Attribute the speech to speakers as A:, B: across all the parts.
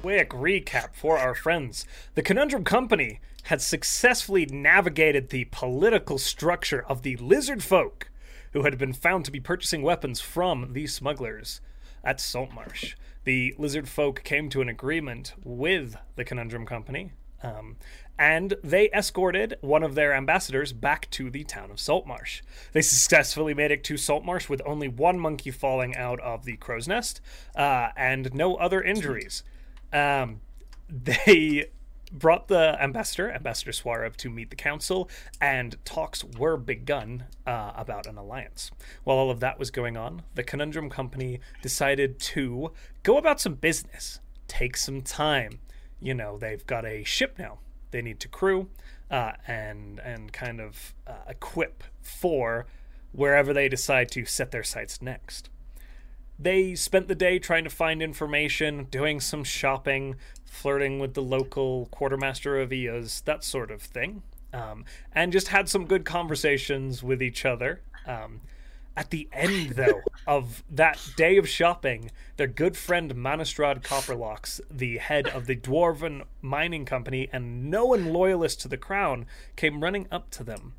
A: quick recap for our friends. The Conundrum Company had successfully navigated the political structure of the lizard folk who had been found to be purchasing weapons from the smugglers at Saltmarsh. The lizard folk came to an agreement with the Conundrum Company, um, and they escorted one of their ambassadors back to the town of Saltmarsh. They successfully made it to Saltmarsh with only one monkey falling out of the crow's nest uh, and no other injuries. Um, they brought the ambassador, Ambassador Suareb, to meet the council, and talks were begun uh, about an alliance. While all of that was going on, the Conundrum Company decided to go about some business, take some time. You know, they've got a ship now. They need to crew uh, and and kind of uh, equip for wherever they decide to set their sights next they spent the day trying to find information, doing some shopping, flirting with the local quartermaster of Ias, that sort of thing, um, and just had some good conversations with each other. Um, at the end, though, of that day of shopping, their good friend Manistrad Copperlocks, the head of the Dwarven Mining Company and known loyalist to the crown, came running up to them.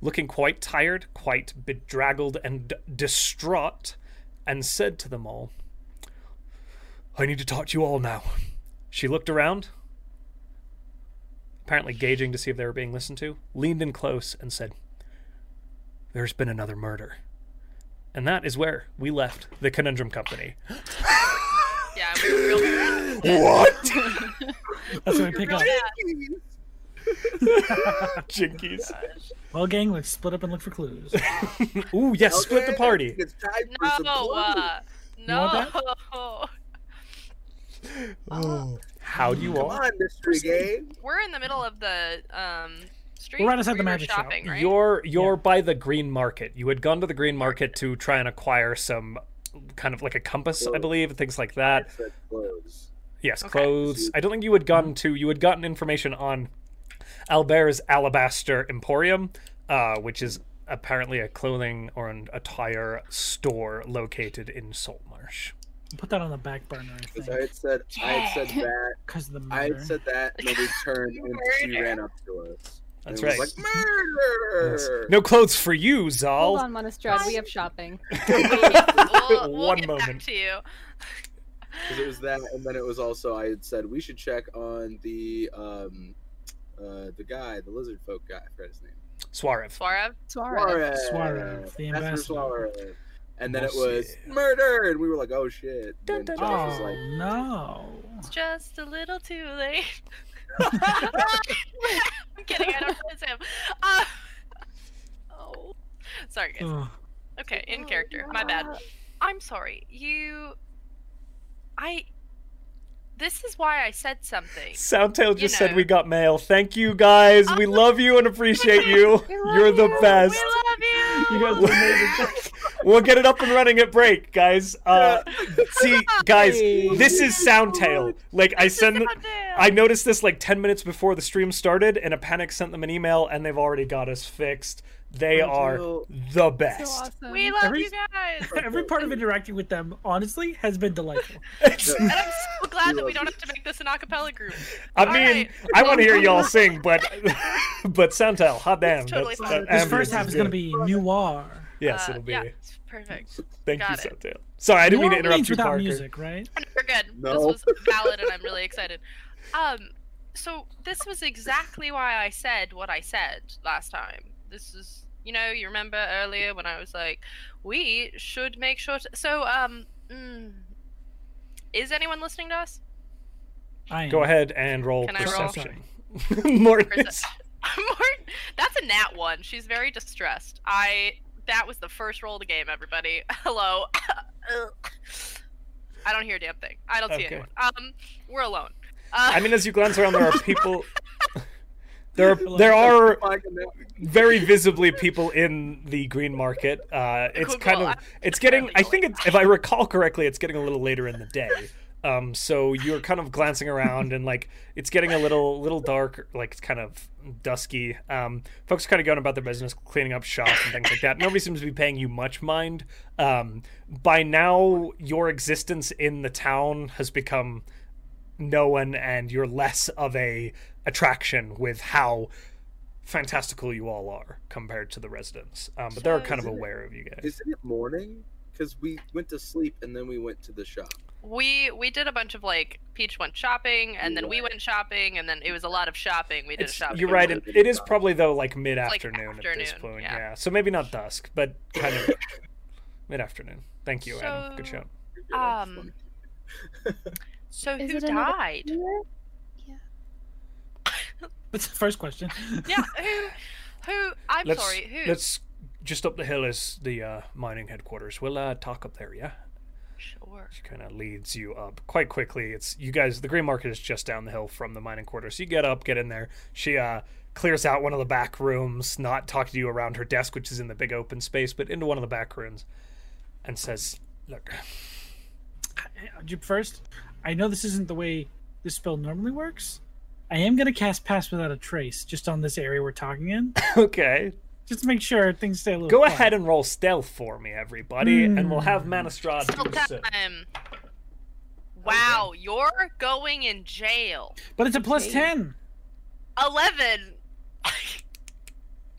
A: Looking quite tired, quite bedraggled, and d- distraught, and said to them all, I need to talk to you all now. She looked around, apparently gauging to see if they were being listened to, leaned in close, and said, There's been another murder. And that is where we left the Conundrum Company.
B: Yeah, we were real bad.
C: What?
D: That's what we
B: You're
D: pick
B: real
D: up.
B: bad.
A: Jinkies.
D: Well, gang, let's split up and look for clues.
A: Ooh, yes, split the
C: Okay,
A: party.
C: It's time for some
B: No, uh,
D: want
B: no.
C: Oh,
A: How do you
C: come
A: all?
C: on, mystery game.
B: We're in the middle of the um street.
D: We're right outside
B: where
D: the
B: we were
D: magic shop.
B: shopping, right?
A: You're you're by the green market. You had gone to the green market to try and acquire some kind of like a compass, I
C: Cool.
A: believe, things like that.
C: That's a close.
A: Yes,
B: Okay.
A: clothes. I don't think you had gotten to. You had gotten information on Albert's Alabaster Emporium, uh, which is apparently a clothing or an attire store located in Saltmarsh.
D: Put that on the back burner, I
C: 'Cause I
D: think,
C: had said, I had said that.
D: because of the
C: I
D: murder.
C: had said that, and then we turned and she
B: Murder.
C: ran up to us.
A: That's
C: and
A: right.
C: was Like murder.
A: No clothes for you,
E: Hold
A: Zal.
E: on, Monastrad. We have shopping.
B: we'll, we'll
A: One
B: get
A: moment.
B: back to you.
C: 'Cause it was that, and then it was also I had said we should check on the um, uh, the guy, the lizard folk guy. I forgot his name.
A: Suarev.
B: Suarev.
E: Suarez.
C: Suarez.
D: Suarez, the
C: Master
D: ambassador.
C: Suarez. And then it
A: We'll
C: was
A: see.
C: murder, and we were like, "Oh shit!" And then
A: Dun, dun,
C: Josh
A: dun.
C: was
D: Oh
C: like,
D: no!
B: It's just a little too late. I'm kidding. I don't know if it's him. Uh, oh, sorry, guys.
D: Ugh.
B: Okay, in character. My bad. I'm sorry. You. I. This is why I said something.
A: Soundtail just said
B: know.
A: we got mail. Thank you guys. We
B: Oh.
A: love you and appreciate you.
E: We love
A: You're the
E: you.
B: We
A: best.
B: love you.
D: You guys are amazing.
A: we'll get it up and running at break, guys. Uh, see, guys, this is Soundtail. Like I send, the- I noticed this like 10 minutes before the stream started, and a panic sent them an email, and they've already got us fixed. They are
C: "Until
A: the
E: So
A: best.
E: awesome.
B: We love
D: Every-
B: you guys.
D: Every part of interacting with them, honestly, has been delightful.
B: And I'm so glad that
C: love
B: we don't have to make this an acapella group.
A: I
B: All
A: mean,
B: right.
A: I want to hear y'all sing, but but Soundtail, hot damn,
B: It's totally
A: that's-
B: fine.
A: that
D: This
A: ambience
D: first half is going to
A: good.
D: be noir.
A: yes,
B: Uh,
A: it'll be.
B: Yeah, it's perfect.
A: Thank you,
B: got it.
A: Soundtail. Sorry, I didn't mean
D: noir
A: to interrupt
D: means
A: you,
D: without
A: Parker.
D: music, right?
B: We're good.
C: No.
B: This was valid, and I'm really excited. Um, so this was exactly why I said what I said last time. This is, you know, you remember earlier when I was like, we should make sure. To... So, um, mm, is anyone listening to us?
D: I am.
A: Go ahead and roll
B: Can I roll?
A: perception. Morton
B: Perce-
A: is-
B: Mort- That's a nat one. She's very distressed. I. That was the first roll of the game, everybody. Hello. I don't hear a damn thing. I don't see
A: Okay.
B: anyone. Um, we're alone. Uh,
A: I mean, as you glance around, there are people. There are,
D: Like-
A: there are
C: fucking hell."
A: very visibly people in the green market. Uh, it's
B: Cool,
A: kind
B: cool.
A: of
B: I'm
A: it's getting. I
B: apparently
A: think it's, if I recall correctly, it's getting a little later in the day. Um, so you're kind of glancing around and like it's getting a little little dark, like it's kind of dusky. Um, folks are kind of going about their business, cleaning up shop and things like that. Nobody seems to be paying you much mind. Um, by now, your existence in the town has become no one and you're less of a attraction with how fantastical you all are compared to the residents. Um, but they're
B: So
A: kind of
C: isn't it-
A: aware of you guys.
C: Isn't it morning? Because we went to sleep and then we went to the shop.
B: We we did a bunch of like Peach went shopping and then we went shopping and then it was a lot of shopping. We did
A: It's-
B: shopping.
A: you're right.
C: at
A: It,
C: the
A: it is
C: time.
A: probably though like mid afternoon at this
B: afternoon,
A: point. Yeah.
B: yeah.
A: So maybe not dusk, but kind of mid afternoon. Thank you, Adam. Good
B: So-
A: shout.
B: Um, So
E: Is
B: who
E: it another-
B: died?
D: That's the first question.
B: yeah, who who I'm
A: Let's-
B: sorry, who
A: Let's just up the hill is the uh, mining headquarters. We'll uh, talk up there. Yeah.
B: sure.
A: She kind of leads you up quite quickly. It's you guys. The green market is just down the hill from the mining quarter. So you get up, get in there. She uh, clears out one of the back rooms, not talking to you around her desk, which is in the big open space, but into one of the back rooms, and says, "Look,
D: J- First, I know this isn't the way this spell normally works. I am gonna cast Pass Without a Trace just on this area we're talking in,
A: okay,
D: just to make sure things stay a little.
A: go
D: quiet.
A: ahead and roll stealth for me, everybody, and we'll have Manistrad."
B: Still
A: do so.
B: time. Wow, you're going in jail.
D: But it's a plus
E: Jeez.
D: ten.
B: Eleven.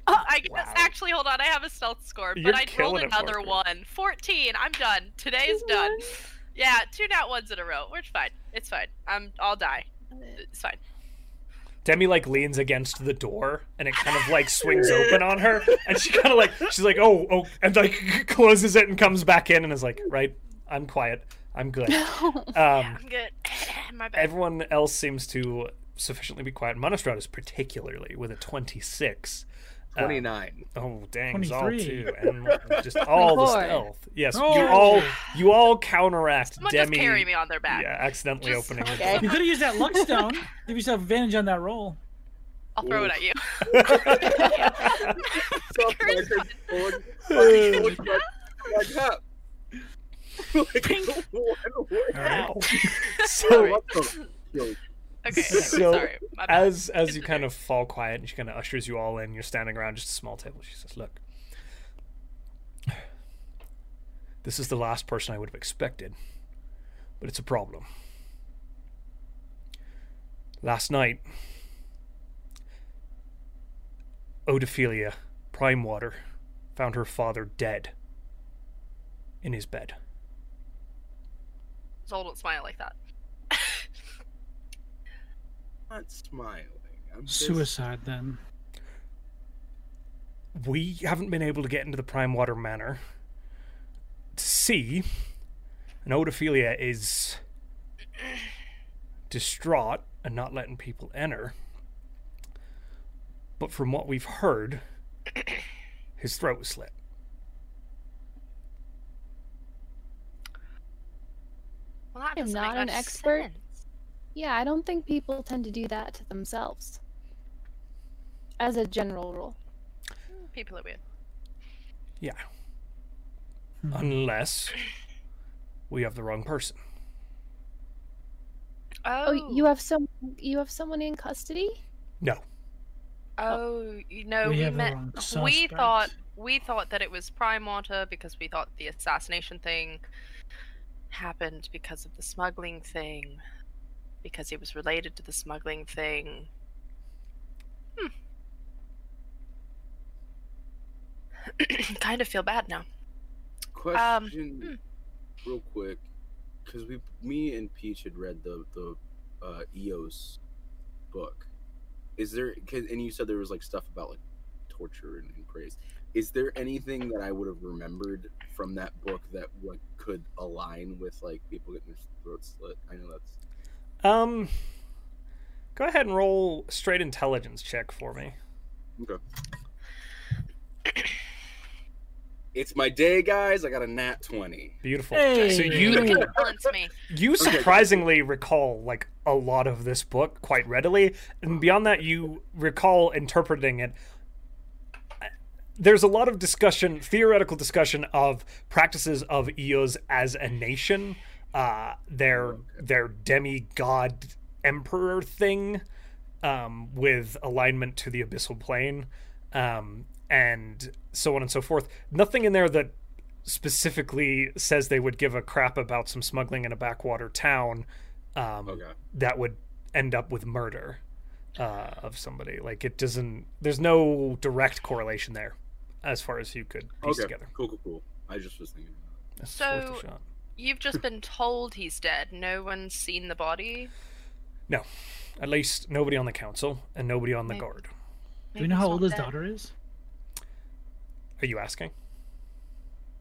B: I guess
A: Wow.
B: actually hold on, I have a stealth score,
A: You're
B: but I rolled
A: killing it,
B: another
A: Parker.
B: one. Fourteen. I'm done. Today's done. Yeah, two nat ones in a row. We're fine. It's fine. I'm I'll die. It's fine.
A: Demi like leans against the door and it kind of like swings open on her and she kind of like she's like oh oh and like closes it and comes back in and is like right I'm quiet I'm good.
E: No.
A: Um,
B: I'm good. My bad.
A: everyone else seems to sufficiently be quiet. Monostrad is particularly with a 26. uh,
C: Twenty nine.
A: Oh dang, it's all
D: 23.
A: two and just all the
E: 24.
A: stealth. Yes, you
D: Oh.
A: all you all counteract
B: Someone
A: Demi
B: just carry me on their back.
A: yeah accidentally
B: Just-
A: opening the
E: okay.
D: You could have used that luck stone. Give yourself advantage on that roll.
B: I'll throw it
C: Oof.
B: at you.
A: door.
C: like up. Like, one word.
A: Ow. So
C: Yo,
B: Okay.
A: So,
B: sorry. My bad.
A: as as you
B: Interesting.
A: kind of fall quiet and she kind of ushers you all in you're standing around just a small table she says look this is the last person i would have expected but it's a problem last night odophilia primewater found her father dead in his bed
B: Zol don't smile like that.
C: I'm not smiling. I'm just-
D: Suicide then.
A: we haven't been able to get into the Prime Water Manor to see. And Odophilia is distraught and not letting people enter. But from what we've heard, his throat was slit.
B: Well, that
E: I'm
B: doesn't
E: not
B: make
E: an
B: much
E: expert.
B: sense.
E: Yeah, I don't think people tend to do that to themselves. As a general rule.
B: People are weird.
A: Yeah.
D: Hmm.
A: Unless we have the wrong person.
B: Oh,
E: Oh, you have some you have someone in custody?
A: No.
B: Oh, you know, we,
D: Uh, have the
B: met.
D: wrong
B: We
D: suspect.
B: thought we thought that it was Prime Water because we thought the assassination thing happened because of the smuggling thing, because it was related to the smuggling thing. Hmm. kind of feel bad now.
C: Question, real quick, because we, me and Peach had read the the uh, EOS book. Is there? 'cause- and you said there was like stuff about like torture and, and praise. Is there anything that I would have remembered from that book that like could align with like people getting their throats slit? I know that's
A: Um go ahead and roll straight intelligence check for me.
C: it's my day, guys. I got a nat twenty.
A: Beautiful.
D: Hey.
A: So
B: You
A: you
B: can balance me.
A: You
C: Okay.
A: surprisingly recall like a lot of this book quite readily, and beyond that, you recall interpreting it. There's a lot of discussion, theoretical discussion of practices of Eos as a nation, uh, their their demigod emperor thing, um, with alignment to the abyssal plane, um, and so on and so forth. Nothing in there that specifically says they would give a crap about some smuggling in a backwater town um,
C: Okay.
A: that would end up with murder uh, of somebody. Like it doesn't. There's no direct correlation there, as far as you could piece
C: Okay.
A: together.
C: Cool, cool, cool. I just was thinking. about it.
A: That's
B: So-
A: worth a shot.
B: You've just been told he's dead. No one's seen the body.
A: At least nobody on the council and nobody on the
B: Maybe-
A: guard.
D: Do we know how old his daughter is?
A: Are you asking?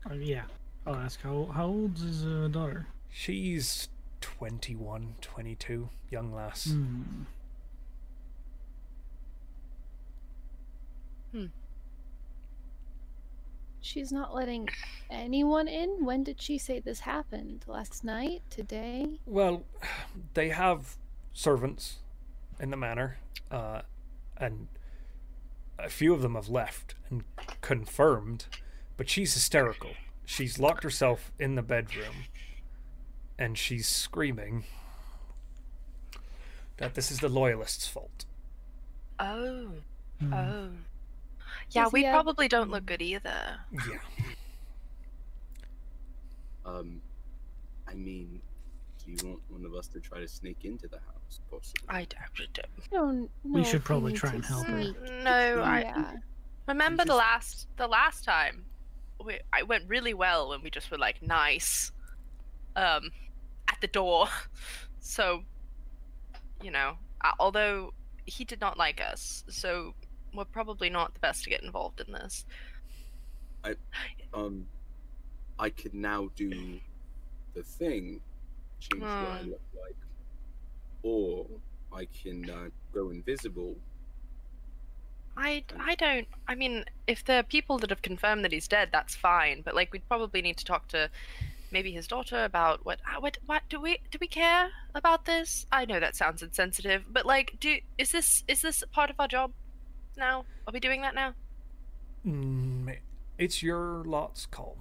D: Oh, yeah. I'll ask how how old is his uh, daughter?
A: She's 21, 22, young lass.
D: Hmm.
E: She's not letting anyone in. When did she say this happened? Last night? Today?
A: Well, they have servants in the manor, uh, and a few of them have left and confirmed, but she's hysterical. She's locked herself in the bedroom and she's screaming that this is the loyalists' fault.
B: Oh,
D: Hmm.
B: oh. Yeah,
E: Does
B: we
E: he have- um
B: probably don't look good either.
A: Yeah.
C: Um, I mean, do you want one of us to try to sneak into the house? Possibly.
B: I doubt it.
E: I don't
D: We
E: know
D: should
E: if
D: probably
E: need
D: try
E: to
D: and help her.
E: sneak.
B: Mm, No, I
E: Yeah.
B: remember the
C: just-
B: last the last time. We, it went really well when we just were like nice, um, at the door. So, you know, uh, although he did not like us, so we're probably not the best to get involved in this.
C: um, I could now do the thing, change what I
B: Hmm.
C: look like, or I can uh, go invisible.
B: I, I don't. I mean, if there are people that have confirmed that he's dead, that's fine. But like, we'd probably need to talk to maybe his daughter about what uh, what what do we do we care about this? I know that sounds insensitive, but like, do is this is this part of our job now? Are we doing that now?
A: Mm, it's your lot's call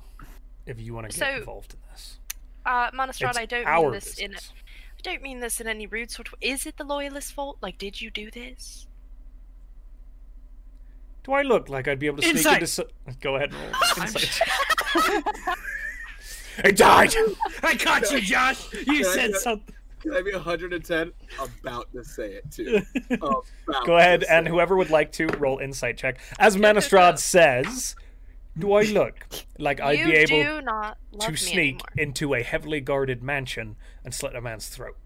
A: if you want to get
B: So-
A: involved in this.
B: Uh, Monastrad,
A: It's
B: I don't
A: our
B: mean this in
A: business.
B: I don't mean this in any rude sort of. Is it the loyalist's fault? Like, did you do this?
A: Do I look like I'd be able to sneak
D: Insight.
A: into? So- Go ahead. and roll.
D: I'm
A: Insight.
D: sh-
A: It died.
D: I caught you, Josh. You
C: Yeah, I
D: said
C: got-
D: something.
C: Can I be 110? About to say it too. About
A: Go ahead,
C: to
A: and
C: say it.
A: whoever would like to roll insight check. As Manistrad says, "Do I look like I'd
B: you
A: be
B: do
A: able
B: not love
A: to
B: me
A: sneak
B: anymore.
A: into a heavily guarded mansion and slit a man's throat?"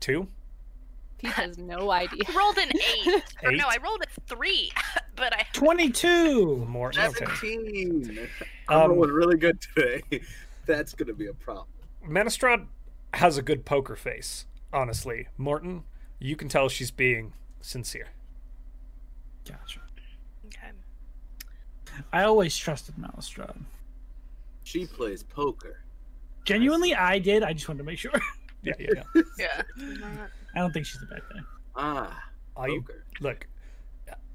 A: Two,
E: He has no idea.
B: rolled an eight. Or no, I
A: Eight?
B: rolled a three, but I
A: One
D: Twenty-two.
A: more. Okay.
C: 17. I'm
A: Um,
C: rolling really good today. That's gonna be a problem.
A: Manistrad has a good poker face. Honestly, Morton, you can tell she's being sincere.
D: Gotcha.
B: okay.
D: I always trusted Malistrad.
C: She plays poker.
D: Genuinely, I did. I just wanted to make sure.
A: Yeah, yeah, yeah.
B: Yeah.
D: I don't think she's a bad thing.
C: Ah,
A: Are you
C: poker.
A: look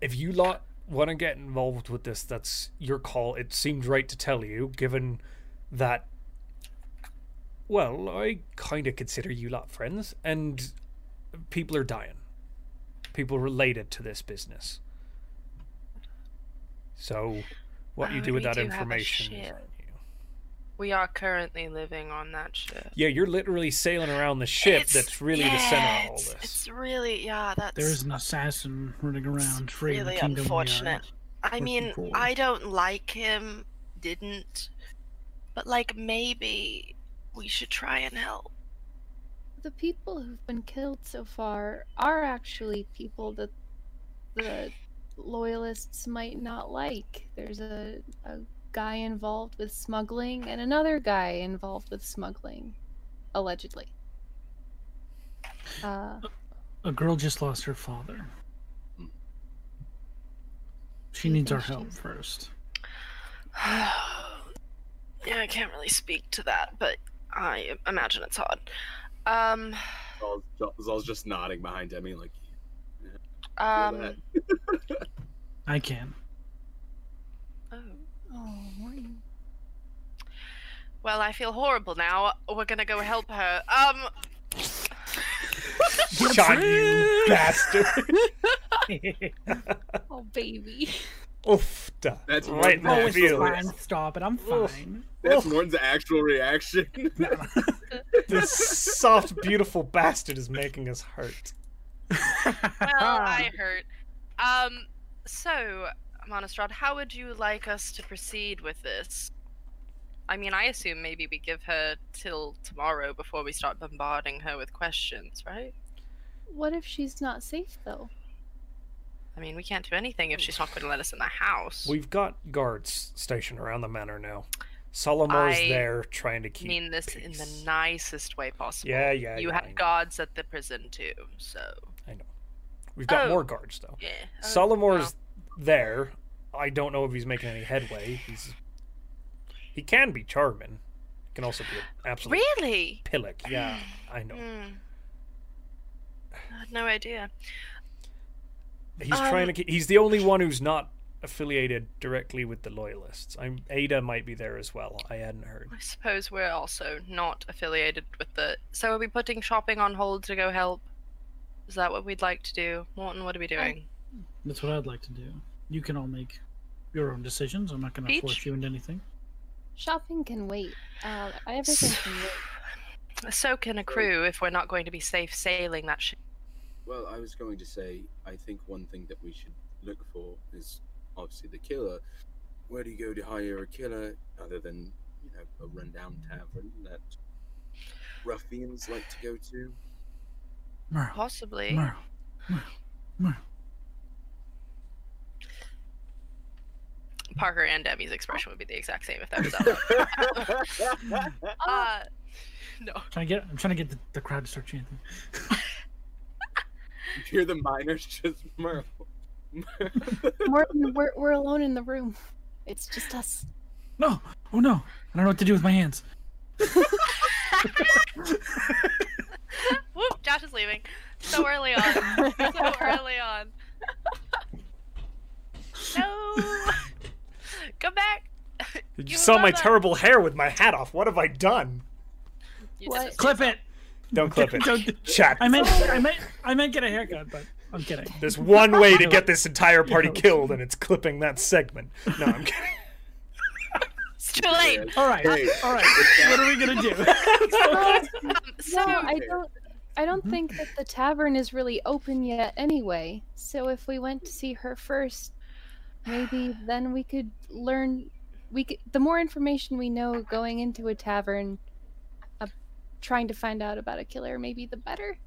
A: if you lot want to get involved with this that's your call it seemed right to tell you given that well i kind of consider you lot friends and people are dying people related to this business so what you
B: Uh,
A: do with
B: we
A: that
B: do have a
A: information is
B: ship.
A: on you.
B: We are currently living on that ship.
A: yeah you're literally sailing around the ship that's really the center of all
B: it's-
A: this
B: It's really yeah. That's
D: There is an assassin running around free in the
B: really
D: kingdom. we are in.
B: unfortunate. I
D: working
B: mean,
D: for.
B: I don't like him. Didn't, but like maybe we should try and help.
E: The people who've been killed so far are actually people that the loyalists might not like. There's a, a guy involved with smuggling and another guy involved with smuggling, allegedly. Uh,
D: A girl just lost her father.
C: Mm.
D: She
E: You
D: needs our
E: think
D: help
E: she's-
D: first.
B: yeah, I can't really speak to that, but I imagine it's hard. Um,
C: Zol's, Zol's just nodding behind Demi like
B: um.
C: that.
D: I can.
B: oh.
E: oh, Morton.
B: Well, I feel horrible now. We're gonna go help her. Um,
A: Shot you bastard
E: Oh, baby.
A: Oofta.
C: That's
A: right in
C: more-
D: Oh,
A: the
D: it's
A: feelings.
D: fine. Stop it. I'm
A: Oof.
D: fine.
C: That's Morton's actual reaction.
A: This soft, beautiful bastard is making us hurt.
B: Well, I hurt. Um, so, Monastrad, how would you like us to proceed with this? I mean, I assume maybe we give her till tomorrow before we start bombarding her with questions, right?
E: What if she's not safe though?
B: I mean, we can't do anything if she's not going to let us in the house.
A: We've got guards stationed around the manor now. Solomar's
B: I
A: there trying to keep.
B: mean this in the
A: peace.
B: nicest way possible.
A: Yeah, yeah.
B: you
A: yeah, I
B: had
A: know.
B: guards at the prison too, so
A: We've got
B: Oh.
A: more guards though.
B: yeah. oh,
A: Solomar's there. I don't know if he's making any headway. He's he can be charming. He can also be an
B: well.
A: absolute
B: really?
A: pillock. Yeah, I know.
B: Hmm. I had no idea.
A: He's trying to.
B: Um,
A: Keep, he's the only one who's not affiliated directly with the loyalists. I'm Ada might be there as well. I hadn't heard.
B: I suppose we're also not affiliated with the. So are we putting shopping on hold to go help? Is that what we'd like to do, Morton? What are we doing?
D: That's what I'd like to do. You can all make your own decisions. I'm not going to
B: Peach?
D: force you into anything.
E: Shopping can wait. Um, everything can wait.
B: So can a crew if we're not going to be safe sailing that ship.
C: Well, I was going to say, I think one thing that we should look for is obviously the killer. Where do you go to hire a killer other than you know a rundown tavern that ruffians like to go to?
D: Merle,
B: Possibly.
D: Merle, Merle, Merle.
B: Parker and Demi's expression would be the exact same if that was out loud. Uh, no.
D: Trying to get, I'm trying to get the, the crowd to start chanting.
C: You hear the miners just murmur.
E: Morton, we're we're alone in the room. It's just us.
D: No, oh no, I don't know what to do with my hands.
B: Whoop, Josh is leaving. So early on. so early on. no. Come back.
A: You,
B: You
A: saw my
B: love it.
A: terrible hair with my hat off. What have I done?
B: You
E: What?
B: just-
D: Clip it.
A: Don't clip it.
D: Don't-
A: Chat.
D: I meant, I meant, I meant get a haircut, but I'm kidding.
A: There's one way to get this entire party killed, and it's clipping that segment. No, I'm kidding.
B: It's too late.
D: All right,
C: Hey.
D: all right.
C: It's
D: What are we gonna do?
B: Um, so,
E: No, I
C: fair.
E: don't. I don't
B: Mm-hmm.
D: Mhm.
E: think that the tavern is really open yet, anyway. So if we went to see her first, maybe then we could learn. We could, the more information we know going into a tavern, uh, trying to find out about a killer, maybe the better.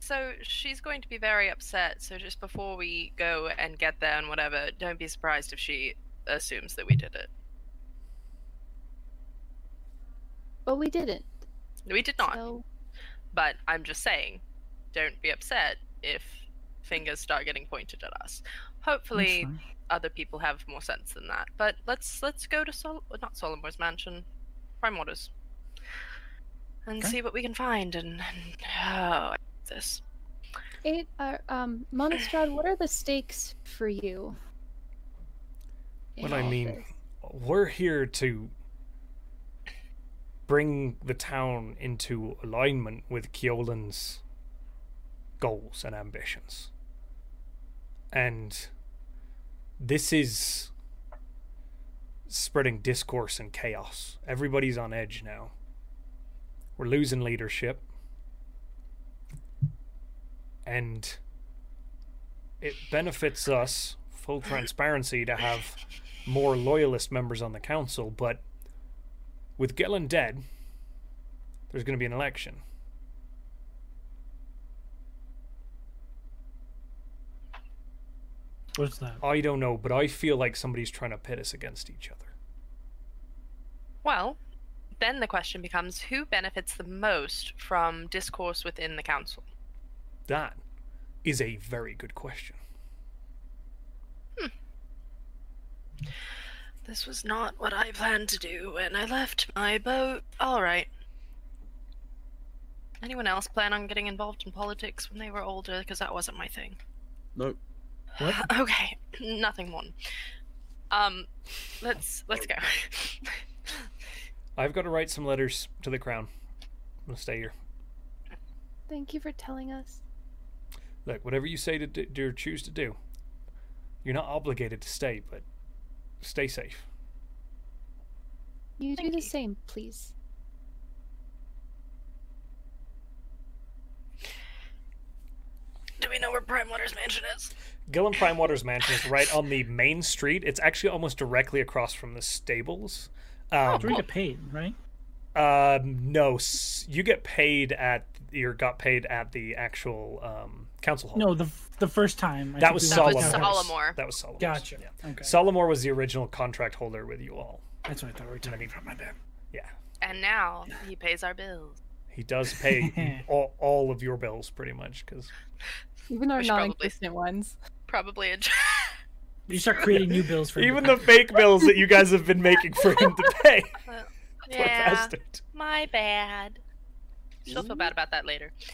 B: so she's going to be very upset. So just before we go and get there and whatever, don't be surprised if she assumes that we did it.
E: But we didn't.
B: We did not.
E: So
B: But I'm just saying, don't be upset if fingers start getting pointed at us. Hopefully, other people have more sense than that. But let's let's go to Sol- not Solomore's mansion, Prime Orders, and
D: Okay.
B: see what we can find. And, and oh, I hate this.
E: it, uh, um, Monastrad, what are the stakes for you? in
A: Well, I
E: all
A: mean,
E: this?
A: we're here to bring the town into alignment with Keolan's goals and ambitions. And this is spreading discourse and chaos. Everybody's on edge now. We're losing leadership. And it benefits us, full transparency, to have more loyalist members on the council, but with Gellan dead, there's going to be an election.
D: What's that?
A: I don't know, but I feel like somebody's trying to pit us against each other.
B: Well, then the question becomes who benefits the most from discourse within the council?
A: That is a very good question.
B: This was not what I planned to do when I left my boat. All right. Anyone else plan on getting involved in politics when they were older? Because that wasn't my thing.
C: Nope.
D: What?
B: Okay, nothing more. Um, let's let's go.
A: I've got to write some letters to the crown. I'm going to stay here.
E: thank you for telling us.
A: Look, whatever you say to do, do or choose to do, You're not obligated to stay, but stay safe.
E: You do
B: Thank
E: the
B: you.
E: same, please.
B: Do we know where Prime Water's mansion is?
A: Gillen Primewater's mansion is right on the main street. It's actually almost directly across from the stables. Um,
D: Three to paid, right?
A: um, no, s- you get paid at or got paid at the actual um, council hall.
D: No, the the first time. I
A: that
D: think
A: was
D: we
B: That was
A: Solomon.
B: Solomore.
A: That was Solomon.
D: Gotcha.
A: Yeah.
D: Okay.
A: Solomor was the original contract holder with you all.
D: That's what I thought we were talking about. My bad.
A: Yeah,
B: And now he pays our bills.
A: he does pay all, all of your bills pretty much because
E: Even our
B: We should probably-
E: non-existent ones.
B: Probably a.
D: You start creating new bills for
A: even the fake bills that you guys have been making for him to pay. Poor
B: yeah.
A: bastard.
B: My bad. She'll feel bad about that later.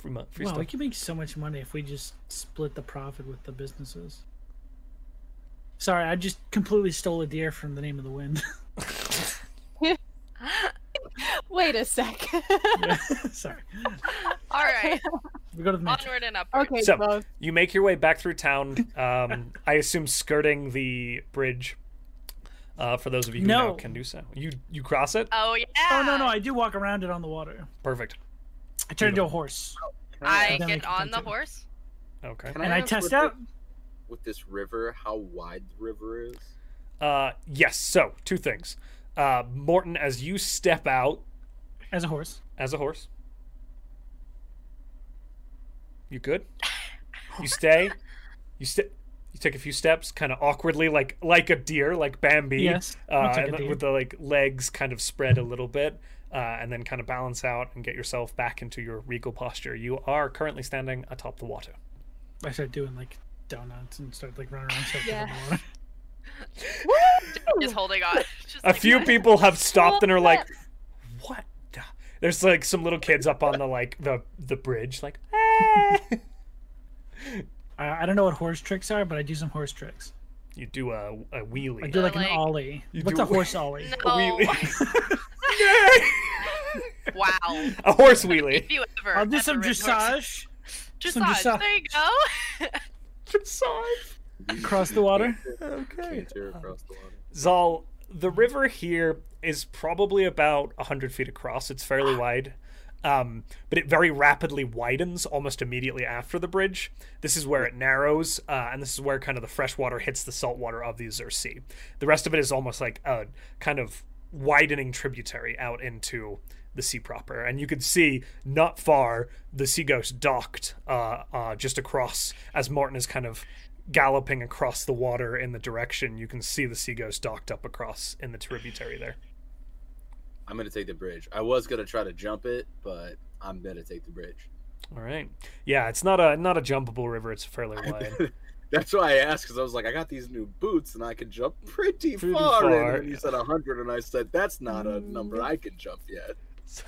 A: Free, mo- free
D: Wow, we
A: stuff.
D: could make so much money if we just split the profit with the businesses. Sorry, I just completely stole a deer from the name of the wind.
E: Wait a sec.
D: Sorry.
B: All right,
D: We go to the mansion.
B: onward and upward.
E: okay,
A: So-
E: both.
A: You make your way back through town. Um, I assume skirting the bridge. Uh, for those of you who
D: No.
A: know can do so, you you cross it.
B: Oh yeah.
D: Oh no no! I do walk around it on the water.
A: Perfect.
D: I turn into a horse.
B: I
D: Then we
B: get
D: can
B: on the
D: continue.
B: horse.
A: Okay.
C: Can
D: And I
C: ask
D: test
C: with
D: out-
C: the- with this river, how wide the river is.
A: Uh, yes. So two things. Uh, Morton, as you step out
D: as a horse.
A: as a horse, you good? You stay. You step. You take a few steps, kind of awkwardly, like like a deer, like Bambi.
D: Yes. I'll
A: uh,
D: take a
A: and then
D: deer.
A: with the like legs kind of spread a little bit, uh, and then kind of balance out and get yourself back into your regal posture. You are currently standing atop the water.
D: I start doing like donuts and start like running around circles on
E: Yeah.
D: the water.
B: Is holding on. Just
A: A
B: like,
A: few
B: "What?"
A: people have stopped and are like, "What?" the-" There's like some little kids up on the like the the bridge, like, "Ah."
D: I, I don't know what horse tricks are, but I do some horse tricks.
A: you do a, a
D: I
A: wheelie.
D: do like an
B: Like-
D: ollie.
A: You
D: What's
A: do-
D: a horse ollie?
B: Oh.
A: wheelie.
B: No. wow.
A: a horse wheelie.
B: If you ever.
D: I'll do
B: ever
D: some
B: ridden horses-
D: dressage, some
B: Dressage.
D: dressage.
B: There you go.
D: cross the water.
A: Okay.
C: Canter across the water.
A: Zal, the river here is probably about 100 feet across. It's fairly wide. Um, but it very rapidly widens almost immediately after the bridge. This is where it narrows, uh, and this is where kind of the fresh water hits the salt water of the Azure Sea. The rest of it is almost like a kind of widening tributary out into the sea proper. And you could see not far the Sea Ghost docked uh, uh, just across as Martin is kind of galloping across the water in the direction. You can see the Sea Ghost docked up across in the tributary there.
C: I'm gonna take the bridge. I was gonna try to jump it, but I'm gonna take the bridge.
A: All right. Yeah, it's not a not a jumpable river. It's fairly wide.
C: That's why I asked because I was like, I got these new boots and I can jump pretty,
A: Pretty
C: far.
A: far,
C: And then you said 100, and I said, that's not a number I can jump yet.
A: so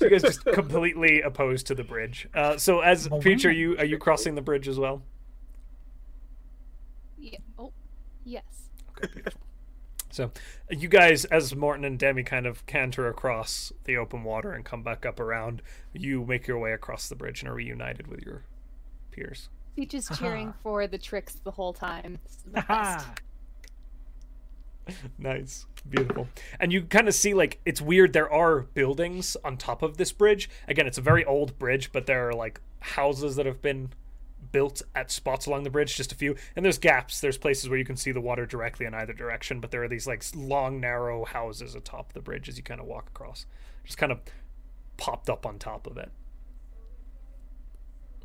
A: you guys just completely opposed to the bridge. Uh, so as
D: Well,
A: Peach, are
D: wow.
A: you are you crossing the bridge as well?
E: Yeah. Oh, yes.
A: So you guys, as Morton and Demi kind of canter across the open water and come back up around, you make your way across the bridge and are reunited with your peers.
E: Peach is
D: Haha.
E: cheering for the tricks the whole time. This is the best.
D: Haha.
A: nice beautiful and you kind of see like it's weird there are buildings on top of this bridge again it's a very old bridge but there are like houses that have been built at spots along the bridge just a few and there's gaps there's places where you can see the water directly in either direction but there are these like s- long narrow houses atop the bridge as you kind of walk across just kind of popped up on top of it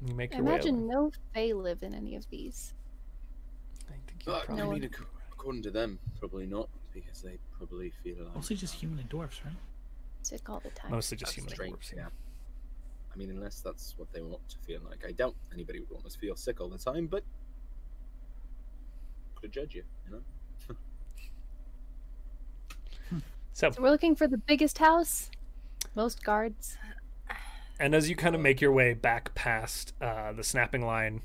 A: you make
E: I
A: your way over.
E: imagine no Fae live in any of these.
A: I think you
C: Uh,
A: probably-
E: No
C: I
E: one-
C: mean, ac- according to them, probably not, because they probably feel like
D: Mostly just human and dwarfs, right?
E: Sick all the time.
A: mostly just
C: that's
A: human
C: strange,
A: dwarves,
C: yeah. I mean, unless that's what they want to feel like. I doubt anybody would want to feel sick all the time, but could judge you, you know?
A: so
E: So we're looking for the biggest house, most guards.
A: And as you kind of make your way back past uh, the snapping line,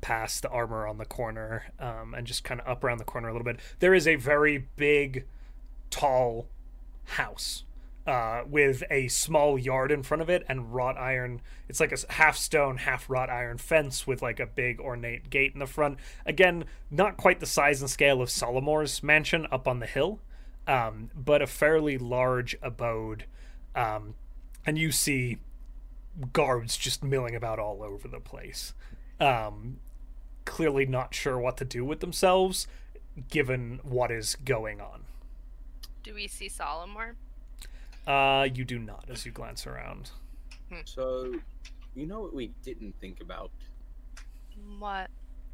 A: past the armor on the corner, um, and just kind of up around the corner a little bit, there is a very big, tall house. uh, with a small yard in front of it and wrought iron. It's like a s- half stone, half wrought iron fence with like a big ornate gate in the front. Again, not quite the size and scale of Solomore's mansion up on the hill, um, but a fairly large abode. Um, and you see guards just milling about all over the place. Um, clearly not sure what to do with themselves given what is going on.
B: Do we see Solomor?
A: Uh, you do not as you glance around.
C: So, you know what we didn't think about?
B: What?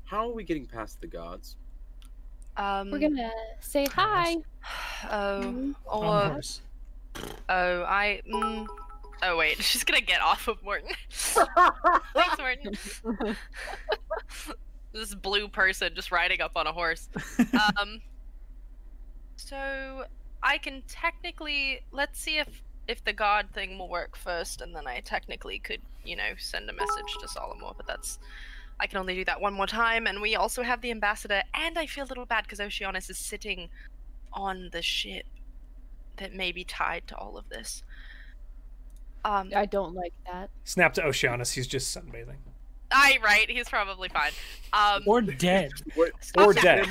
C: How are we getting past the gods?
B: Um,
E: We're gonna say hi.
B: Oh,
E: Mhm.
B: or
D: On horse.
B: oh, I. Mm, oh wait, she's gonna get off of Morton. Thanks, Morton. this blue person just riding up on a horse. Um, so I can technically let's see if if the god thing will work first, and then I technically could you know send a message to Solomor, but that's. I can only do that one more time, and we also have the ambassador. And I feel a little bad because Oceanus is sitting on the ship that may be tied to all of this. Um,
E: I don't like that.
A: Snap to Oceanus, he's just sunbathing.
B: I right, he's probably fine. Um,
D: or dead.
C: What?
A: Or
B: Snapchat-
A: dead.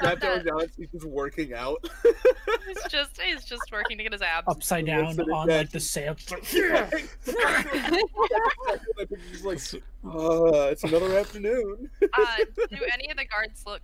C: Snap
B: Snapchat-
C: down down, he's just working out.
B: He's just he's just working to get his abs.
D: Upside down
C: Listen to
D: on
C: that.
D: like the sail.
C: yeah. just like, uh, it's another afternoon.
B: Uh, do any of the guards look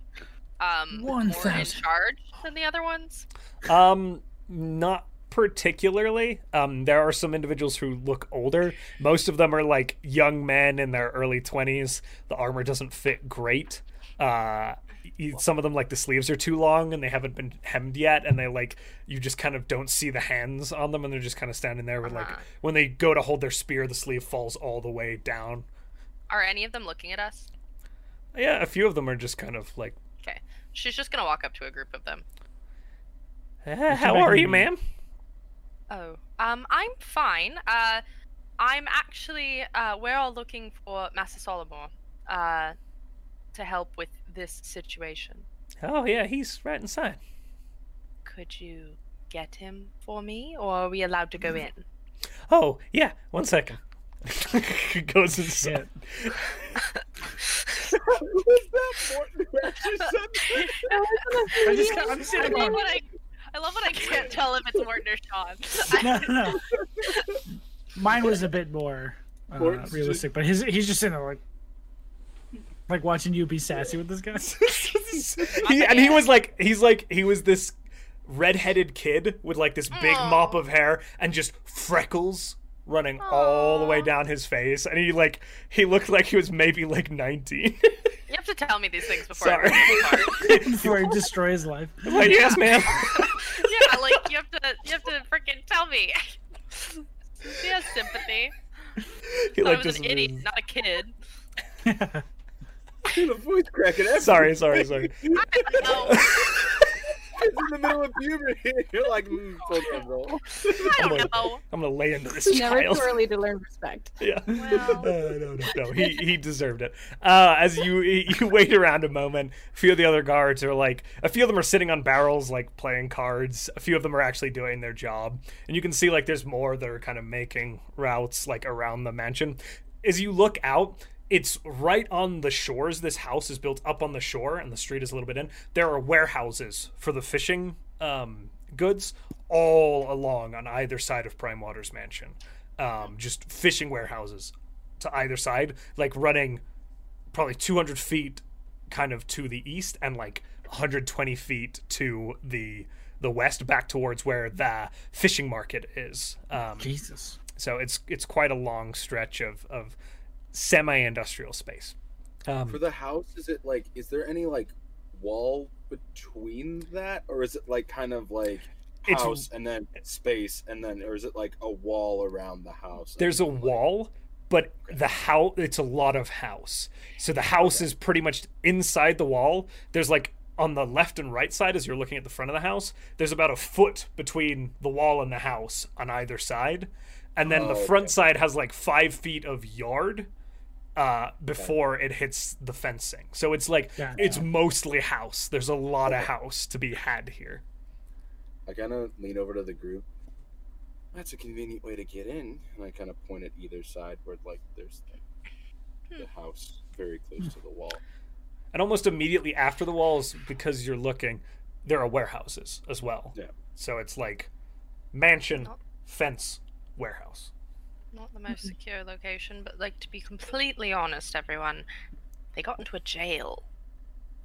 B: um
D: One
B: more in
D: thousand.
B: charge than the other ones?
A: Um, not particularly. Um, there are some individuals who look older. Most of them are like young men in their early twenties. The armor doesn't fit great. Uh, y- some of them like the sleeves are too long and they haven't been hemmed yet, and they like you just kind of don't see the hands on them, and they're just kind of standing there with like
B: Uh-huh.
A: when they go to hold their spear, the sleeve falls all the way down.
B: Are any of them looking at us?
A: Yeah, a few of them are just kind of like,
B: She's just gonna walk up to a group of them.
A: eh,
D: back
A: "How are
D: and
A: you,
D: be-
A: ma'am?"
B: Oh, um, I'm fine. Uh, I'm actually uh, we're all looking for Master Solomor, uh, to help with this situation.
A: Oh yeah, he's right inside.
B: Could you get him for me, or are we allowed to
D: Mm.
B: go in?
A: Oh yeah, one second. Goes inside.
D: Shit.
C: Who is that? Morton, who actually said that?
D: I just got, I'm
B: I
D: sitting
B: love
D: on.
B: what I, I love what I can't tell if it's Morton or Sean.
D: No, no, no. Mine was a bit more uh,
C: Morton's just-
D: realistic, but his, he's just sitting there like, like watching you be sassy with this guy.
A: he, and he was like, he's like, he was this redheaded kid with like this big mop
B: Aw.
A: of hair and just freckles running all the way
B: Aw.
A: down his face, and he like, he looked like he was maybe like nineteen.
B: You have to tell me these things before.
A: Sorry.
B: I read the
D: before he destroys his life.
A: like, yes, ma'am.
B: card. yeah, like you have to, you have to freaking tell me. She has sympathy.
A: He
B: Thought I
A: like
B: was
A: just.
B: an idiot, not a kid.
C: Dude, a voice crack and
A: Sorry, sorry, sorry.
B: No,
C: It's in the middle of puberty. You're like, mm, full comfortable.
B: I
A: I'm
B: don't
A: like,
B: know.
A: I'm gonna lay into this
E: Never
A: child.
E: too early to learn respect.
A: Yeah.
B: Well.
A: Uh, no, no, no. He he deserved it. Uh, as you you wait around a moment, a few of the other guards are like, a few of them are sitting on barrels, like playing cards. A few of them are actually doing their job, and you can see like there's more that are kind of making routes like around the mansion. As you look out. It's right on the shores. This house is built up on the shore, and the street is a little bit in. There are warehouses for the fishing um, goods all along on either side of Prime Water's mansion. Um, just fishing warehouses to either side, like running probably 200 feet kind of to the east and like 120 feet to the the west back towards where the fishing market is um,
D: Jesus.
A: so it's it's quite a long stretch of of semi-industrial space
C: For
A: um,
C: the house, is it like, is there any like wall between that, or is it like kind of like
A: It's-
C: house and then space and then, or is it like a wall around the house?
A: there's a wall but the house it's a lot of house so the house is pretty much inside the wall there's like on the left and right side as you're looking at the front of the house there's about a foot between the wall and the house on either side and then the
C: Oh,
A: front
C: okay.
A: side has like five feet of yard uh, before it hits the fencing so it's like
D: Gotcha.
A: it's mostly house there's a lot of house to be had here
C: I kind of lean over to the group That's a convenient way to get in. And I kind of point at either side where, like, there's the, the house very close to the wall.
A: And almost immediately after the walls, because you're looking, there are warehouses as well.
C: Yeah.
A: So it's like mansion,
B: Oh.
A: fence, warehouse.
B: Not the most secure location, but like to be completely honest, everyone, they got into a jail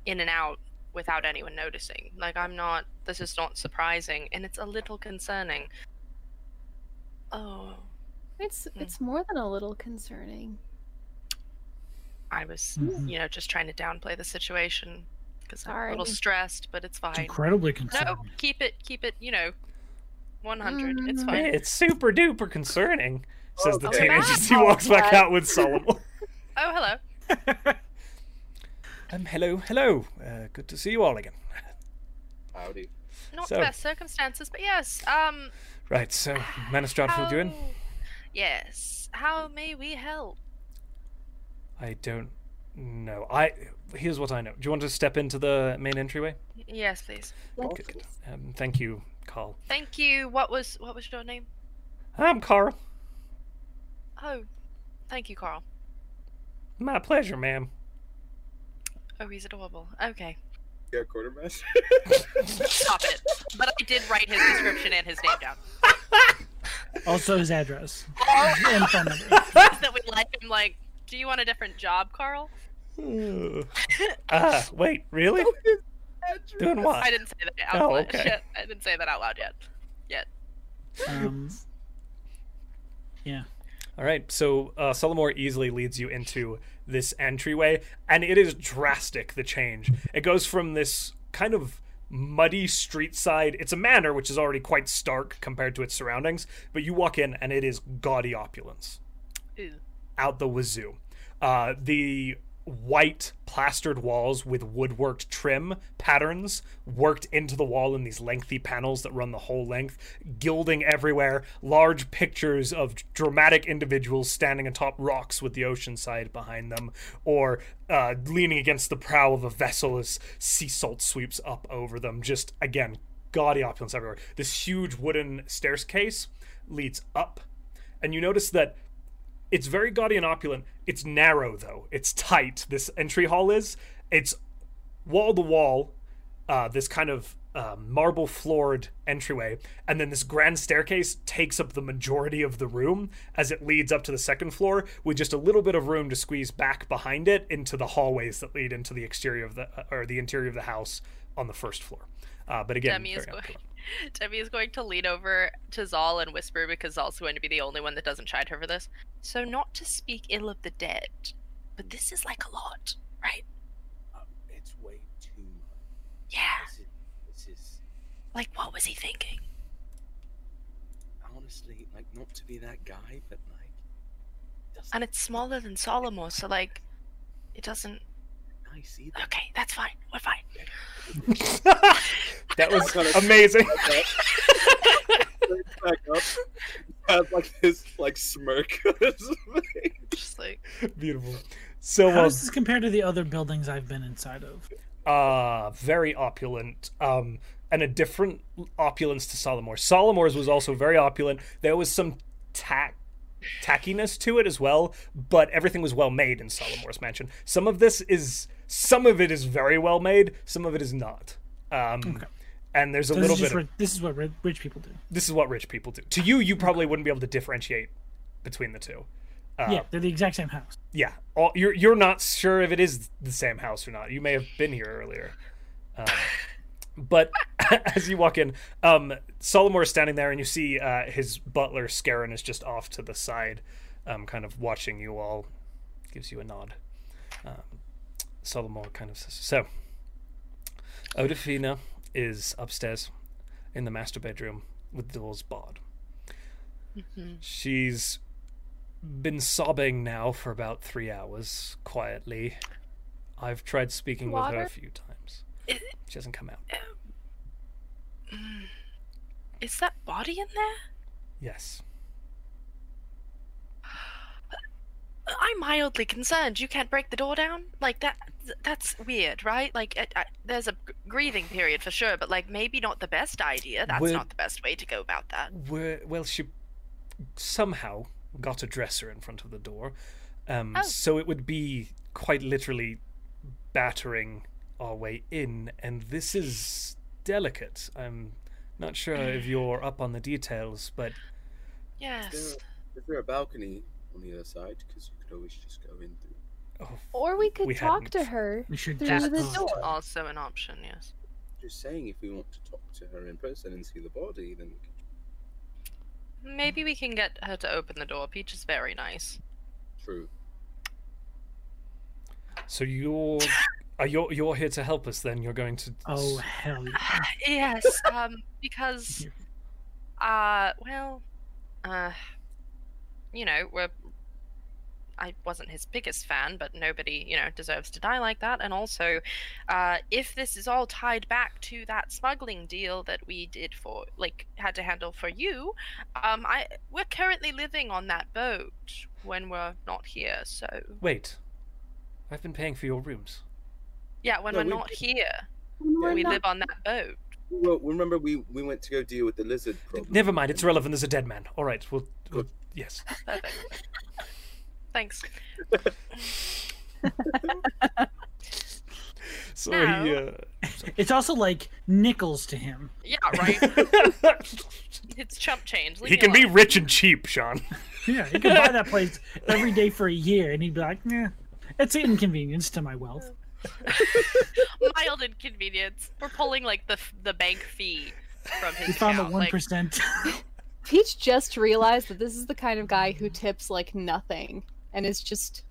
B: in and out without anyone noticing. Like, I'm not, this is not surprising, and it's a little concerning. Oh,
E: It's
B: Mm.
E: it's more than a little concerning.
B: I was,
D: Mhm.
B: you know, just trying to downplay the situation because I'm a little
E: Sorry.
B: stressed, but it's
D: It's
B: fine.
D: incredibly
B: No,
D: concerning.
B: keep it, keep it, you know, 100.
A: Mm-hmm.
B: It's
E: Mm.
B: fine.
A: It's super duper concerning, says the
C: Okay.
A: teenager as he
E: Oh,
A: walks back
E: God.
A: out with Solomon.
B: Oh, hello.
A: um, hello, hello. Uh, good to see you all again.
C: Howdy.
B: Not
A: So-
B: the best circumstances, but yes, um,
A: Right, so Manistrad filled you in.
B: How- Yes. How may we help?
A: I don't know. I here's what I know. Do you want to step into the main entryway?
B: Y- Yes, please.
E: Yes,
C: Okay.
E: please.
A: Um, thank you, Carl.
B: Thank you. What was what was your name?
A: I'm Carl.
B: Oh, thank you, Carl.
A: My pleasure, ma'am.
B: Oh, he's adorable. Okay,
C: Yeah, quartermaster.
B: stop it. But I did write his description and his name down.
D: Also his address and phone number.
B: that we like him. Like, do you want a different job, Carl?
A: Ah, wait, really? Doing what?
B: I didn't say that out
A: Oh,
B: loud
A: okay.
B: yet. I didn't say that out loud yet.
D: Um, yeah.
A: All right, so uh, Solomore easily leads you into this entryway, and it is drastic the change. It goes from this kind of muddy street side. It's a manor, which is already quite stark compared to its surroundings, but you walk in, and it is gaudy opulence.
B: Ooh.
A: out the wazoo. Uh, the white plastered walls with woodworked trim patterns worked into the wall in these lengthy panels that run the whole length, gilding everywhere, large pictures of dramatic individuals standing atop rocks with the ocean side behind them, or uh, leaning against the prow of a vessel as sea salt sweeps up over them. Just, again, gaudy opulence everywhere. This huge wooden staircase leads up, and you notice that it's very gaudy and opulent. It's narrow though. It's tight. This entry hall is. It's wall to wall. Uh, this kind of uh, marble floored entryway, and then this grand staircase takes up the majority of the room as it leads up to the second floor, with just a little bit of room to squeeze back behind it into the hallways that lead into the exterior of the uh, or the interior of the house on the first floor. Uh, but again,
B: Demi is
A: very
B: going.
A: opulent.
B: Debbie is going to lean over to Zal and whisper because Zal's going to be the only one that doesn't chide her for this. So, not to speak ill of the dead, but this is like a lot, right?
C: It's way too much.
B: Yeah.
C: This is, this is
B: Like, what was he thinking?
C: honestly like not to be that guy, but like doesn't
B: And it's smaller than Solomon, so like, it doesn't.
C: nice either.
B: Okay, that's fine. We're fine.
A: that was
C: Kinda-
A: amazing.
C: back up. Has like his like smirk on his face.
B: Just like,
A: Beautiful. So
D: How
A: uh,
D: does this compare to the other buildings I've been inside of?
A: uh very opulent um and a different opulence to Solomore's. Solomore's was also very opulent. There was some tack tackiness to it as well, but everything was well made in Solomore's mansion. Some of this is some of it is very well made, some of it is not. Um and there's a
D: So this,
A: little
D: is
A: bit
D: just
A: of,
D: ri- this is what ri- rich people do.
A: this is what rich people do. To you you probably wouldn't be able to differentiate between the two. Uh,
D: yeah, they're the exact same house.
A: yeah. All, you're you're not sure if it is the same house or not. You may have been here earlier, um, but as you walk in, um, Solomore is standing there, and you see uh, his butler Scarron is just off to the side, um, kind of watching you all. Gives you a nod. Um, Solomore kind of says, "So, Odafina is upstairs in the master bedroom with the doors barred.
B: mm-hmm.
A: She's been sobbing now for about three hours quietly. I've tried speaking with her
E: Water?
A: a few times.
B: Is-
A: She hasn't come out.
B: Mm. is that body in there?
A: Yes.
B: I'm mildly concerned. You can't break the door down like that. That's weird, right? Like, it, I, there's a gr- grieving period for sure, but like maybe not the best idea. That's
A: Would-
B: not the best way to go about that.
A: Were, well, she somehow got a dresser in front of the door, um,
B: Oh.
A: so it would be quite literally battering our way in, and this is delicate. I'm not sure if you're up on the details, but
B: Yes.
C: Is there a balcony on the other side? Because you could always just go in through.
A: oh,
E: Or we could
A: We
E: talk to
A: hadn't.
E: her.
D: We should
E: Through
D: just
E: the
D: go.
E: door.
B: also an option. Yes.
C: Just saying, if we want to talk to her in person and see the body, then we could-
B: Maybe we can get her to open the door. Peach is very nice.
C: true.
A: so you're are you're you're here to help us? Then you're going to
D: Oh hell! yeah.
B: yes. Um, because Uh, well, uh, you know, we're. I wasn't his biggest fan, but nobody, you know, deserves to die like that. And also, uh, if this is all tied back to that smuggling deal that we did for, like, had to handle for you, um, I we're currently living on that boat when we're not here. So
A: wait. I've been paying for your rooms.
B: yeah, when
C: No,
B: we're
C: we-
B: not here,
C: We're
B: we live on that boat.
C: Well, remember we we went to go deal with the lizard problem.
A: Never mind, it's relevant. There's a dead man. All right, we'll, we'll yes.
B: Perfect. Thanks.
A: So he,
B: No.
D: It's also like nickels to him.
B: Yeah, right.
A: uh,
B: it's chump change. leave
A: he
B: me
A: can be
B: alone.
A: rich and cheap, Sean.
D: Yeah, he could buy that place every day for a year, and he'd be like, "Nah, it's an inconvenience to my wealth."
B: mild inconvenience. We're pulling like the f- the bank fee from his
D: He found the
B: account.
D: one
B: like,
D: percent.
E: Peach just realized that this is the kind of guy who tips like nothing and is just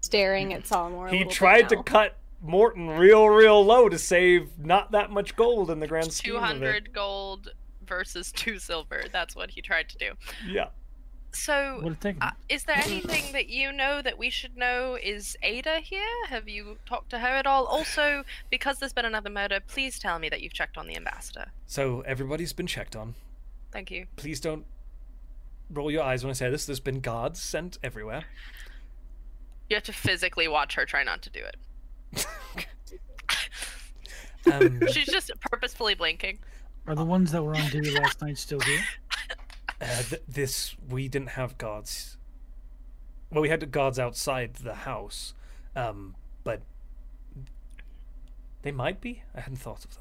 E: staring at Solomon.
A: he tried to cut Morton real, real low to save not that much gold in the grand scheme
B: two
A: of it.
B: hundred gold versus two silver. That's what he tried to do.
A: Yeah.
B: So,
D: Would have taken.
B: uh, is there anything that you know that we should know? Is Ada here? Have you talked to her at all? Also, because there's been another murder, please tell me that you've checked on the ambassador.
A: So everybody's been checked on.
B: Thank you.
A: Please don't roll your eyes when I say this. There's been guards sent everywhere.
B: You have to physically watch her try not to do it.
A: Um,
B: She's just purposefully blinking.
D: Are the ones that were on duty last night still here?
A: uh, th- this we didn't have guards. Well, we had guards outside the house, um, but they might be. I hadn't thought of that.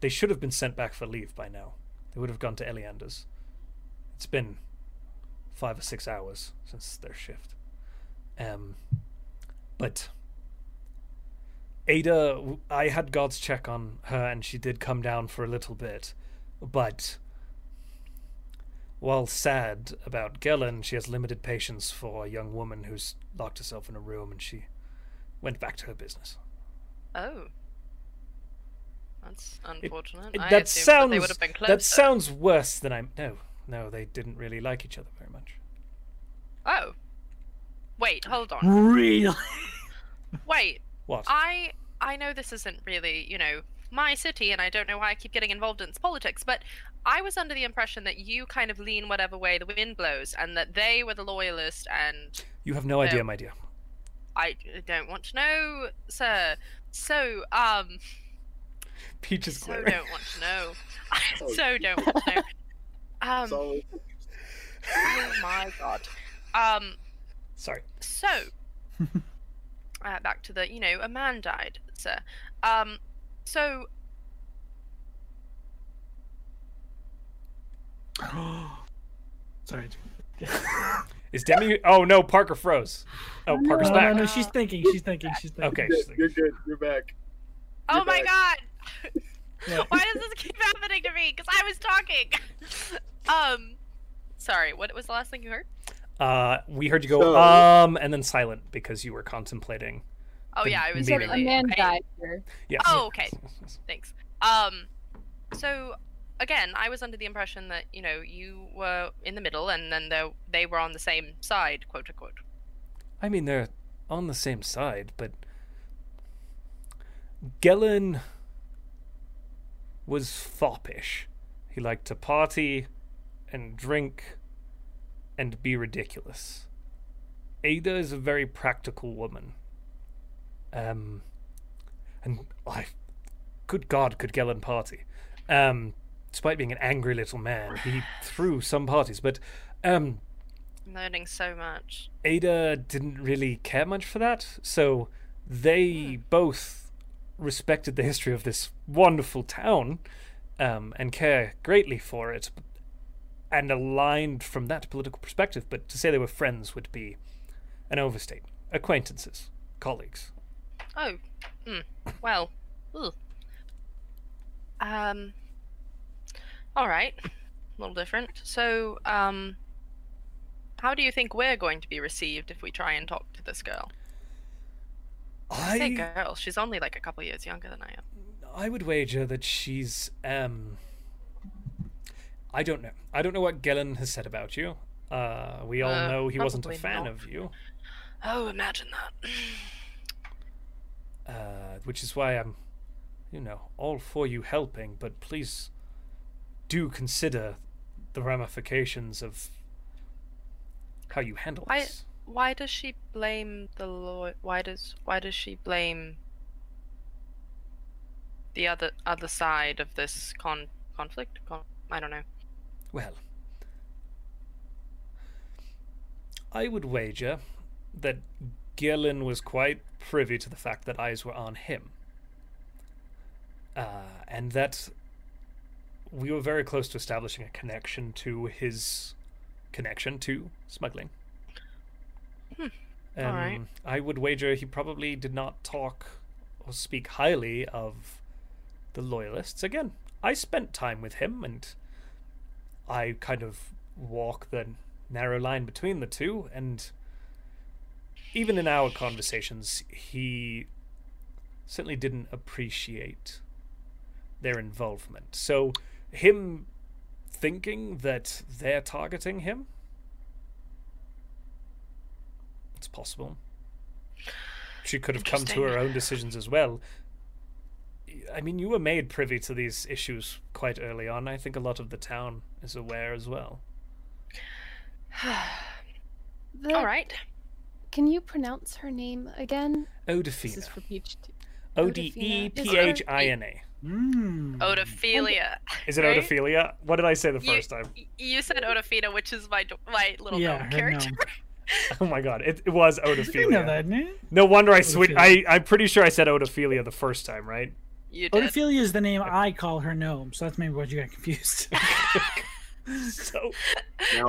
A: They should have been sent back for leave by now. They would have gone to Eleander's. It's been five or six hours since their shift. Um, but Ada, w- I had guards check on her, and she did come down for a little bit, but while sad about Gellin, she has limited patience for a young woman who's locked herself in a room and she went back to her business.
B: Oh. That's unfortunate.
A: It-
B: I
A: that
B: assumed
A: sounds
B: that they would have been closer.
A: that sounds worse than I'm no, no, they didn't really like each other very much.
B: Oh. Wait, hold
D: Hmm.
B: on.
D: Really?
B: Wait,
A: What?
B: I I know this isn't really, you know, my city and I don't know why I keep getting involved in its politics, but I was under the impression that you kind of lean whatever way the wind blows and that they were the loyalist and
A: you have no idea, my dear.
B: I don't want to know, sir. So, um
A: Peach is
B: so
A: glaring.
B: don't want to know. I so don't want to know. Um
C: So,
B: oh my god. Um
A: Sorry.
B: So, uh, back to the, you know, a man died, sir. Um, so,
D: Sorry.
A: Is Demi Oh no, Parker froze. Oh,
D: No,
A: Parker's
D: no,
A: back.
D: no, she's thinking. She's thinking. She's thinking.
A: Okay.
C: you're good. You're back.
B: oh my
C: back.
B: god!
D: Yeah.
B: Why does this keep happening to me? Because I was talking! um, sorry, what was the last thing you heard?
A: Uh we heard you go
C: So-
A: um and then silent because you were contemplating.
B: Oh,
A: The
B: yeah, I was
A: meeting.
B: really.
E: a man
B: I-
E: died here.
A: Yes.
B: Oh, okay. Thanks. Um, so again, I was under the impression that you know you were in the middle, and then they they were on the same side, quote unquote.
A: I mean, they're on the same side, but Gellin was foppish. He liked to party and drink and be ridiculous. Ada is a very practical woman. Um, and I, good God, could Gellin party. Um, despite being an angry little man, he threw some parties. But um,
B: I'm learning so much.
A: Ada didn't really care much for that, so they both respected the history of this wonderful town um, and care greatly for it and aligned from that political perspective. But to say they were friends would be an overstatement. Acquaintances, colleagues.
B: Oh, mm, well, ugh. um, all right, a little different. So, um, how do you think we're going to be received if we try and talk to this girl? I say
A: I,
B: girl, she's only like a couple years younger than I am.
A: I would wager that she's. Um, I don't know. I don't know what Gellin has said about you. Uh, we all
B: Uh,
A: know he wasn't a
B: probably
A: fan
B: not.
A: of you.
B: Oh, imagine that.
A: uh, which is why I'm, you know, all for you helping, but please do consider the ramifications of how you handle
B: I-
A: this.
B: Why does she blame the law? Why does why does she blame the other other side of this con conflict? Con- I don't know.
A: Well, I would wager that Gellin was quite privy to the fact that eyes were on him. Uh, and that we were very close to establishing a connection to his connection to smuggling.
B: Hmm.
A: Um,
B: All right.
A: I would wager he probably did not talk or speak highly of the loyalists. Again, I spent time with him and I kind of walk the narrow line between the two, and even in our conversations, he certainly didn't appreciate their involvement. So, him thinking that they're targeting him, it's possible. She could have come to her own decisions as well. I mean, you were made privy to these issues quite early on. I think a lot of the town is aware as well.
E: The-
B: All right.
E: Can you pronounce her name again?
A: Odafina.
E: This is for Peach. too.
A: O D E P H I N A.
D: Mm.
B: Odophilia.
A: Is it
B: Right?
A: Odophilia? What did I say the
B: You-
A: first time?
B: Y- You said Odafina, which is my do- my little
D: Yeah,
B: gnome
D: her
B: character.
D: gnome.
A: Oh my god, it, it was
D: You know
A: Odophilia.
D: that, man.
A: No wonder I switched. I
D: Odophilia.
A: I'm pretty sure I said Odophilia the first time, right?
B: you did.
D: Odophilia is the name I call her gnome, so that's maybe why you got confused.
A: So
C: Now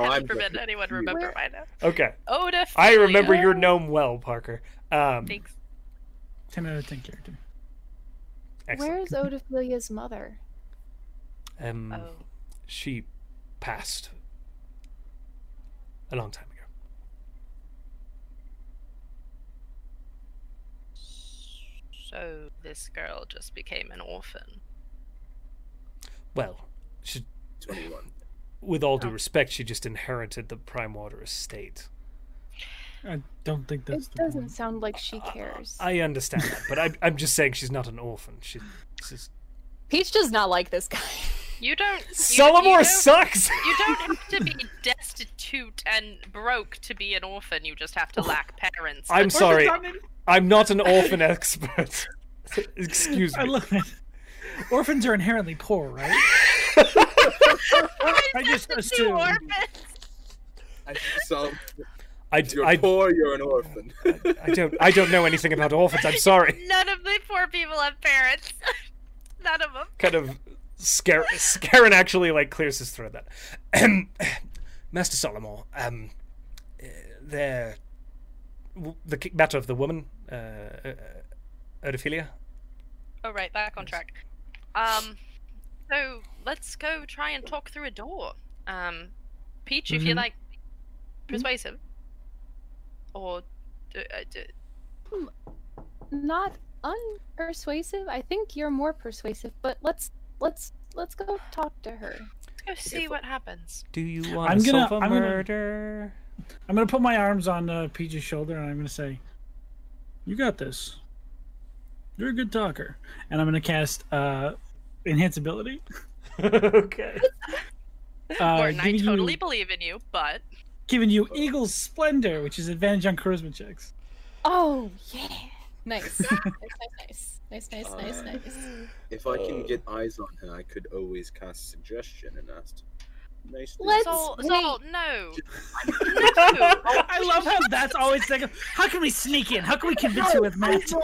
B: Heaven
C: I'm
B: forbid
C: definitely
B: anyone
C: confused.
B: remember my name.
A: okay,
B: Odophilia.
A: I remember
B: Oh.
A: your gnome well, Parker. Um,
B: Thanks.
D: ten out of ten character.
E: Where
A: excellent.
E: is Odophilia's mother?
A: Um,
B: Oh,
A: she passed a long time ago.
B: so this girl just became an orphan.
A: Well, she,
C: 21.
A: with all due
B: Oh.
A: respect, she just inherited the Prime Water estate.
D: I don't think that's
E: it
D: the
E: doesn't
D: point.
E: sound like she cares.
A: Uh, I understand that, but I'm, I'm just saying she's not an orphan. She, she's
F: Peach does not like this guy.
B: You don't. you- you
A: Solomor
B: don't-
A: sucks.
B: You don't have to be destitute and broke to be an orphan. You just have to lack parents.
A: I'm
B: But-
A: sorry. I'm not an orphan expert. Excuse
D: I
A: me.
D: love it. Orphans are inherently poor, right? I just
B: Two
D: assume.
B: orphans.
C: I so
A: I,
C: you're
A: I,
C: poor, you're an orphan.
A: I don't I don't know anything about orphans. I'm sorry.
B: None of the poor people have parents. None of them.
A: Kind of scare Scarin actually like clears his throat. That um, Master Solomon, um, uh, the w- the ki- matter of the woman, uh, uh, Odophilia.
B: Oh right, back on track. Um, so let's go try and talk through a door. Um, Peach, if you
D: Mhm.
B: like,
D: Mm-hmm.
B: persuasive, or d- uh, d-
E: Not unpersuasive. I think you're more persuasive, but let's let's let's go talk to her.
B: let's go see what happens.
A: Do you want
D: I'm
A: to
D: gonna-
A: solve a
D: I'm gonna-
A: murder?
D: I'm gonna put my arms on uh, Peach's shoulder and I'm gonna say, "You got this. You're a good talker." And I'm gonna cast uh, enhance ability.
A: okay.
D: Uh,
B: Morton, I
D: giving you
B: totally believe in you, but
D: giving you Eagle's Splendor, which is advantage on charisma checks.
E: Oh yeah. Nice. nice, nice, nice, nice, nice, nice, nice.
C: If I can
A: Uh.
C: get eyes on her, I could always cast suggestion and ask. Nice. things.
E: Let's-
B: Zol,
E: wait.
B: Zol, no.
A: I
D: I love how that's always second. How can we sneak in? How can we convince you with
C: No, I'm
D: magic?
C: not,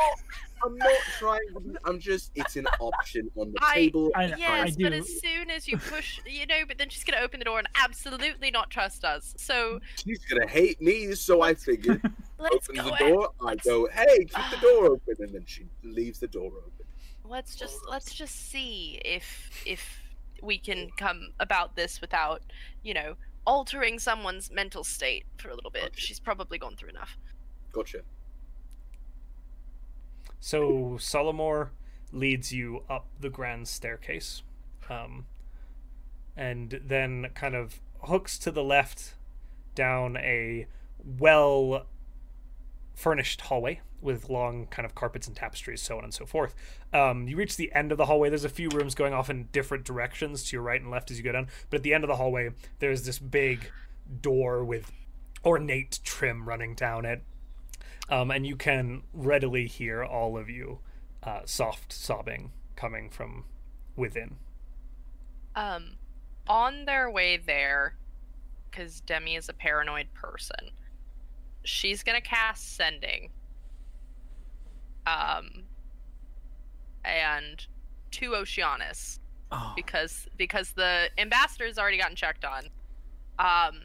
C: I'm not trying. to- I'm just. It's an option on the
B: I-
C: table.
D: I- I
B: Yes, but
D: do.
B: as soon as you push, you know, but then she's gonna open the door and absolutely not trust us. So
C: She's gonna hate me, so I figured.
B: let's
C: opens
B: go.
C: the
B: out.
C: door. I
B: let's-
C: go, "Hey, keep the door open," and then she leaves the door open.
B: Let's just let's just see if if we can come about this without, you know, altering someone's mental state for a little bit.
C: Okay.
B: She's probably gone through enough.
C: Gotcha.
A: So Solomor leads you up the grand staircase, um, and then kind of hooks to the left down a well furnished hallway with long kind of carpets and tapestries, so on and so forth. Um, you reach the end of the hallway. There's a few rooms going off in different directions to your right and left as you go down. But at the end of the hallway, there's this big door with ornate trim running down it um, and you can readily hear all of you uh, soft sobbing coming from within.
B: Um, on their way there, because Demi is a paranoid person, she's gonna cast sending. Um, and to Oceanus
D: Oh,
B: because because the ambassador's already gotten checked on. Um,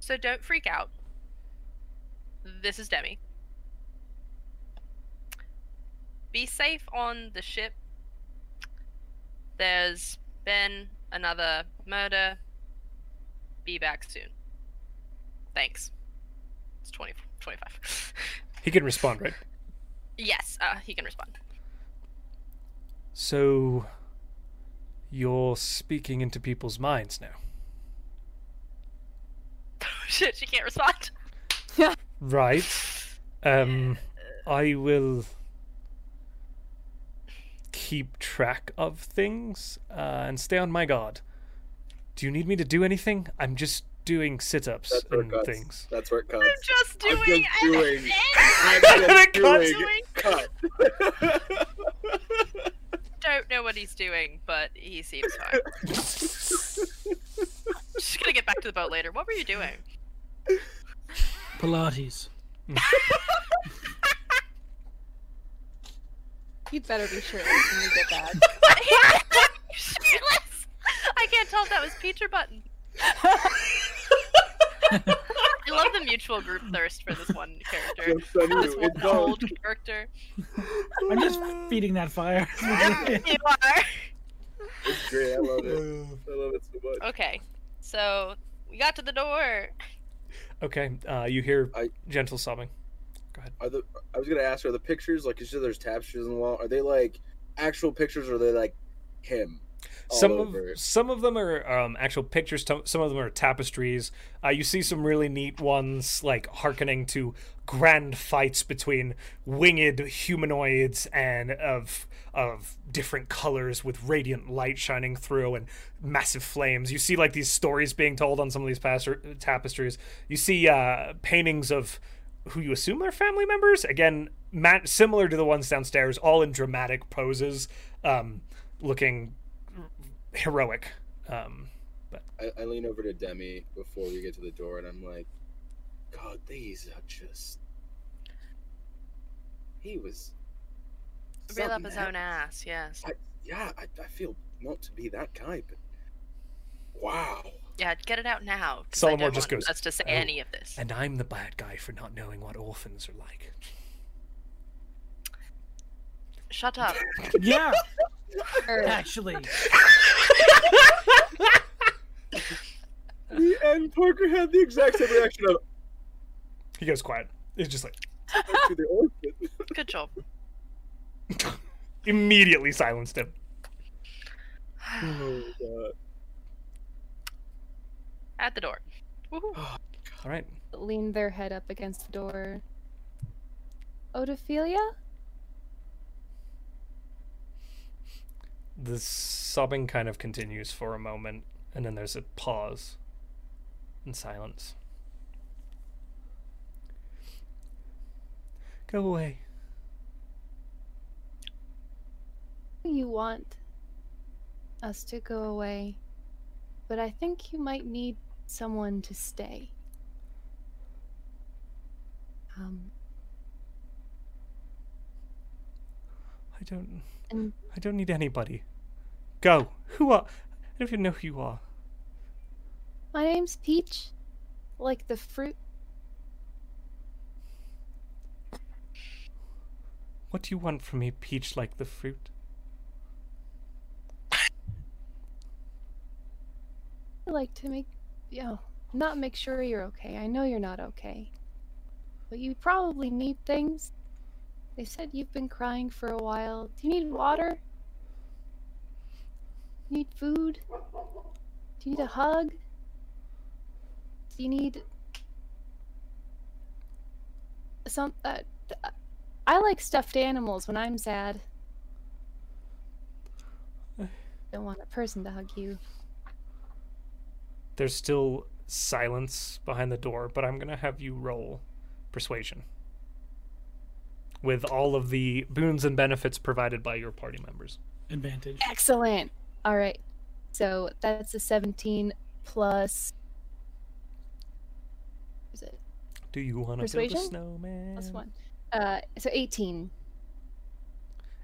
B: so don't freak out. This is Demi. Be safe on the ship. There's been another murder. Be back soon. Thanks. It's 20, 25.
A: He can respond, right?
B: yes, uh, he can respond.
A: So, you're speaking into people's minds now.
B: Shit, she can't respond.
A: Right. Um, I will keep track of things uh, and stay on my guard. Do you need me to do anything? I'm just doing sit ups
C: That's where it
A: and
C: cuts.
A: things.
C: That's where it cuts.
B: I'm just
C: I'm
B: doing
C: just
B: an-
C: doing-
B: an-
C: I'm
A: It cuts.
C: doing cut.
B: Don't know what he's doing, but he seems fine. Just gonna get back to the boat later. What were you doing?
D: Pilates.
F: You'd better be shirtless when you get back.
B: Shirtless. I can't tell if that was peach or button. I love the mutual group thirst for this one character.
C: Just on
B: This
C: you.
B: one
C: It's all-
B: old character.
D: I'm just feeding that fire.
B: you are.
C: it's great. I love it. I love it so much.
B: Okay, so we got to the door.
A: Okay, uh, you hear
C: I-
A: gentle sobbing.
C: Are the, I was gonna ask, are the pictures like? Is there there's tapestries on the wall? Are they like actual pictures, or are they like him? all
A: some
C: over?
A: of some of them are um, actual pictures. tom- Some of them are tapestries. Uh, you see some really neat ones, like hearkening to grand fights between winged humanoids and of of different colors with radiant light shining through and massive flames. You see like these stories being told on some of these passer- tapestries. You see uh, paintings of who you assume are family members. Again, ma- similar to the ones downstairs, all in dramatic poses, um, looking heroic. Um,
C: I, I lean over to Demi before we get to the door, and I'm like, God, these are just. He was.
B: Reel up
C: something
B: his
C: else.
B: own ass. Yes.
C: I, yeah, I, I feel not to be that guy, but wow.
B: Yeah, get it out now. 'cause I
A: Solomon
B: don't
A: just
B: want
A: goes,
B: us to say
A: "Oh."
B: any of this.
A: and I'm the bad guy for not knowing what orphans are like.
B: Shut up.
D: yeah,
F: Or-
D: actually.
C: Me and Parker had the exact same reaction of
A: He goes quiet. It's just like
C: "Oh, to the orphan.
B: Good job.
A: immediately silenced him.
C: Oh, God.
B: At the door. Woohoo.
A: All right.
E: Lean their head up against the door. Odophilia?
A: The sobbing kind of continues for a moment. And then there's a pause and silence. Go away.
E: You want us to go away, but I think you might need someone to stay. Um,
A: I don't.
E: and
A: I don't need anybody. Go. Who are? I don't even know who you are.
E: my name's Peach, like the fruit.
A: What do you want from me, peach like the fruit?
E: I like to make, you know, not make sure you're okay. I know you're not okay, but you probably need things. They said you've been crying for a while. Do you need water? Need food? Do you need a hug? Do you need some? Uh, th- I like stuffed animals when I'm sad. Don't want a person to hug you.
A: There's still silence behind the door, but I'm gonna have you roll persuasion with all of the boons and benefits provided by your party members.
D: Advantage.
E: Excellent. All right. So that's a 17 plus. Is it
A: Do you want to build a
E: Persuasion?
A: snowman?
E: plus one? Uh, so 18.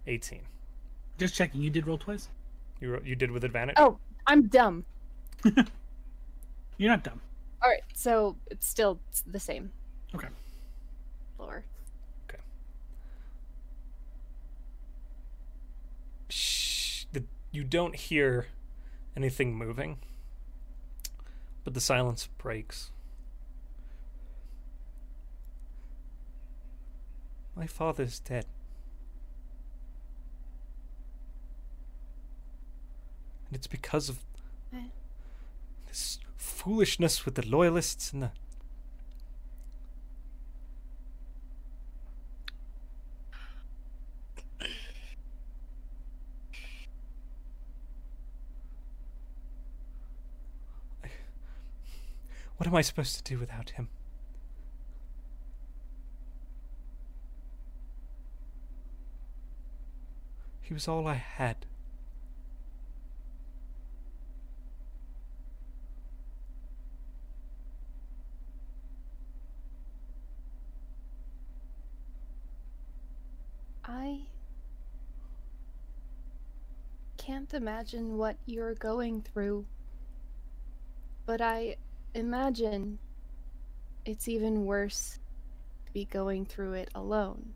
A: 18.
D: Just checking. You did roll twice.
A: You ro- you did with advantage.
E: Oh. I'm dumb.
D: You're not dumb.
E: All right. So it's still the same.
D: Okay.
E: Lower.
A: Shh. The, you don't hear anything moving, but the silence breaks. My father's dead. And it's because of
E: Eh.
A: this foolishness with the loyalists and the. What am I supposed to do without him? He was all I had.
E: I can't imagine what you're going through, but I imagine it's even worse to be going through it alone.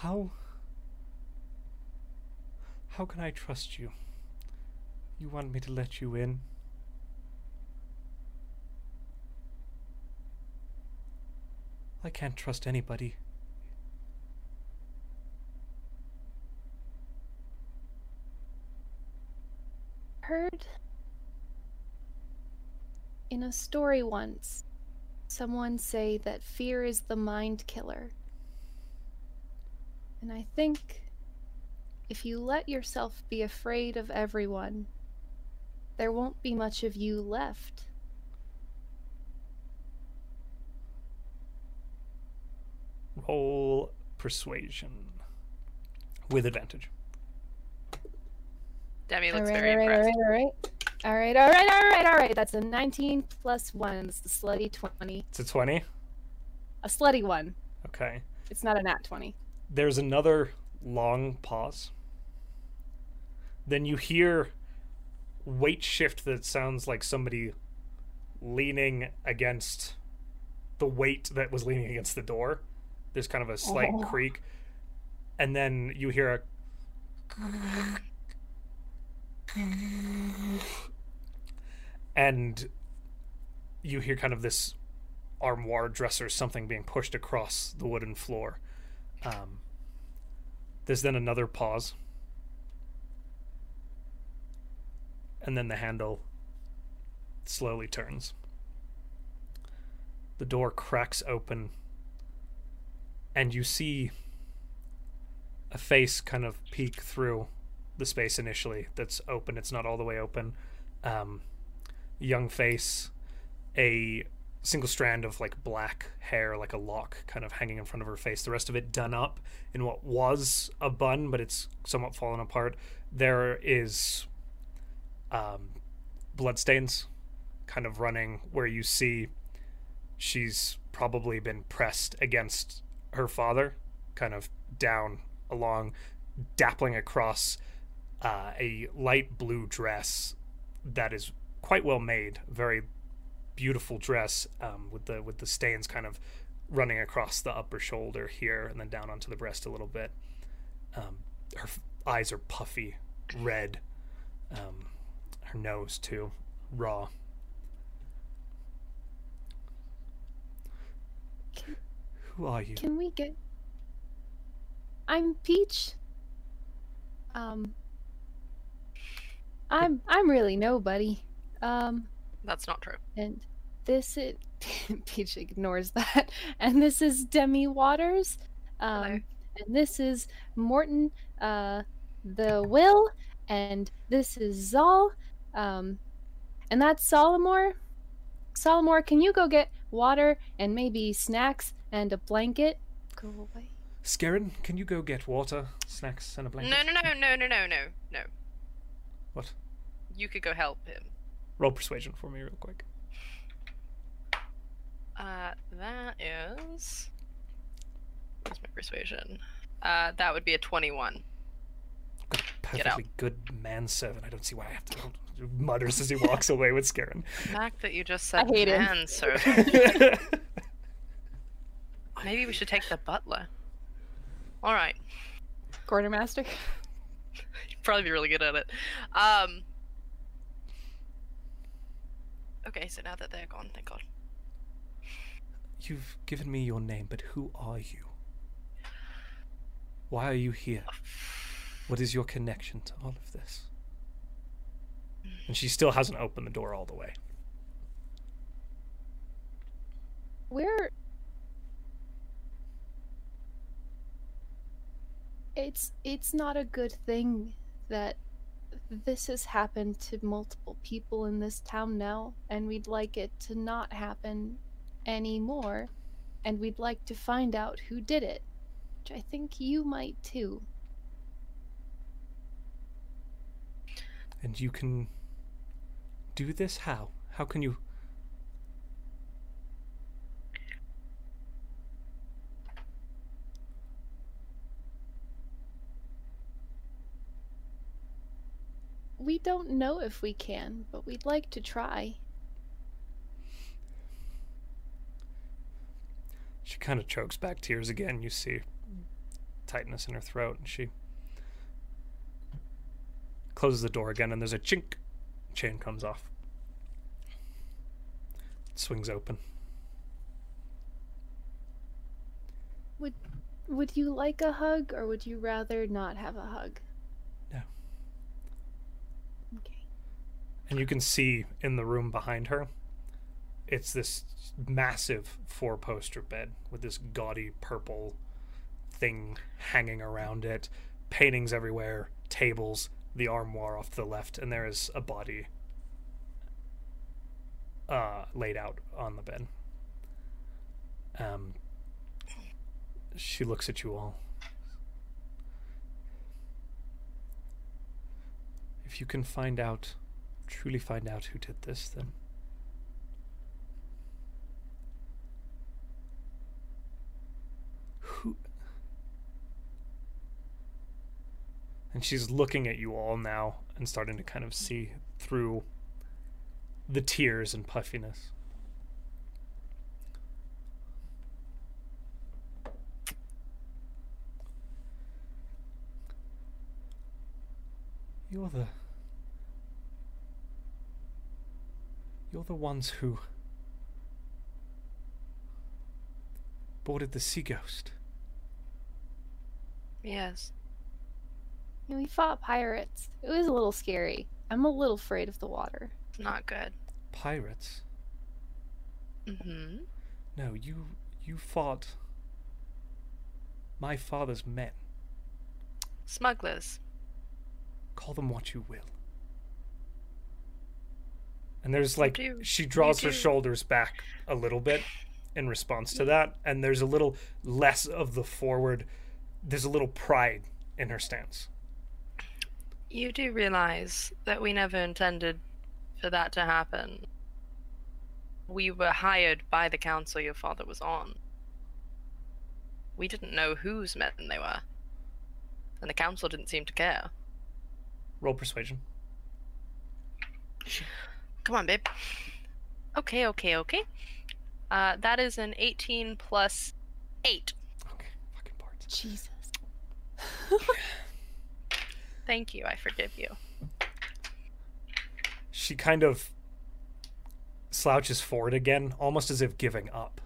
A: How. How can I trust you? You want me to let you in? I can't trust anybody.
E: heard in a story once someone say that fear is the mind killer. And I think if you let yourself be afraid of everyone, there won't be much of you left.
A: Roll persuasion with advantage.
B: Demi
E: all
B: looks
E: right,
B: very
E: all right, all
B: impressed.
E: right, all right. All right, all right, all right, all right. That's a 19 plus 1. That's the slutty 20.
A: It's a 20.
E: A slutty 1.
A: Okay.
E: It's not a nat 20.
A: There's another long pause. Then you hear weight shift that sounds like somebody leaning against the weight that was leaning against the door. There's kind of a slight
E: Oh.
A: creak. And then you hear a and you hear kind of this armoire dresser something being pushed across the wooden floor. Um, there's then another pause. And then the handle slowly turns. The door cracks open, and you see a face kind of peek through the space initially that's open. It's not all the way open. Um, young face, a single strand of like black hair, like a lock, kind of hanging in front of her face. The rest of it done up in what was a bun, but it's somewhat fallen apart. There is um, bloodstains kind of running where you see she's probably been pressed against her father, kind of down along, dappling across uh, a light blue dress that is quite well made, very beautiful dress um, with the with the stains kind of running across the upper shoulder here and then down onto the breast a little bit. Um, her f- eyes are puffy, red. Um, her nose too, raw. Who are you?
E: Can we get? I'm Peach. Um. I'm I'm really nobody. Um.
B: That's not true.
E: And this it Peach ignores that. And this is Demi Waters. Um
B: Hello.
E: and this is Morton uh the Will and this is Zal. Um and that's Solomore. Solomore, can you go get water and maybe snacks and a blanket?
F: Go away.
A: Skerrin, can you go get water, snacks, and a
B: No,
A: blanket?
B: no, no, no, no, no, no, no.
A: What?
B: You could go help him.
A: Roll persuasion for me, real quick.
B: Uh, that is. Where's my persuasion? Uh, that would be a 21.
A: Got a
B: Get out.
A: perfectly good manservant. I don't see why I have to. Mutters as he walks away with Skerrin.
B: The fact that you just said
F: hate him.
B: man servant. Maybe we should take the butler. All right.
F: Quartermaster.
B: You'd probably be really good at it. Um. Okay, so now that they're gone, thank God.
A: You've given me your name, but who are you? Why are you here? What is your connection to all of this? And she still hasn't opened the door all the way.
E: We're. It's it's not a good thing that this has happened to multiple people in this town now, and we'd like it to not happen anymore, and we'd like to find out who did it, which I think you might too.
A: And you can do this how? How can you?
E: We don't know if we can, but we'd like to try.
A: She kind of chokes back tears again. You see tightness in her throat, and she closes the door again. And there's a chink. Chain comes off. swings open.
E: Would you like a hug, or would you rather not have a hug?
A: No.
E: Okay.
A: and you can see in the room behind her it's this massive four poster bed with this gaudy purple thing hanging around it paintings everywhere tables the armoire off to the left and there is a body uh laid out on the bed um she looks at you all if you can find out truly find out who did this, then. Who. And she's looking at you all now and starting to kind of see through the tears and puffiness. You're the. You're the ones who boarded the Sea Ghost.
B: Yes.
E: We fought pirates. It was a little scary. I'm a little afraid of the water.
B: It's not good.
A: Pirates?
B: Mm hmm.
A: No, you you fought my father's men.
B: Smugglers.
A: Call them what you will. And there's like
B: do.
A: she draws her
B: do.
A: shoulders back a little bit in response to that, and there's a little less of the forward. There's a little pride in her stance.
B: You do realize that we never intended for that to happen. We were hired by the council your father was on. We didn't know whose men they were. And the council didn't seem to care.
A: Roll persuasion.
B: Come on, babe. Okay, okay, okay. Uh, that is an 18 plus 8.
A: Okay, fucking parts.
E: Jesus.
B: Thank you, I forgive you.
A: She kind of slouches forward again, almost as if giving up.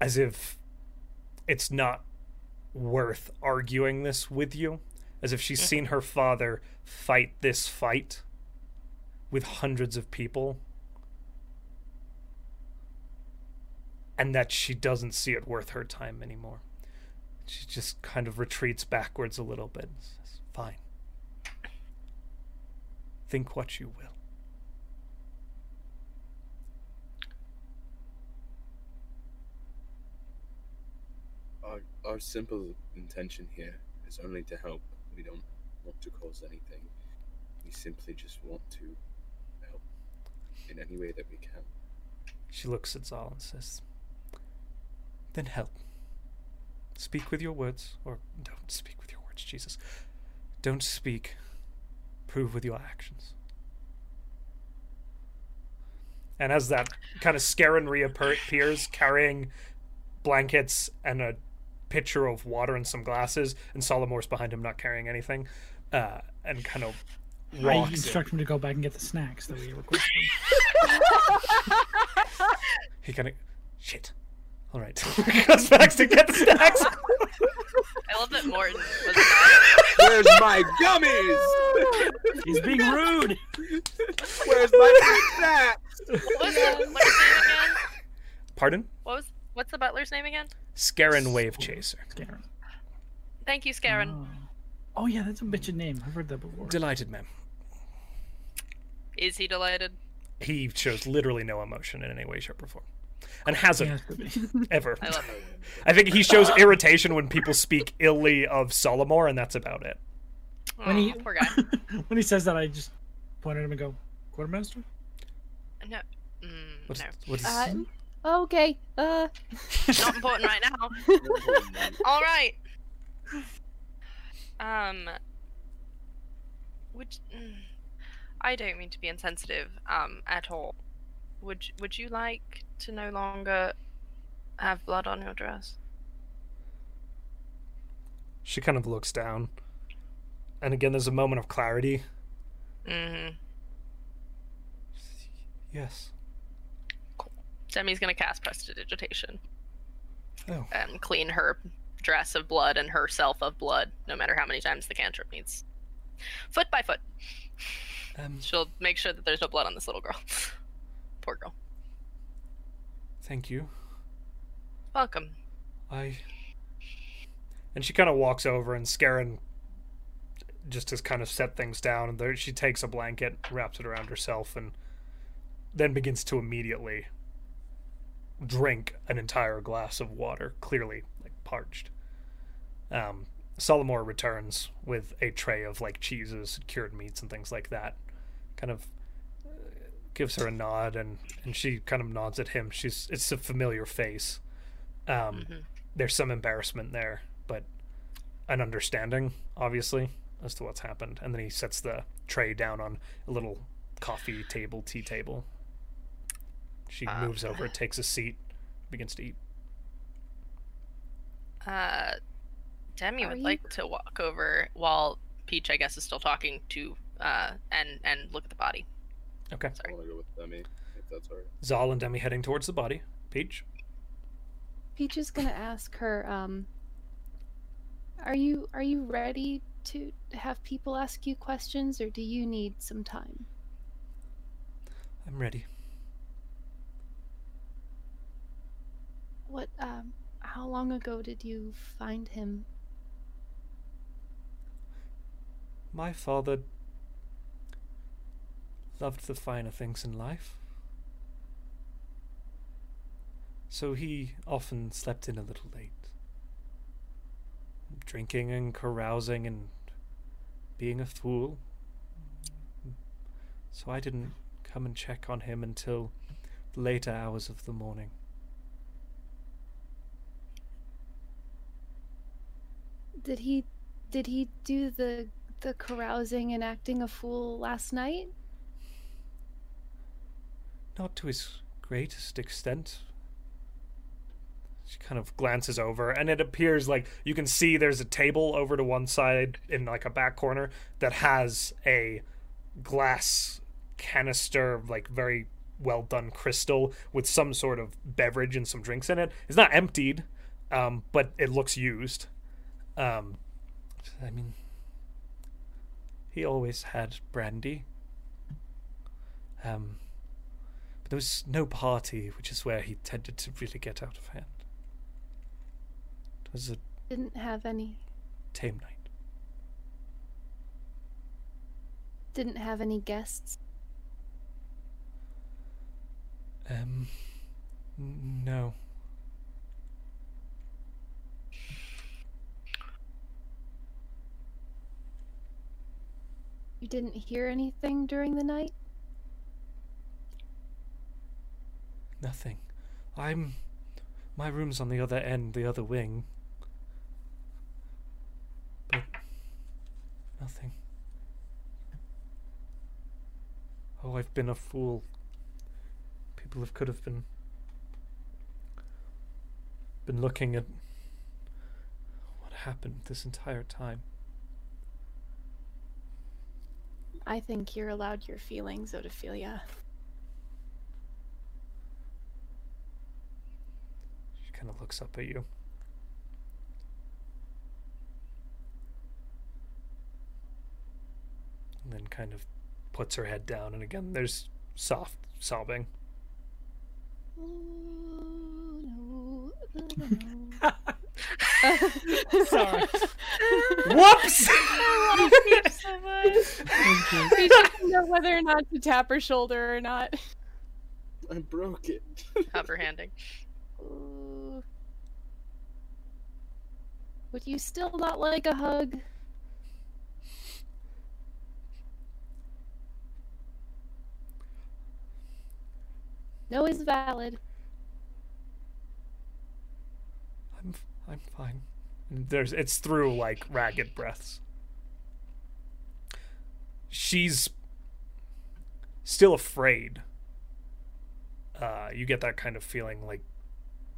A: As if it's not worth arguing this with you. As if she's seen her father fight this fight with hundreds of people. And that she doesn't see it worth her time anymore. She just kind of retreats backwards a little bit. and says, Fine. Think what you will.
C: Our, our simple intention here is only to help. We don't want to cause anything. We simply just want to help in any way that we can.
A: She looks at Zal and says, Then help. Speak with your words, or don't speak with your words, Jesus. Don't speak. Prove with your actions. And as that kind of Scarron reappears, carrying blankets and a pitcher of water and some glasses, and Solomore's behind him, not carrying anything, uh, and kind of
D: I
A: walks. in.
D: instruct him to go back and get the snacks that we requested.
A: He kind of shit. All right, goes back to get the snacks.
B: I love that Morton was not.
C: Where's my gummies?
D: He's being rude.
C: Where's my snacks?
B: What was the butler's name again?
A: Pardon?
B: What was, what's the butler's name again?
A: Scarron Wave Chaser.
D: Scaring.
B: Thank you, Scarron.
D: Oh. Oh, yeah, that's a bitchin' name. I've heard that before.
A: Delighted, ma'am.
B: Is he delighted?
A: He shows literally no emotion in any way, shape, or form, and hasn't
D: Yeah, it's good.
A: ever.
B: I love it.
A: I think he shows irritation when people speak illy of Solomor, and that's about it.
D: when he
B: Aw, Oh, poor guy.
D: when he says that, I just point at him and go, "Quartermaster."
B: No. Mm,
A: What's,
B: no.
A: what is,
E: Uh, okay. Uh,
B: Not important right now. All right. Um. Would mm, I don't mean to be insensitive um at all. Would Would you like to no longer have blood on your dress?
A: she kind of looks down, and again, there's a moment of clarity.
B: Mm-hmm.
A: Yes.
B: Demi's gonna cast prestidigitation
A: Oh,
B: and clean her dress of blood and herself of blood, no matter how many times the cantrip needs. Foot by foot,
A: um,
B: she'll make sure that there's no blood on this little girl. Poor girl.
A: thank you.
B: Welcome.
A: I. And she kind of walks over, and Scarron just has kind of set things down. And there, she takes a blanket, wraps it around herself, and then begins to immediately drink an entire glass of water, clearly like parched. Um, Solomor returns with a tray of like cheeses, cured meats, and things like that. Kind of uh, gives her a nod, and and she kind of nods at him. She's it's a familiar face. Um,
B: Mhm.
A: there's some embarrassment there, but an understanding, obviously, as to what's happened. And then he sets the tray down on a little coffee table, tea table. She
B: Um,
A: moves over, takes a seat, begins to eat.
B: Uh, Demi
E: Are
B: would
E: you-
B: like to walk over while Peach, I guess, is still talking to uh, and and look at the body.
A: Okay.
C: I want to go with Demi, if that's alright.
A: Zal and Demi heading towards the body. Peach?
E: Peach is gonna ask her. Um, are you are you ready to have people ask you questions, or do you need some time?
A: I'm ready.
E: What? Um, how long ago did you find him?
A: My father loved the finer things in life. So he often slept in a little late. Drinking and carousing and being a fool. So I didn't come and check on him until the later hours of the morning.
E: Did he? Did he do the the carousing and acting a fool last night?
A: Not to his greatest extent. She kind of glances over, and it appears like you can see there's a table over to one side in like a back corner that has a glass canister, like very well done crystal with some sort of beverage and some drinks in it. It's not emptied, um, but it looks used. Um, I mean, he always had brandy. Um, but there was no party, which is where he tended to really get out of hand. It was a
E: Didn't have any.
A: tame night.
E: Didn't have any guests.
A: Um, n- no.
E: You didn't hear anything during the night.
A: Nothing. I'm. My room's on the other end, the other wing. But. Nothing. Oh, I've been a fool. People have could have been. been looking at. what happened this entire time.
E: I think you're allowed your feelings, Otophilia.
A: She kind of looks up at you. And then kind of puts her head down, and again, there's soft sobbing.
E: Ooh, no,
D: Sorry.
A: Whoops!
D: Thank you.
F: She doesn't know whether or not to tap her shoulder or not.
C: I broke it.
B: Hover handing.
E: Ooh. Would you still not like a hug? No is valid.
A: I'm, f- I'm fine. And there's it's through like ragged breaths. She's still afraid. Uh, you get that kind of feeling like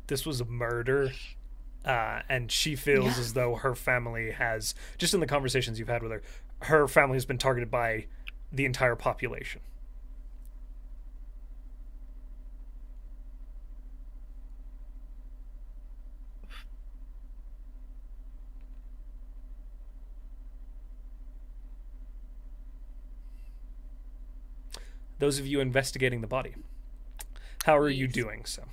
A: this was a murder. Uh, and she feels as though her family has just in the conversations you've had with her, her family has been targeted by the entire population. those of you investigating the body how are you
B: Yes.
A: doing so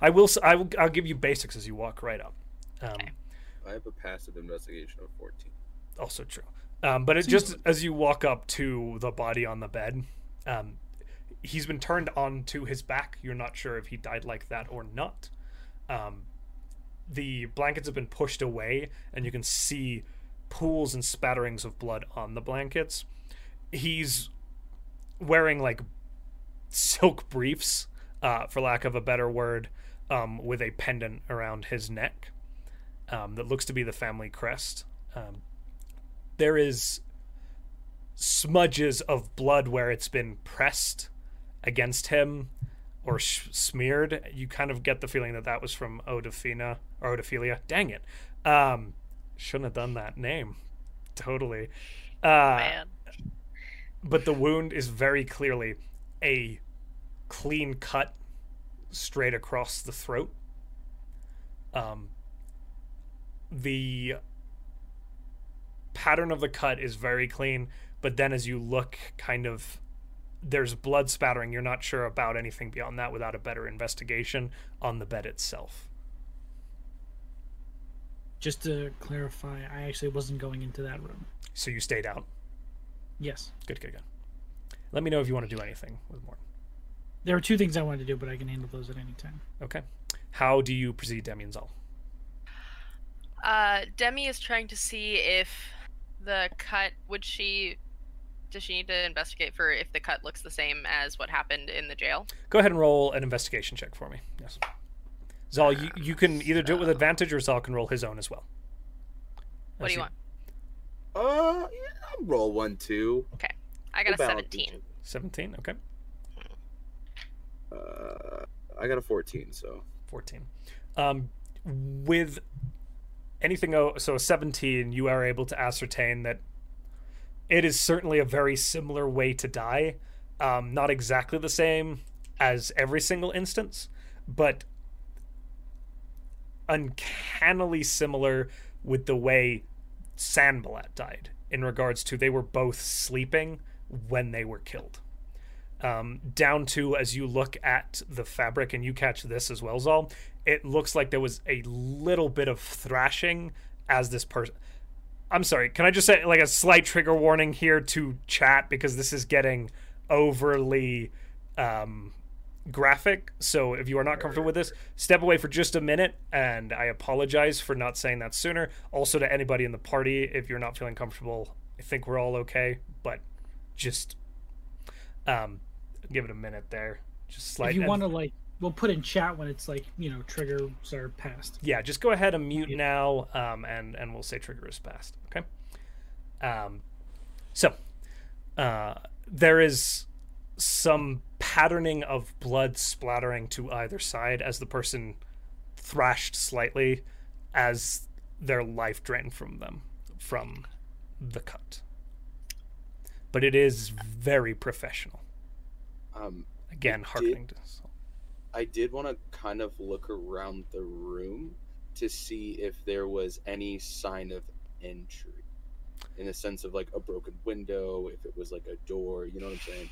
A: i will s- i will i'll give you basics as you walk right up um,
C: I have a passive investigation of 14.
A: also true um, but it just as you walk up to the body on the bed um, he's been turned onto his back you're not sure if he died like that or not um, the blankets have been pushed away and you can see pools and spatterings of blood on the blankets he's wearing like silk briefs uh, for lack of a better word um, with a pendant around his neck um, that looks to be the family crest um, there is smudges of blood where it's been pressed against him or sh- smeared. You kind of get the feeling that that was from Odafina or Odophilia. Dang it. Um, shouldn't have done that name. Totally. Uh,
B: Man.
A: but the wound is very clearly a clean cut straight across the throat. Um, the pattern of the cut is very clean, but then as you look kind of there's blood spattering. You're not sure about anything beyond that without a better investigation on the bed itself.
D: Just to clarify, I actually wasn't going into that room.
A: So you stayed out.
D: Yes.
A: Good, good, good. Let me know if you want to do anything with Morton.
D: There were two things I wanted to do, but I can handle those at any time.
A: Okay. How do you proceed, Demianzal?
B: Uh, Demi is trying to see if the cut would she does she need to investigate for if the cut looks the same as what happened in the jail?
A: Go ahead and roll an investigation check for me. Yes. Zal, you, you can either do it with
B: So-
A: advantage or Zal can roll his own as well.
B: Ah. What do you want?
C: Uh, yeah, I'll roll one too.
B: I got a
C: We'll balance each
B: 17.
A: 17? Okay.
C: other. Uh, I got a fourteen, so
A: 14. Um, with anything, o- so a 17, you are able to ascertain that it is certainly a very similar way to die. Um, not exactly the same as every single instance, but uncannily similar with the way Sanballat died in regards to they were both sleeping when they were killed um, down to as you look at the fabric and you catch this as well, Zal. It looks like there was a little bit of thrashing as this person. I'm sorry. Can I just say like a slight trigger warning here to chat because this is getting overly um, graphic. So if you are not comfortable with this, step away for just a minute. And I apologize for not saying that sooner. Also to anybody in the party, if you're not feeling comfortable, I think we're all okay. But just um, give it a minute there. Just slide.
D: if you
A: and-
D: want to, like, we'll put in chat when it's like you know triggers are passed.
A: yeah, just go ahead and mute now, um, and and we'll say trigger is passed. Okay. Um, so uh, there is some patterning of blood splattering to either side as the person thrashed slightly as their life drained from them from the cut. But it is very professional.
C: um,
A: Again,
C: It did-
A: harkening to.
C: I did want to kind of look around the room to see if there was any sign of entry, in the sense of like a broken window, if it was like a door. You know what I'm saying?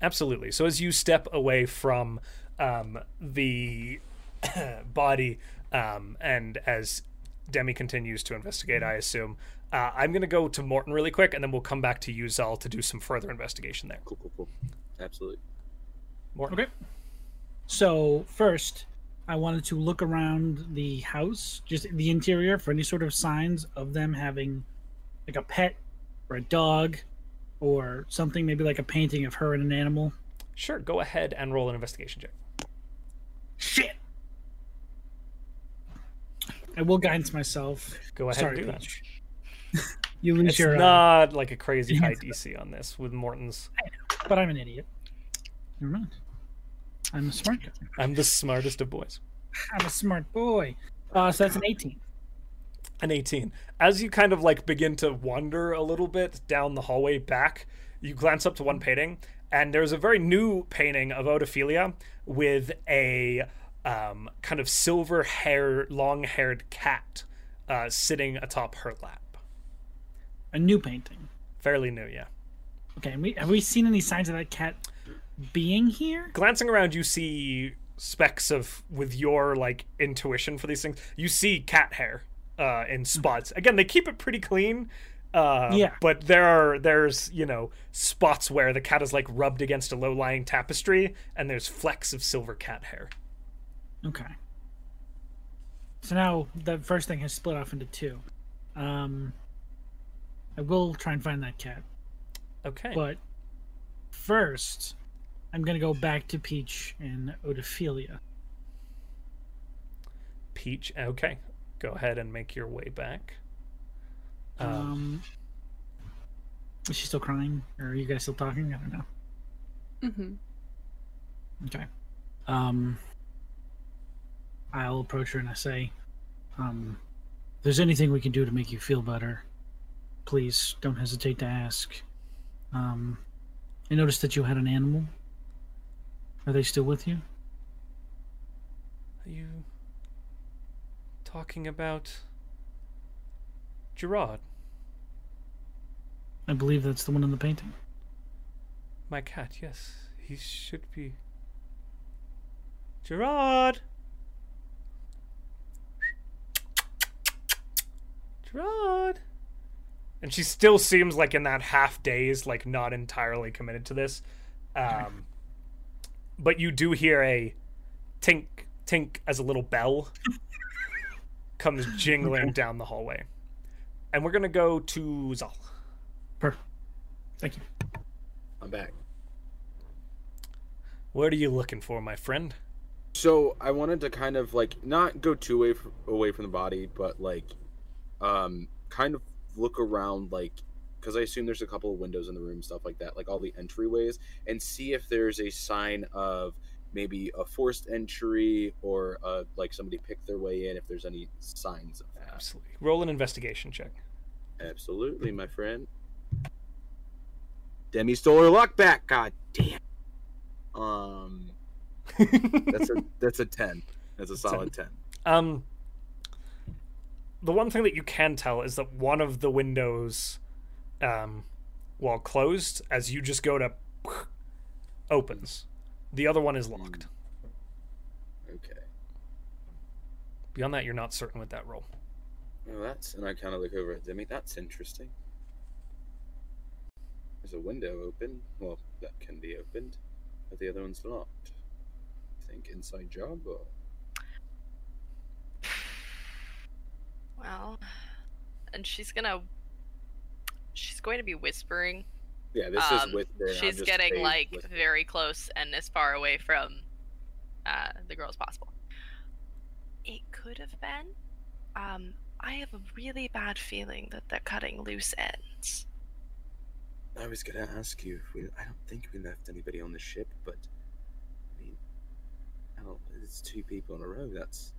A: Absolutely. So as you step away from um, the body, um, and as Demi continues to investigate, I assume uh, I'm going to go to Morton really quick, and then we'll come back to you, Zal, to do some further investigation there.
C: Cool, cool, cool. Absolutely.
A: Morton.
D: Okay. So first, I wanted to look around the house, just the interior, for any sort of signs of them having, like a pet, or a dog, or something. Maybe like a painting of her and an animal.
A: Sure. Go ahead and roll an investigation check.
D: Shit. I will guidance myself.
A: Go ahead
D: Sorry,
A: and do that.
D: Peach. you lose
A: It's
D: your. uh,
A: not like a crazy
D: your
A: high
D: hands
A: DC on this with Morton's.
D: but I'm an idiot. Never mind. I'm a smart guy.
A: I'm the smartest of boys.
D: I'm a smart boy. Uh, so that's an 18.
A: an 18 as you kind of like begin to wander a little bit down the hallway back you glance up to one painting and there's a very new painting of Odophilia with a um, kind of silver hair long haired cat uh, sitting atop her lap
D: A new painting.
A: fairly new yeah
D: Okay. And we have we seen any signs of that cat being here?
A: glancing around you see specks of with your like intuition for these things you see cat hair uh in spots again they keep it pretty clean uh
D: Hmm. Yeah.
A: but there are there's you know spots where the cat is like rubbed against a low-lying tapestry and there's flecks of silver cat hair
D: Okay. So now the first thing has split off into two. Um, I will try and find that cat,
A: okay
D: but first, I'm gonna go back to Peach and Odophilia.
A: peach okay go ahead and make your way back um,
D: Um, is she still crying, or are you guys still talking? I don't know.
F: Mm-hmm.
D: Okay. Um, I'll approach her and I say, um, if there's anything we can do to make you feel better, please don't hesitate to ask. Um, I noticed that you had an animal. Are they still with you?
A: are you talking about gerard
D: I believe that's the one in the painting.
A: My cat, yes. He should be. Gerard! Gerard! And she still seems like in that half daze, like not entirely committed to this. Um, but you do hear a tink, tink as a little bell comes jingling
D: Okay.
A: down the hallway. And we're going to go to Zal.
D: Thank you.
C: I'm back.
A: What are you looking for, my friend?
C: So I wanted to kind of like not go too away from, away from the body, but like, um, kind of look around like because I assume there's a couple of windows in the room, stuff like that, like all the entryways, and see if there's a sign of maybe a forced entry or uh, like somebody picked their way in. If there's any signs of that,
A: Absolutely. Roll an investigation check.
C: absolutely, my friend. Demi stole her luck back. God damn. Um, that's a that's a ten. That's a solid ten.
A: Um, the one thing that you can tell is that one of the windows, um, while closed, as you just go to, opens. The other one is locked.
C: Okay.
A: Beyond that, you're not certain with that roll.
C: Well, that's and I kind of look over at Demi. That's interesting. There's a window open. Well, that can be opened, but the other one's locked. I think inside job. Or...
B: Well, and she's gonna. She's going to be whispering.
C: Yeah, this
B: um,
C: is with. the- I'm
B: she's
C: just
B: getting
C: saying
B: like
C: with-
B: very close and as far away from uh, the girl as possible. It could have been. Um, I have a really bad feeling that they're cutting loose ends.
C: I was gonna ask you if we. I don't think we left anybody on the ship, but I mean, hell, it's two people in a row. That's.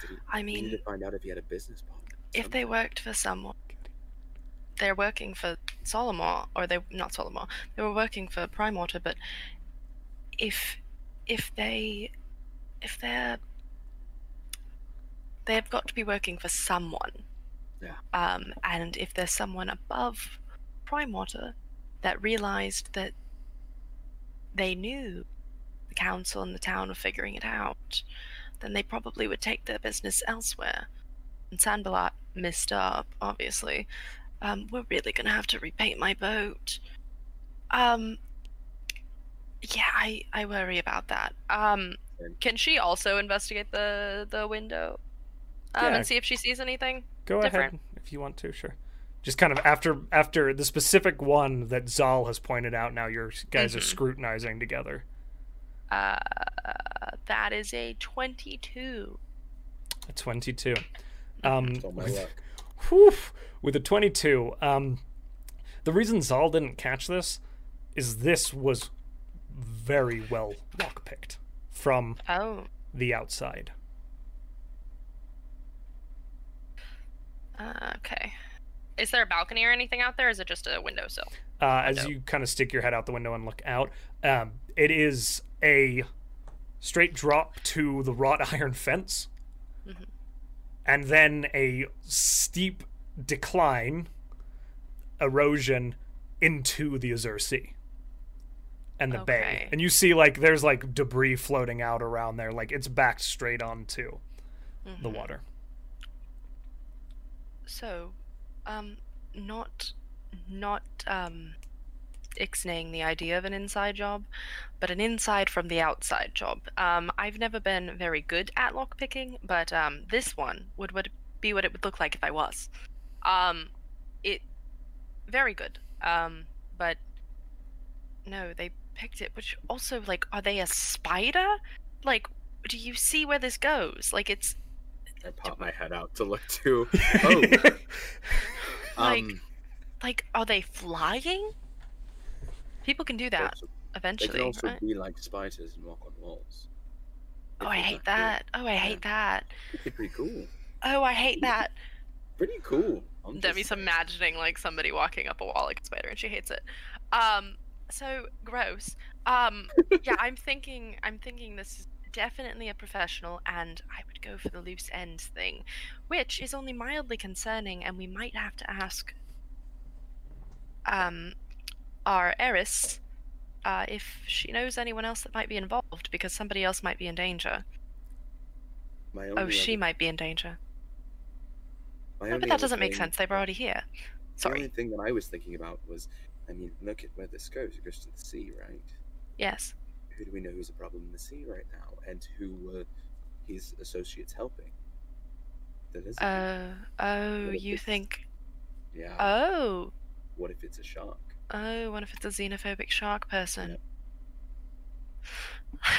C: Did he-
B: I
C: we need
B: mean,
C: to find out if he had a business partner.
B: if they worked for someone, they're working for Solomor, or they not Solomor. They were working for Primorta, but if if they if they're they've got to be working for someone.
C: Yeah.
B: Um, and if there's someone above Primorta that realized that they knew the council and the town were figuring it out, then they probably would take their business elsewhere and Sandbalat messed up, obviously. Um, we're really gonna have to repaint my boat. Um, yeah, I I worry about that. Um,
C: Same.
B: can she also investigate the the window, um,
A: Yeah.
B: and see if she sees anything?
A: Go
B: Different.
A: ahead if you want to. Sure. Just kind of after after the specific one that Zal has pointed out. Now your guys are
B: Mhm.
A: scrutinizing together.
B: Uh, that is a twenty-two.
A: A twenty-two. Um,
C: Stole my
A: with-
C: luck.
A: Whew, with a 22. Um, the reason Zal didn't catch this is this was very well lockpicked from
B: Oh,
A: the outside.
B: uh, okay. Is there a balcony or anything out there? Or is it just a window sill?
A: Uh, as
B: Window.
A: you kind of stick your head out the window and look out, um, it is a straight drop to the wrought iron fence,
B: Mhm.
A: and then a steep decline, erosion into the Azure Sea and the bay.
B: Okay.
A: And you see, like, there's like debris floating out around there, like it's backed straight onto the
B: Mhm.
A: water.
B: So, um, not, not, um, ixnaying the idea of an inside job, but an inside from the outside job. Um, I've never been very good at lockpicking, but, um, this one would, would be what it would look like if I was. Um, it, very good. Um, but, no, they picked it, which also, like, are they a spider? Like, do you see where this goes? Like, it's,
C: I pop my head out to look too. Oh,
B: Like,
C: um,
B: Like, are they flying? People can do that
C: that's- They
B: eventually.
C: can also
B: right?
C: be like spiders and walk on walls.
B: Oh,
C: If
B: I
C: you
B: hate
C: like
B: that. Oh, I hate that.
C: it. It'd be pretty cool.
B: Oh, I hate that.
C: Pretty cool. I'm just
B: Debbie's
C: saying.
B: imagining like somebody walking up a wall like a spider, and she hates it. Um, so gross. Um, yeah, I'm thinking. I'm thinking this is definitely a professional, and I would go for the loose ends thing, which is only mildly concerning, and we might have to ask. Um, our heiress uh, if she knows anyone else that might be involved, because somebody else might be in danger.
C: My
B: Oh,
C: only
B: she
C: other-
B: might be in danger.
C: my
B: No,
C: only
B: but that
C: other
B: doesn't make
C: thing-
B: sense. They were already here.
C: The
B: Sorry.
C: only thing that I was thinking about was, I mean, look at where this goes. It goes to the sea, right?
B: Yes.
C: Who do we know who's a problem in the sea right now, and who were his associates helping? That is.
B: Uh, oh,
C: What if
B: you
C: it's-
B: think.
C: yeah.
B: Oh,
C: what if it's a shark?
B: oh, what if it's a xenophobic shark person?
C: I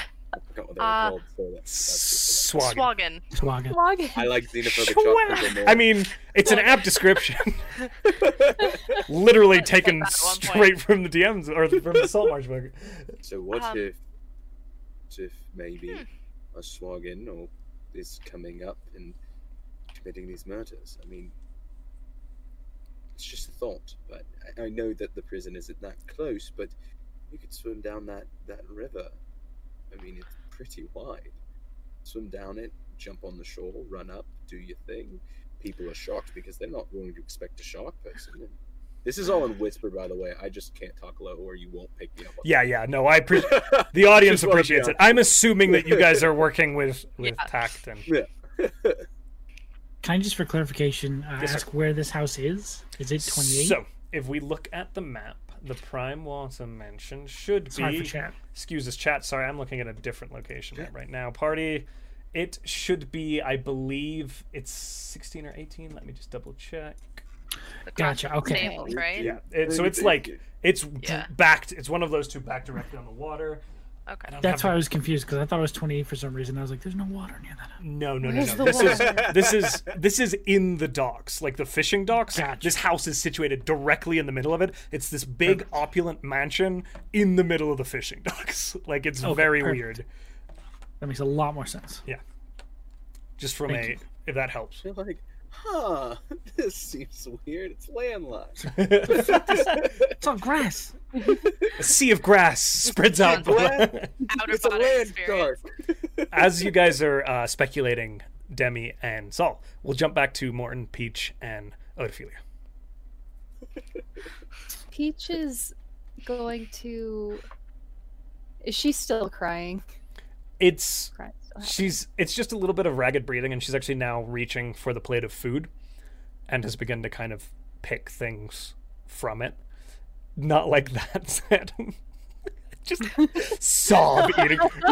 C: forgot what they were
B: Uh,
C: called. So that's, that's just
A: Swaggin.
B: Swaggin.
D: Swaggin.
F: Log in.
C: I like xenophobic
A: Swag-
C: shark people more.
A: I mean, it's an apt description. Literally taken
B: that at one point.
A: straight from the DMs or the- from the Salt Marsh book.
C: so what
B: um,
C: if, what if maybe a swaggin or is coming up and committing these murders? I mean, it's just a thought. But I, I know that the prison isn't that close, but you could swim down that that river. I mean, it's pretty wide. Swim down it, jump on the shore, run up, do your thing. People are shocked because they're not willing to expect a shark person. And this is all in whisper, by the way. I just can't talk low, or you won't pick me up. on
A: Yeah, yeah. No, I appreciate
C: that.
A: the audience
C: Just wanted to be
A: appreciates it. I'm assuming that you guys are working with with
B: Yeah.
A: tact and
D: Can I just, for clarification, uh,
A: Yes, sir.
D: ask where this house is? Is it 28?
A: So, if we look at the map, the Prime Water Mansion should
D: Sorry for
A: be.
D: chat.
A: Excuse us, chat. Sorry, I'm looking at a different location map right now. Party. It should be, I believe, it's 16 or 18. Let me just double check.
B: The
D: Gotcha,
B: crop
D: okay.
B: stables, right?
A: Yeah. It, so
C: Thank
A: it's
C: you.
A: like it's d-
B: Yeah.
A: backed. It's one of those two backed directly on the water.
B: Okay.
A: I don't
D: That's
A: have
D: why I was confused because I thought it was 28 for some reason. I was like, there's no water near that.
A: the- No, no, no,
E: Where's
A: no.
E: the
A: This is this is this is in the docks, like the fishing docks.
D: Gotcha.
A: This house is situated directly in the middle of it. It's this big
D: Perfect.
A: opulent mansion in the middle of the fishing docks. Like it's
D: Okay,
A: very
D: perfect.
A: weird.
D: That makes a lot more sense.
A: Just from
D: Thank
A: a
D: you.
A: if that helps.
C: They're like, huh, this seems weird. It's landlocked.
D: It's all grass.
A: a sea of grass spreads out. below.
B: Out of
C: it's a
B: body
C: land
B: experience.
C: dark.
A: As you guys are uh, speculating, Demi and Saul, we'll jump back to Morton, Peach, and Odophilia.
E: Peach is going to. Is she still crying?
A: It's
E: Crying. still happening.
A: She's it's just a little bit of ragged breathing and she's actually now reaching for the plate of food and has begun to kind of pick things from it. Not like that said. just sob eating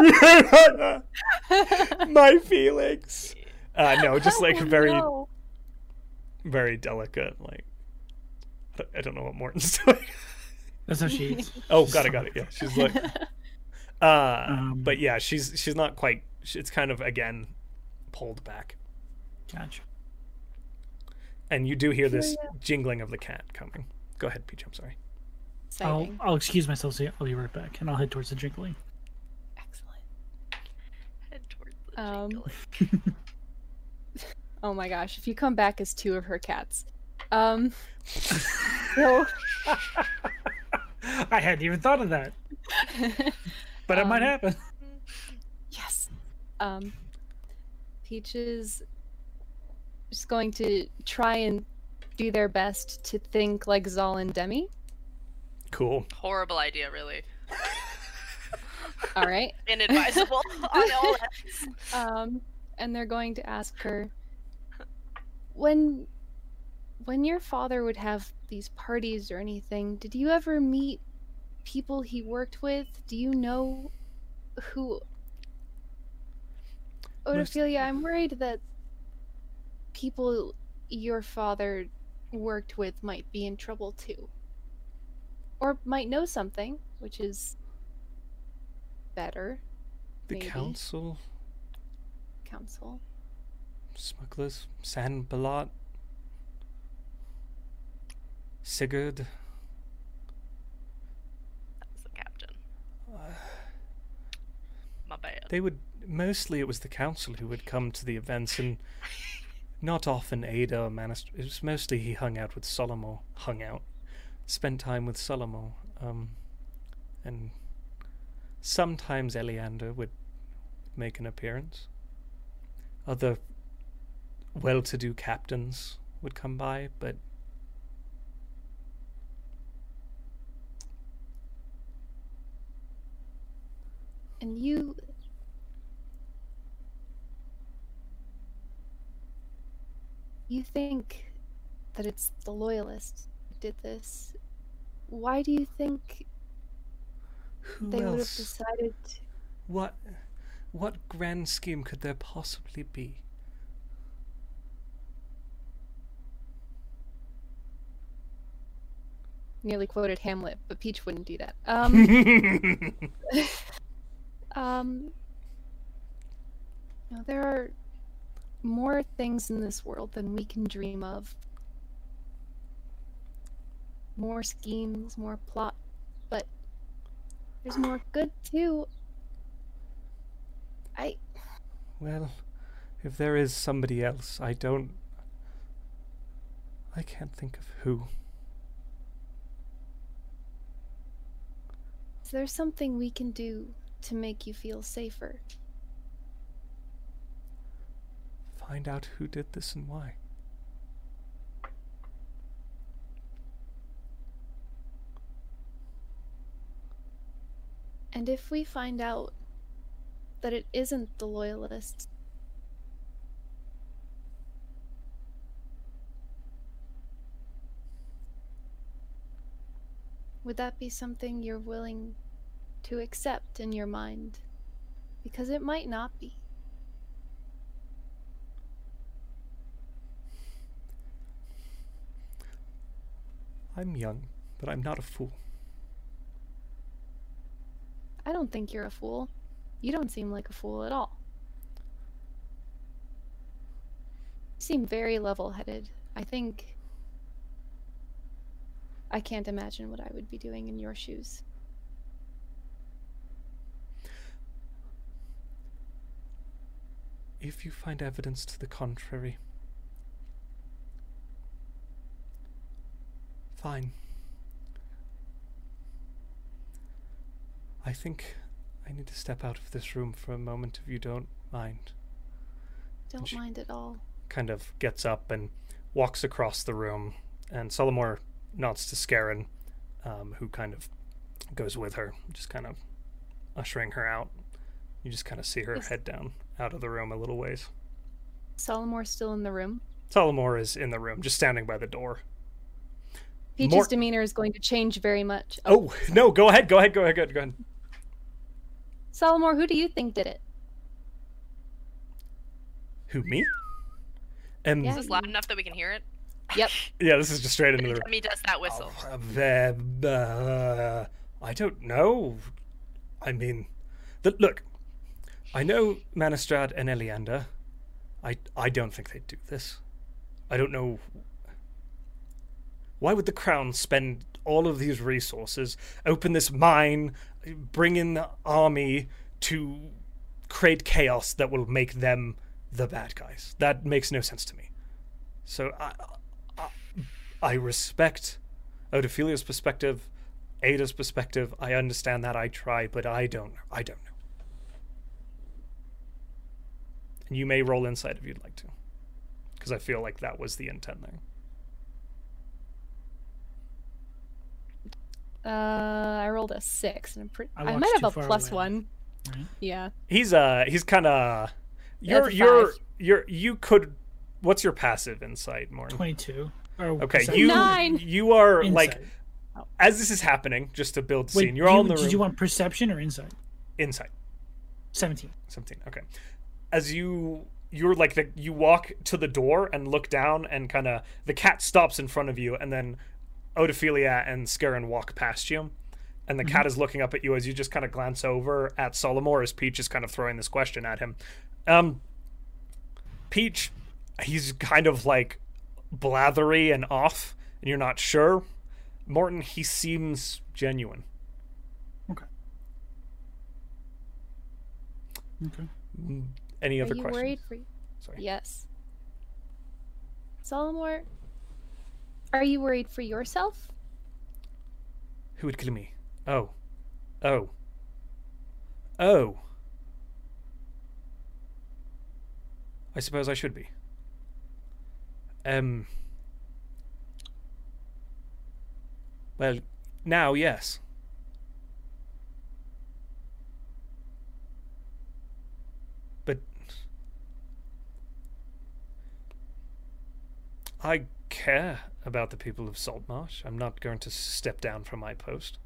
A: my feelings. Uh no, just like
E: Oh,
A: very
E: no.
A: very delicate like I don't- I don't know what Morton's doing.
D: That's how she eats.
A: Oh, got it, got it. Yeah, she's like, uh,
D: Um,
A: but yeah, she's she's not quite. sh- It's kind of again pulled back,
D: Gotcha.
A: and you do hear this
E: Yeah,
A: jingling of the cat coming. Go ahead, Peach. I'm sorry.
D: I'll,
E: Exciting.
D: I'll excuse myself. So I'll be right back, and I'll head towards the jingling.
E: Excellent.
B: Head toward the
F: Um,
B: jingle.
F: Oh my gosh, if you come back as two of her cats. Um so
D: I hadn't even thought of that, but it might
F: Um,
D: happen.
F: Yes.
E: um Peach is just going to try and do their best to think like Zal and Demi.
A: Cool.
B: Horrible idea, really.
E: All right.
B: Inadvisable on all ends.
E: um, and they're going to ask her when when your father would have these parties or anything did you ever meet people he worked with do you know who
A: Most-
E: Odophilia, i'm worried that people your father worked with might be in trouble too or might know something which is better
A: The
E: Maybe.
A: council,
E: counsel
A: smugglers, San Balat, Sigurd.
B: That's the captain.
A: Uh,
B: My bad.
A: they would mostly it was the council who would come to the events and not often ada or Manist- it was mostly he hung out with solomon hung out spent time with solomon um and sometimes eleander would make an appearance other well-to-do captains would come by but
E: And you. You think that it's the loyalists who did this. Why do you think
A: Who
E: they would have
A: else?
E: decided to
A: What what grand scheme could there possibly be?
F: Nearly quoted Hamlet, but Peach wouldn't do that. Um,
E: Um, no, there are more things in this world than we can dream of. More schemes, more plot, but there's more good too. I
A: well, if there is somebody else, I don't I can't think of who.
E: is there something we can do to make you feel safer?
A: Find out who did this and why.
E: And if we find out that it isn't the loyalists, would that be something you're willing to accept in your mind? Because it might not be.
A: I'm young, but I'm not a fool.
E: I don't think you're a fool. You don't seem like a fool at all. You seem very level headed. I think. I can't imagine what I would be doing in your shoes.
A: If you find evidence to the contrary, fine. I think I need to step out of this room for a moment if you don't mind.
E: Don't
A: she-
E: mind at all.
A: Kind of gets up and walks across the room, and Solomor nods to Scarron, um, who kind of goes with her, just kind of ushering her out. You just kind of see her
E: Is-
A: head down out of the room a little ways.
E: Solomor's still in the room.
A: Solomor is in the room, just standing by the door.
F: Peach's
A: Mor-
F: demeanor is going to change very much.
A: Oh no! Go ahead. Go ahead. Go ahead. Go ahead. Go ahead.
E: Solomor, who do you think did it?
A: Who me? Um,
E: Yeah.
B: Is this loud enough that we can hear it?
A: yeah, this is just straight into the room.
B: Tommy does that whistle.
A: Uh, uh, I don't know. I mean, the, look, I know Manistrad and Eliander. I I don't think they'd do this. I don't know. Why would the crown spend all of these resources, open this mine, bring in the army to create chaos that will make them the bad guys? That makes no sense to me. So I I, I respect Odophilia's perspective, Ada's perspective. I understand that. I try, but I don't. I don't know. And you may roll inside if you'd like to, because I feel like that was the intent there.
F: Uh, I rolled a six, and I'm pretty.
D: I
F: I,
D: watched
F: might
D: too
F: have a
D: far
F: plus
D: away.
F: one.
D: Right.
F: Yeah,
A: He's uh he's kind of you're
F: That's a
A: you're
F: five.
A: you're you could. What's your passive insight, Morn?
D: 22. Or
A: Okay,
D: percent-
A: you
F: Nine.
A: you are like
D: Insight.
A: as this is happening, just to build
D: Wait,
A: scene. You're
D: you-
A: all in the
D: Did
A: room.
D: you want perception or insight?
A: insight.
D: 17.
A: 17 okay as you you're like the you walk to the door and look down and kind of the cat stops in front of you and then Odophilia and Scarron walk past you and the cat is looking up at you as you just kind of glance over at Solomor as Peach is kind of throwing this question at him um Peach he's kind of like blathery and off and you're not sure Morton he seems genuine
D: Okay.
A: any
E: Are
A: other
E: you
A: questions
E: worried for you?
A: Sorry.
E: Yes. Solomor, are you worried for yourself?
A: Who would kill me? Oh. Oh. Oh. I suppose I should be. Um. Well, now, yes. I care about the people of Saltmarsh. I'm not going to step down from my post.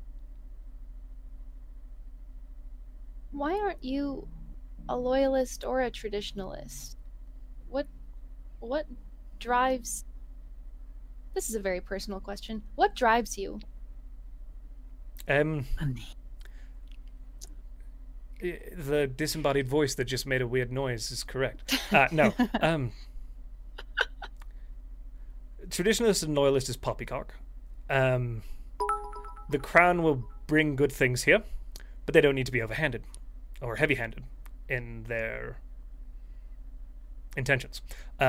E: Why aren't you a loyalist or a traditionalist? What what drives This is a very personal question. What drives you?
A: Um,
D: Money.
A: i- the disembodied voice that just made a weird noise is correct. Uh, no. Um, traditionalist and loyalist is poppycock. Um, the crown will bring good things here, but they don't need to be overhanded or heavy-handed in their intentions. Uh,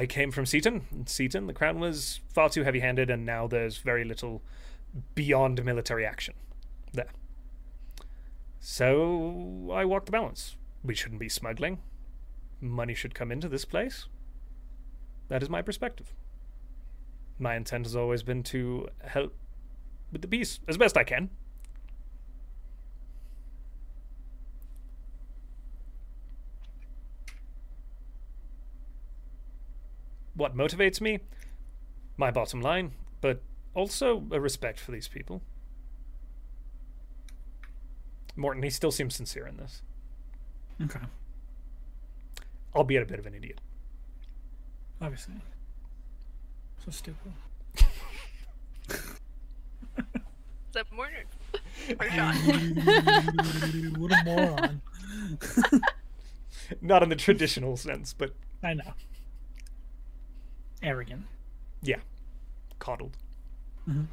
A: I came from Seaton. and Seaton, the crown was far too heavy-handed, and now there's very little beyond military action there. So I walk the balance. We shouldn't be smuggling. Money should come into this place. That is my perspective. My intent has always been to help with the peace as best I can. What motivates me? My bottom line, but also a respect for these people. Morton, he still seems sincere in this,
D: Okay.
A: albeit a bit of an idiot.
D: Obviously. So stupid.
B: Is that Mortar? Or Sean?
D: what a moron.
A: Not in the traditional sense, but
D: I know. Arrogant.
A: yeah, coddled.
D: Mhm.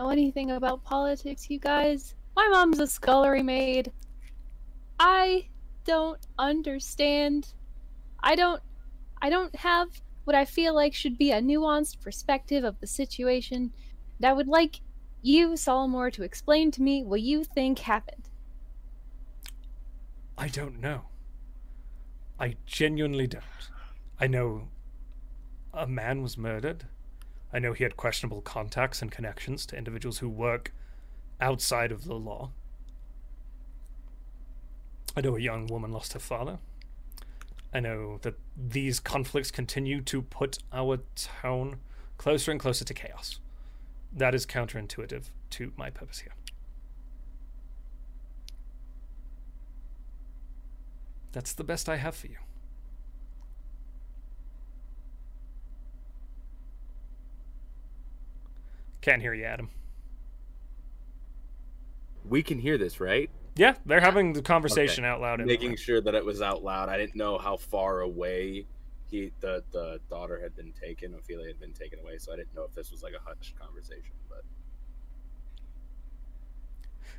E: know anything about politics, you guys. My mom's a scullery maid. I don't understand. I don't I don't have what I feel like should be a nuanced perspective of the situation. And I would like you, Solomore, to explain to me what you think happened.
A: I don't know. I genuinely don't. I know a man was murdered. I know he had questionable contacts and connections to individuals who work outside of the law. I know a young woman lost her father. I know that these conflicts continue to put our town closer and closer to chaos. That is counterintuitive to my purpose here. That's the best I have for you. Can't hear you, Adam.
C: We can hear this, right?
A: Yeah, they're having the conversation out loud. In the
C: Making
A: room.
C: sure that it was out loud. I didn't know how far away he the the daughter had been taken, Ophelia had been taken away, so I didn't know if this was like a hushed conversation. But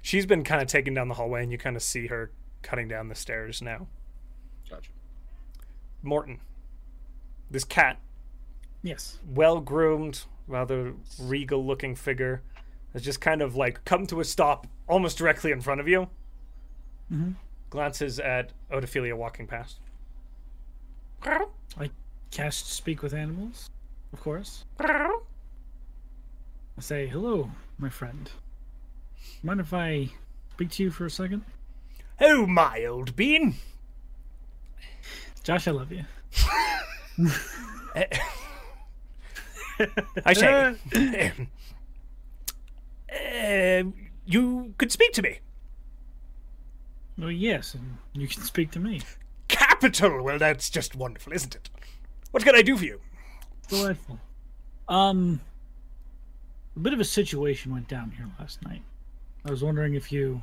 A: She's been kind of taken down the hallway, and you kind of see her cutting down the stairs now.
C: gotcha.
A: Morton, this cat,
D: Yes.
A: well groomed, rather regal looking figure, has just kind of like come to a stop almost directly in front of you.
D: Mhm.
A: Glances at Odophilia walking past.
D: Cast speak with animals, of course.
A: Oh,
D: I say, hello, my friend. Mind if I speak to you for a second?
A: Oh, my old bean!
D: Josh, I love you.
A: I say, um, you could speak to me.
D: Well, yes, and you can speak to me.
A: Capital. Well, that's just wonderful, isn't it? What can I do for you?
D: Delightful. Um, a bit of a situation went down here last night. I was wondering if you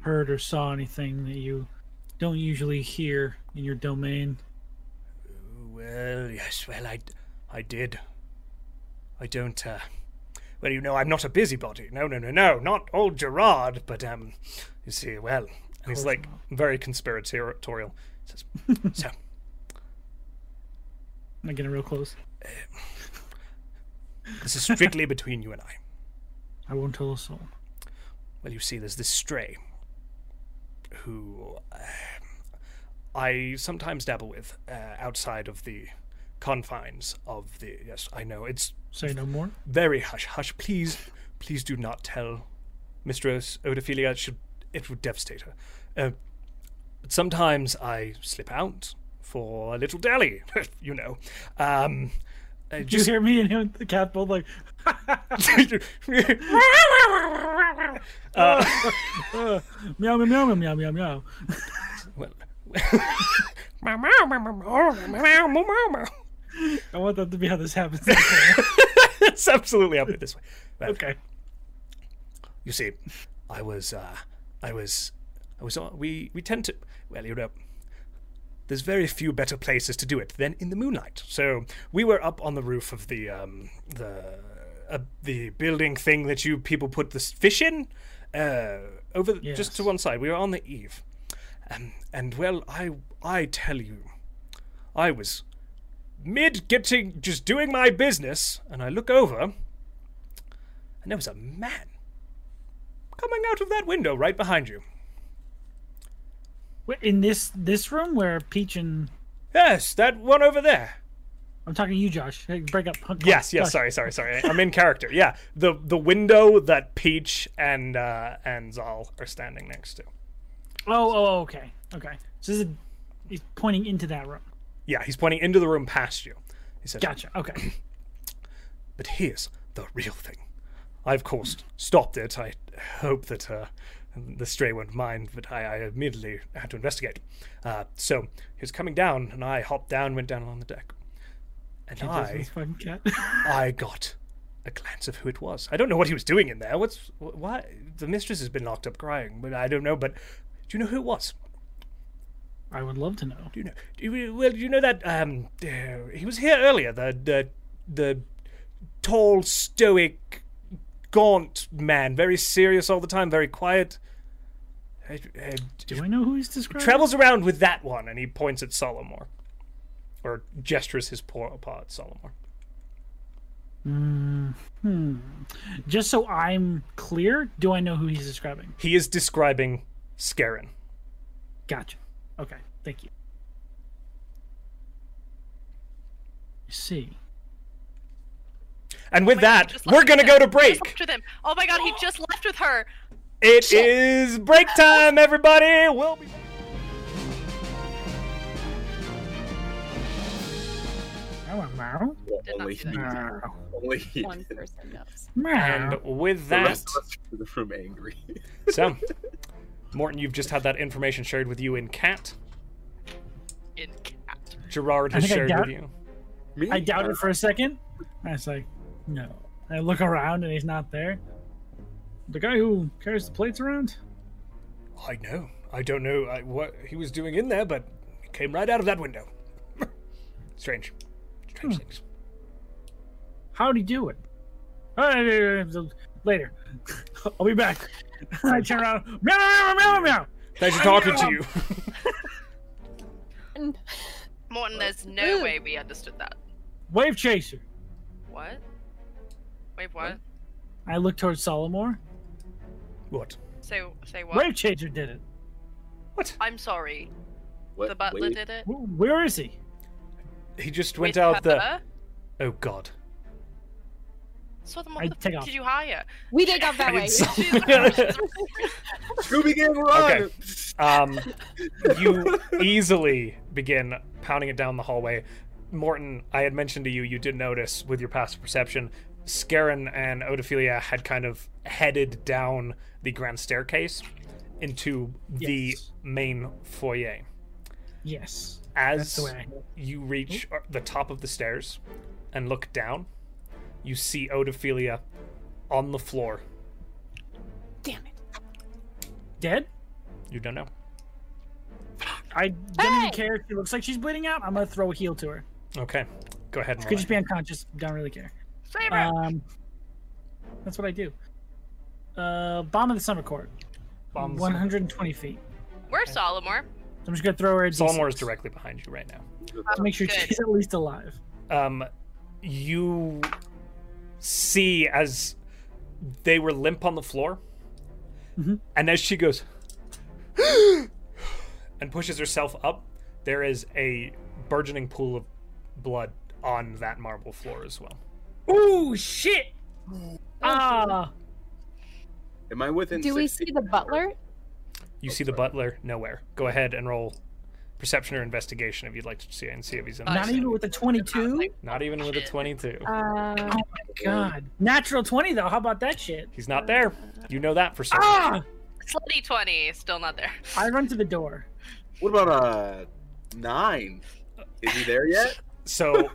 D: heard or saw anything that you don't usually hear in your domain.
A: Well, yes. Well, I, I did. I don't. Uh, well, you know, I'm not a busybody. No, no, no, no. Not old Gerard, but um, you see, well, and he's
D: course
A: like
D: not.
A: very conspiratorial. Says, so
D: Am I getting real close?
A: this is strictly between you and I.
D: I won't tell a soul.
A: Well, you see, there's this stray who uh, I sometimes dabble with uh, outside of the confines of the. Yes, I know. It's
D: Say no more.
A: very hush hush. Please, please do not tell Mistress Odophilia, should it would devastate her. Uh, but sometimes I slip out for a little dally, you know. Um, uh,
D: Did you hear me and him, the cat both like,
A: uh,
D: uh, meow, meow, meow, meow, meow, meow, meow.
A: well, it's
D: I want that to be how this happens.
A: absolutely happening this way. Well,
D: okay.
A: You see, I was, uh, I was, I was. on- We we tend to, well, you know, there's very few better places to do it than in the moonlight. So we were up on the roof of the um the uh, the building thing that you people put the s- fish in, uh, over the just to
D: Yes.
A: one side. We were on the eve, um, and well, I I tell you, I was mid getting just doing my business, and I look over, and there was a man coming out of that window right behind you.
D: Wait, In this this room where Peach and
A: Yes, that one over there.
D: I'm talking to you, Josh. Hey, break up. Hunt,
A: Yes, yes.
D: Josh.
A: Sorry, sorry, sorry. I'm in character. Yeah, the the window that Peach and uh, and Zal are standing next to.
D: Oh, oh, okay, okay. So this is he's pointing into that room.
A: Yeah, he's pointing into the room past you. He said,
D: Gotcha. Okay.
A: But here's the real thing. I, of course, stopped it. I hope that uh, the stray won't mind, but I, I immediately had to investigate. Uh, so he was coming down, and I hopped down, went down on the deck. And I,
D: This fucking cat.
A: I got a glance of who it was. I don't know what he was doing in there. What's wh- why the mistress has been locked up crying, but I don't know. But do you know who it was?
D: I would love to know.
A: Do you know? Do you, well, do you know that um, uh, he was here earlier. The the the tall, stoic, gaunt man, very serious all the time, very quiet. Uh, uh,
D: Do I know who he's describing?
A: travels around with that one, and he points at Solomor, or gestures his paw paw at Solomor.
D: Hmm. Just so I'm clear, do I know who he's describing?
A: He is describing Scarin.
D: Gotcha. Okay. Thank you. I see.
A: And with
B: my God,
A: that,
B: he just
A: we're
B: left
A: going to
B: with
A: go
B: him.
A: to
B: He just
A: break.
B: left with him. Oh my god, he just left with her.
A: It is break time, everybody. We'll be.
D: Meow, meow,
B: Did not
C: Only
B: see that.
D: meow.
C: only he
F: One
C: did.
F: person knows.
A: And with
C: The
A: that,
C: rest of us are in the room angry.
A: so Morton, you've just had that information shared with you in cat.
B: In cat.
A: Gerard
D: I
A: has
D: think I
A: shared
D: doubt-
A: with you.
C: Me? Uh,
D: I doubt it for a second. I was like, no. I look around and he's not there. The guy who carries the plates around?
A: I know. I don't know I, what he was doing in there, but it came right out of that window. Strange. Strange
D: Hmm.
A: things.
D: How'd he do it? "Uh, Later. I'll be back. I turn around. Meow, meow, meow, meow, meow.
A: Thanks for talking to you.
F: And
B: Morton, there's no way we understood that.
D: Wave chaser.
B: What? Wait, what?
D: I look towards Solomore.
A: what?
B: Say, say what?
D: Wave chaser did it.
A: What?
B: I'm sorry.
C: What-
B: the butler
C: wait,
B: did it.
D: Wh- Where is he?
A: He just went
B: with
A: out the.
B: her?
A: Oh God.
B: So the
D: I
B: motherfucker
D: take off.
B: did you hire?
F: we did go that way.
A: It's-
C: Scooby Gang, run!
A: Okay. Um, you easily begin pounding it down the hallway. Morton, I had mentioned to you, you did notice with your passive perception, Scarin and Odophilia had kind of headed down the grand staircase into the
D: Yes.
A: main foyer.
D: Yes. That's
A: As
D: the way. I-
A: you reach uh, the top of the stairs and look down, you see Odophilia on the floor.
F: Damn it.
D: Dead?
A: You don't know.
D: I don't
F: Hey!
D: even care. if She looks like she's bleeding out. I'm gonna throw a heal to her.
A: Okay, go ahead and
D: Could
A: roll
D: just be unconscious. Don't really care.
B: Save her.
D: Um, that's what I do. Uh, bomb of the summer court.
A: it. Bombs.
D: 120 feet.
B: We're Solomor.
D: So I'm just gonna throw her a D6
A: Solomor is directly behind you right now.
D: to make sure
B: Good.
D: she's at least alive.
A: um, you see as they were limp on the floor,
D: Mhm.
A: and as she goes and pushes herself up, there is a burgeoning pool of blood on that marble floor as well.
E: Oh,
D: Ooh shit! Ah,
C: Am I within?
F: Do we
C: 60?
F: see the butler?
A: You see the butler nowhere. Go ahead and roll perception or investigation if you'd like to see and see if he's in. the
D: Not even
A: vicinity.
D: with a 22?
A: Not even with a
B: Shit.
A: twenty-two.
F: Uh,
D: God. Natural 20, though. How about that shit?
A: He's not there. You know that for certain.
D: Ah!
B: Slutty 20, still not there.
D: I run to the door.
C: What about uh nine? Is he there yet?
A: So,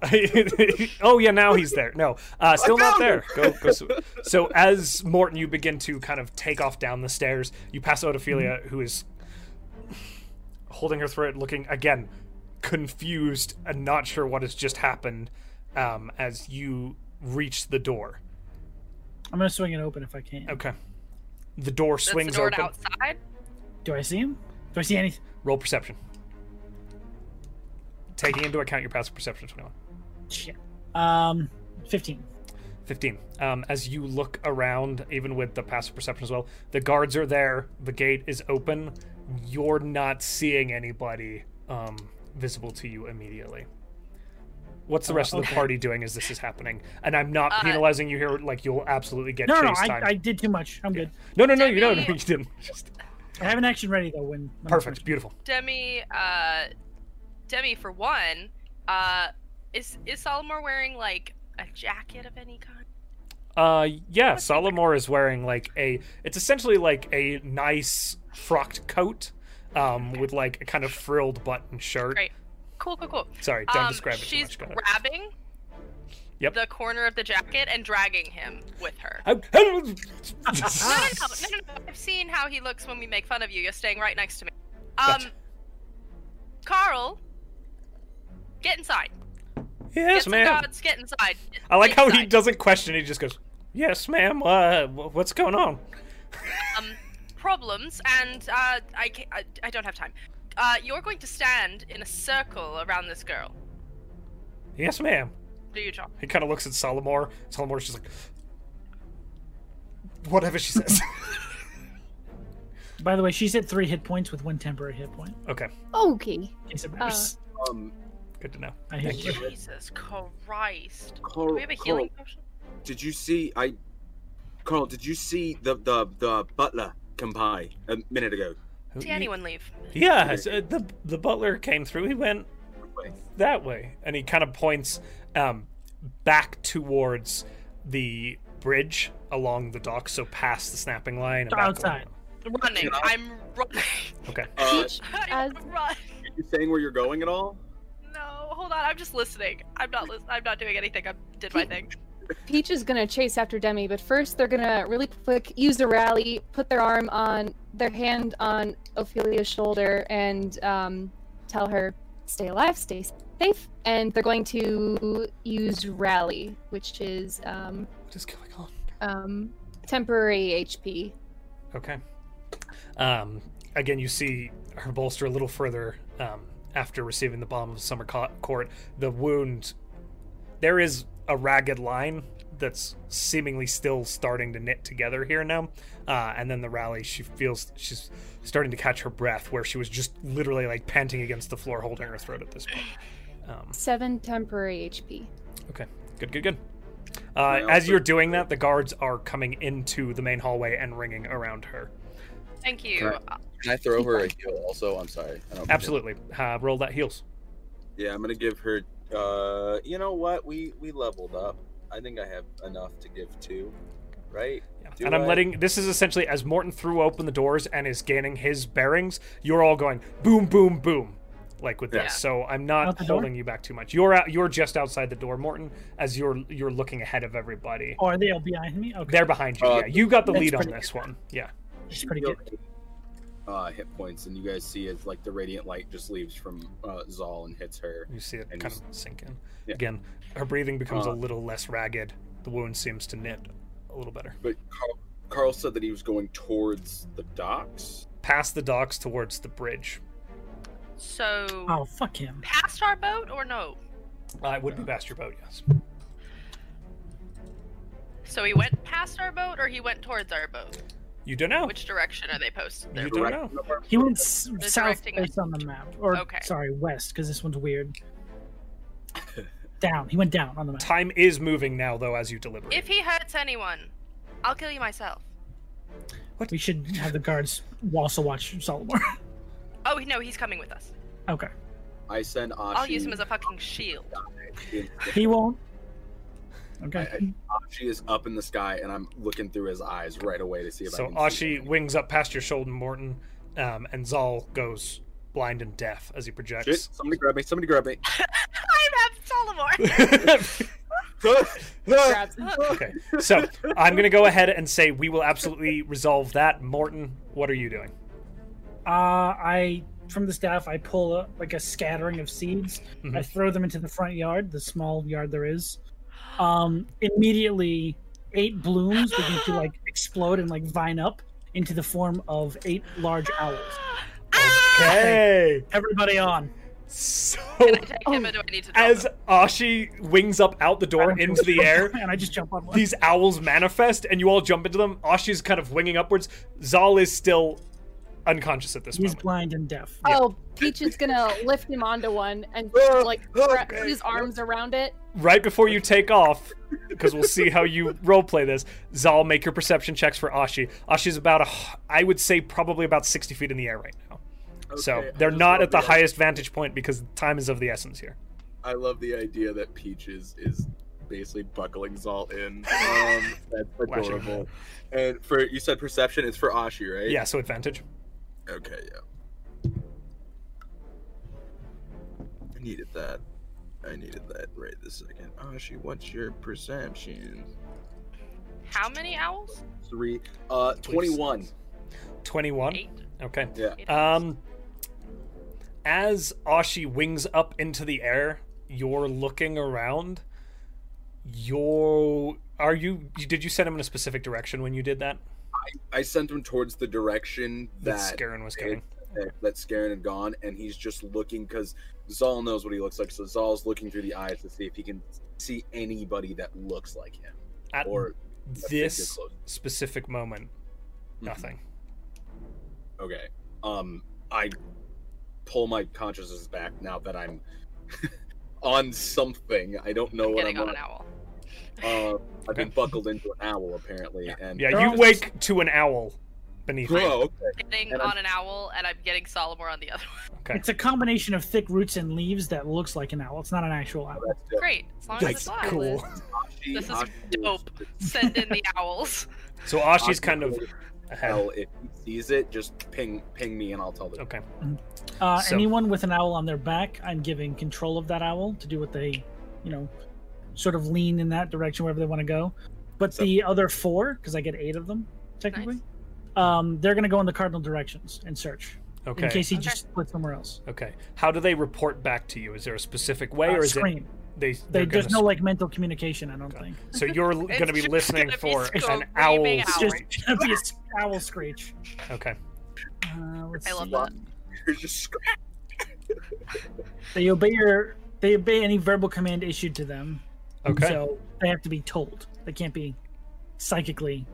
A: oh yeah, now he's there. No, uh, still not
C: found
A: there. Go, go. s- So, as Morton, you begin to kind of take off down the stairs. You pass Odophilia, who is holding her throat, looking again confused and not sure what has just happened. Um, as you reach the door,
D: I'm going to swing it open if I can.
A: okay, the door
B: That's
A: swings
B: the door to
A: open.
B: outside.
D: Do I see him? Do I see anything?
A: Roll perception, taking into account your passive perception of twenty-one.
D: Shit. Um, 15.
A: 15. Um, as you look around, even with the passive perception as well, the guards are there, the gate is open, you're not seeing anybody um, visible to you immediately. What's the rest of the
D: Uh, okay.
A: party doing as this is happening? And I'm not
B: Uh,
A: penalizing you here, like, you'll absolutely get
D: No, no,
A: chase
D: I,
A: time.
D: I did too much. I'm good.
A: no, no, no, you don't.
B: Debbie-
A: you didn't. Just-
D: I have an action ready, though. When, when I'm
A: Perfect. Beautiful.
B: Demi, uh, Demi for one, uh, is is Solomor wearing like a jacket of any kind?
A: Uh, yeah, Solomor is wearing like a. It's essentially like a nice frocked coat, um, with like a kind of frilled button shirt.
B: Great. Cool, cool, cool.
A: Sorry, don't
B: um,
A: describe it too
B: she's
A: much. Go ahead.
B: grabbing
A: Yep.
B: the corner of the jacket and dragging him with her.
A: How- how-
B: No,
A: Ah.
B: no, no, no, no, no. I've seen how he looks when we make fun of you. You're staying right next to me. Um,
A: Gotcha.
B: Carl, get inside.
A: yes,
B: get
A: ma'am.
B: Some guards, get inside.
A: I like how he
B: Inside.
A: doesn't question. He just goes, "Yes, ma'am. Uh, wh- what's going on?"
B: um, problems, and uh, I, ca- I, I don't have time. Uh, you're going to stand in a circle around this girl.
A: Yes, ma'am.
B: Do your job.
A: He kind of looks at Solomor. Solomor's just like, whatever she says.
D: finished. By the way, she's at three hit points with one temporary hit point.
A: okay,
E: Okay.
D: In case it matters.
C: Um,
A: good to know.
D: I hit
A: thank you.
B: Jesus Christ.
C: Carl,
B: Do we have a
C: Carl,
B: healing potion?
C: did you see? I, Carl, did you see the the the butler come by a minute ago?
B: See anyone leave?
A: Yeah, so, uh, the the butler came through. He went that way, and he kind of points um, back towards the bridge along the dock, so past the snapping line. And
D: So
A: back along-
D: outside.
B: Running.
C: I-
B: I'm running.
A: Okay.
C: Uh,
E: Peach,
B: I'm
E: As-
B: run.
C: are you saying where you're going at all?
B: No, hold on. I'm just listening. I'm not. Lis- I'm not doing anything. I did my thing.
F: Peach is gonna chase after Demi, but first they're gonna really quick use the rally, put their arm on their hand on Ophelia's shoulder, and um, tell her stay alive, stay safe. And they're going to use rally, which is um,
A: What is going on?
F: um, temporary HP.
A: Okay. Um, again, you see her bolster a little further um, after receiving the bomb of Summer Co- Court. The wound. There is a ragged line that's seemingly still starting to knit together here now. Uh, and then the rally, she feels she's starting to catch her breath where she was just literally like panting against the floor, holding her throat at this point. Um,
F: Seven temporary HP.
A: Good, good, good. Uh,
C: Yeah,
A: as
C: also-
A: you're doing that, the guards are coming into the main hallway and ringing around her.
B: Thank you. Uh,
C: Correct. Can I throw her a heel? Also, I'm sorry. I don't
A: Absolutely. Uh, roll that heals.
C: Yeah, I'm gonna give her. Uh, you know what? We we leveled up. I think I have enough to give two, right?
A: Yeah.
C: Do
A: And I'm
C: I-
A: letting this is essentially as Morton threw open the doors and is gaining his bearings, you're all going boom boom boom like with this.
B: Yeah.
A: So I'm
D: Out
A: not
D: the door?
A: holding you back too much. You're out you're just outside the door, Morton, as you're you're looking ahead of everybody.
D: Oh, are they all behind me? Okay.
A: They're behind you.
C: Uh,
A: yeah, you got the
D: That's
A: lead on
D: pretty
A: this one. Yeah.
D: She's pretty good.
C: Uh, hit points, and you guys see it's like the radiant light just leaves from uh, Zal and hits her.
A: You see it
C: And
A: kind
C: you
A: of sink in.
C: Yeah.
A: Again, her breathing becomes a
C: Uh,
A: little less ragged. The wound seems to knit a little better.
C: But Carl, Carl said that he was going towards the docks.
A: Past the docks towards the bridge.
B: So,
D: Oh, fuck him.
B: past our boat or no?
A: Uh, it would be past your boat, yes.
B: So he went past our boat, or he went towards our boat.
A: You don't know.
B: Which direction are they posted?
A: You
B: They're
A: don't know.
C: Direction of our-
D: He went s-
B: They're
D: south
B: directing us.
D: based on the map. Or,
B: Okay.
D: sorry, west, because this one's weird. down. He went down on the map.
A: Time is moving now though as you deliberate.
B: If he hurts anyone, I'll kill you myself.
A: What?
D: We should have the guards also watch Solomor.
B: Oh no, he's coming with us.
D: okay.
C: I send Ashi.
B: I'll use him as a fucking shield.
C: in-
D: He won't.
C: I,
D: Okay.
C: I, Ashi is up in the sky, and I'm looking through his eyes right away to see if
A: So
C: I can. see
A: Ashi
C: something.
A: wings up past your shoulder, Morton, um, and Zal goes blind and deaf as he
C: Shit,
A: projects.
C: somebody grab me! Somebody grab me! Ah,
B: I'm Ab Solomor.
F: Grabs him.
C: ah,
A: okay, so I'm going to go ahead and say we will absolutely resolve that. Morton, what are you doing?
D: Uh, I from the staff I pull a, like a scattering of seeds. I
A: Mhm.
D: throw them into the front yard, the small yard there is. Um, immediately, eight blooms begin to like explode and like vine up into the form of eight large owls.
A: Okay.
D: Everybody on.
A: So
B: Can I take him, or do I need to? drop
A: as
B: him?
A: Ashi wings up out the door into the air,
D: and I just jump on one.
A: these owls manifest and you all jump into them. Ashi's kind of winging upwards. Zal is still unconscious at this
D: He's
A: moment.
D: blind and deaf.
F: Oh, Peach is gonna lift him onto one and
C: Oh,
F: like
C: oh,
F: wrap
C: okay.
F: his arms around it.
A: Right before you take off, because we'll see how you roleplay this, Zal, make your perception checks for Ashi. Ashi's about, a, I would say, probably about 60 feet in the air right now. so
C: Okay, I
A: they're
C: just
A: not
C: love
A: at the
C: idea-
A: highest vantage point because time is of the essence here.
C: I love the idea that Peach is is basically buckling Zalt in. Um, that's
A: Flashing.
C: adorable. And for you said perception, it's for Ashi, right?
A: Yeah, so advantage.
C: Okay, yeah. I needed that. I needed that right this second. Ashi, what's your perception?
B: How many owls?
C: Three. Uh, twenty-one.
A: 21.
B: Eight.
A: Okay.
C: Yeah.
B: Eight owls.
A: Um, as Ashi wings up into the air, you're looking around. You're are you? Did you send him in a specific direction when you did that?
C: I sent him towards the direction
A: That
C: that
A: Scarin was
C: it-
A: going.
C: that- that Scarin had gone, and he's just looking because Zal knows what he looks like. So Zal's looking through the eyes to see if he can see anybody that looks like him,
A: At
C: or I think you're
A: this
C: close.
A: specific moment,
C: Mhm.
A: nothing.
C: Okay. Um, I pull my consciousness back now that I'm on something. I don't know
B: I'm
C: what
B: getting
C: I'm
B: on
C: on.
B: an owl.
C: Uh, I've
A: Okay.
C: been buckled into an owl apparently, and
A: Yeah,
D: They're
A: you
D: all just-
A: wake to an owl beneath. you.
C: Whoa, okay.
B: Getting
C: And I'm-
B: on an owl, and I'm getting Solomor on the other one.
A: Okay.
D: It's a combination of thick roots and leaves that looks like an owl. It's not an actual owl.
C: That's good.
B: Great, as long as
A: That's
B: it's live.
A: cool.
C: Ashi-
B: This is
C: Ashi
B: dope. Send in the owls.
A: So Ashi's kind of ahead.
C: Hell, if he sees it, just ping ping me and I'll tell them.
A: Okay.
D: Uh,
A: So-
D: Anyone with an owl on their back, I'm giving control of that owl to do what they, you know, sort of lean in that direction wherever they want to go. But
C: So-
D: the other four, because I get eight of them technically, um, they're going to go in the cardinal directions and search in
A: Okay.
D: case he
B: Okay.
D: just split somewhere else.
A: Okay. How do they report back to you? Is there a specific way,
D: Uh,
A: or is
D: scream.
A: it they?
D: They,
A: they're gonna
D: there's no like mental communication. I don't
A: Okay.
D: think
A: So you're going to be
B: just
A: listening
B: gonna be
A: for an
B: screaming
A: owl.
D: it's
B: owl.
D: just going to be a s- owl screech.
A: Okay.
D: Uh, let's
B: I love
D: see.
B: that.
C: You're just scr-
D: They obey your. They obey any verbal command issued to them.
A: Okay.
D: So they have to be told. They can't be psychically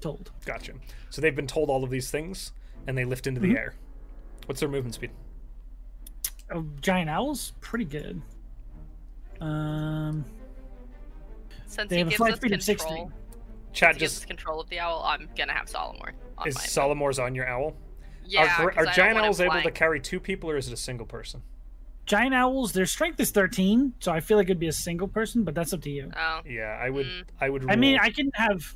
D: told.
A: Gotcha. So they've been told all of these things, and they lift into the
D: Mhm.
A: air. What's their movement speed?
D: Oh, giant owls, pretty good. Um,
B: Since
D: they
B: he
D: have a
B: gives
D: flight
B: us
D: speed of
B: control,
D: sixteen.
A: Chat
B: he gives us
A: just
B: control of the owl. I'm gonna have Solomor on
A: is
B: mine.
A: Solomor's on your owl.
B: yeah,
A: are, gr-
B: 'cause I
A: are
B: don't
A: giant
B: want him
A: owls able to
B: flying.
A: carry two people, or is it a single person?
D: Giant owls, their strength is thirteen, so I feel like it'd be a single person, but that's up to you.
B: Oh,
A: Yeah, I would.
B: Mm.
A: I would. Rule.
D: I mean, I can have,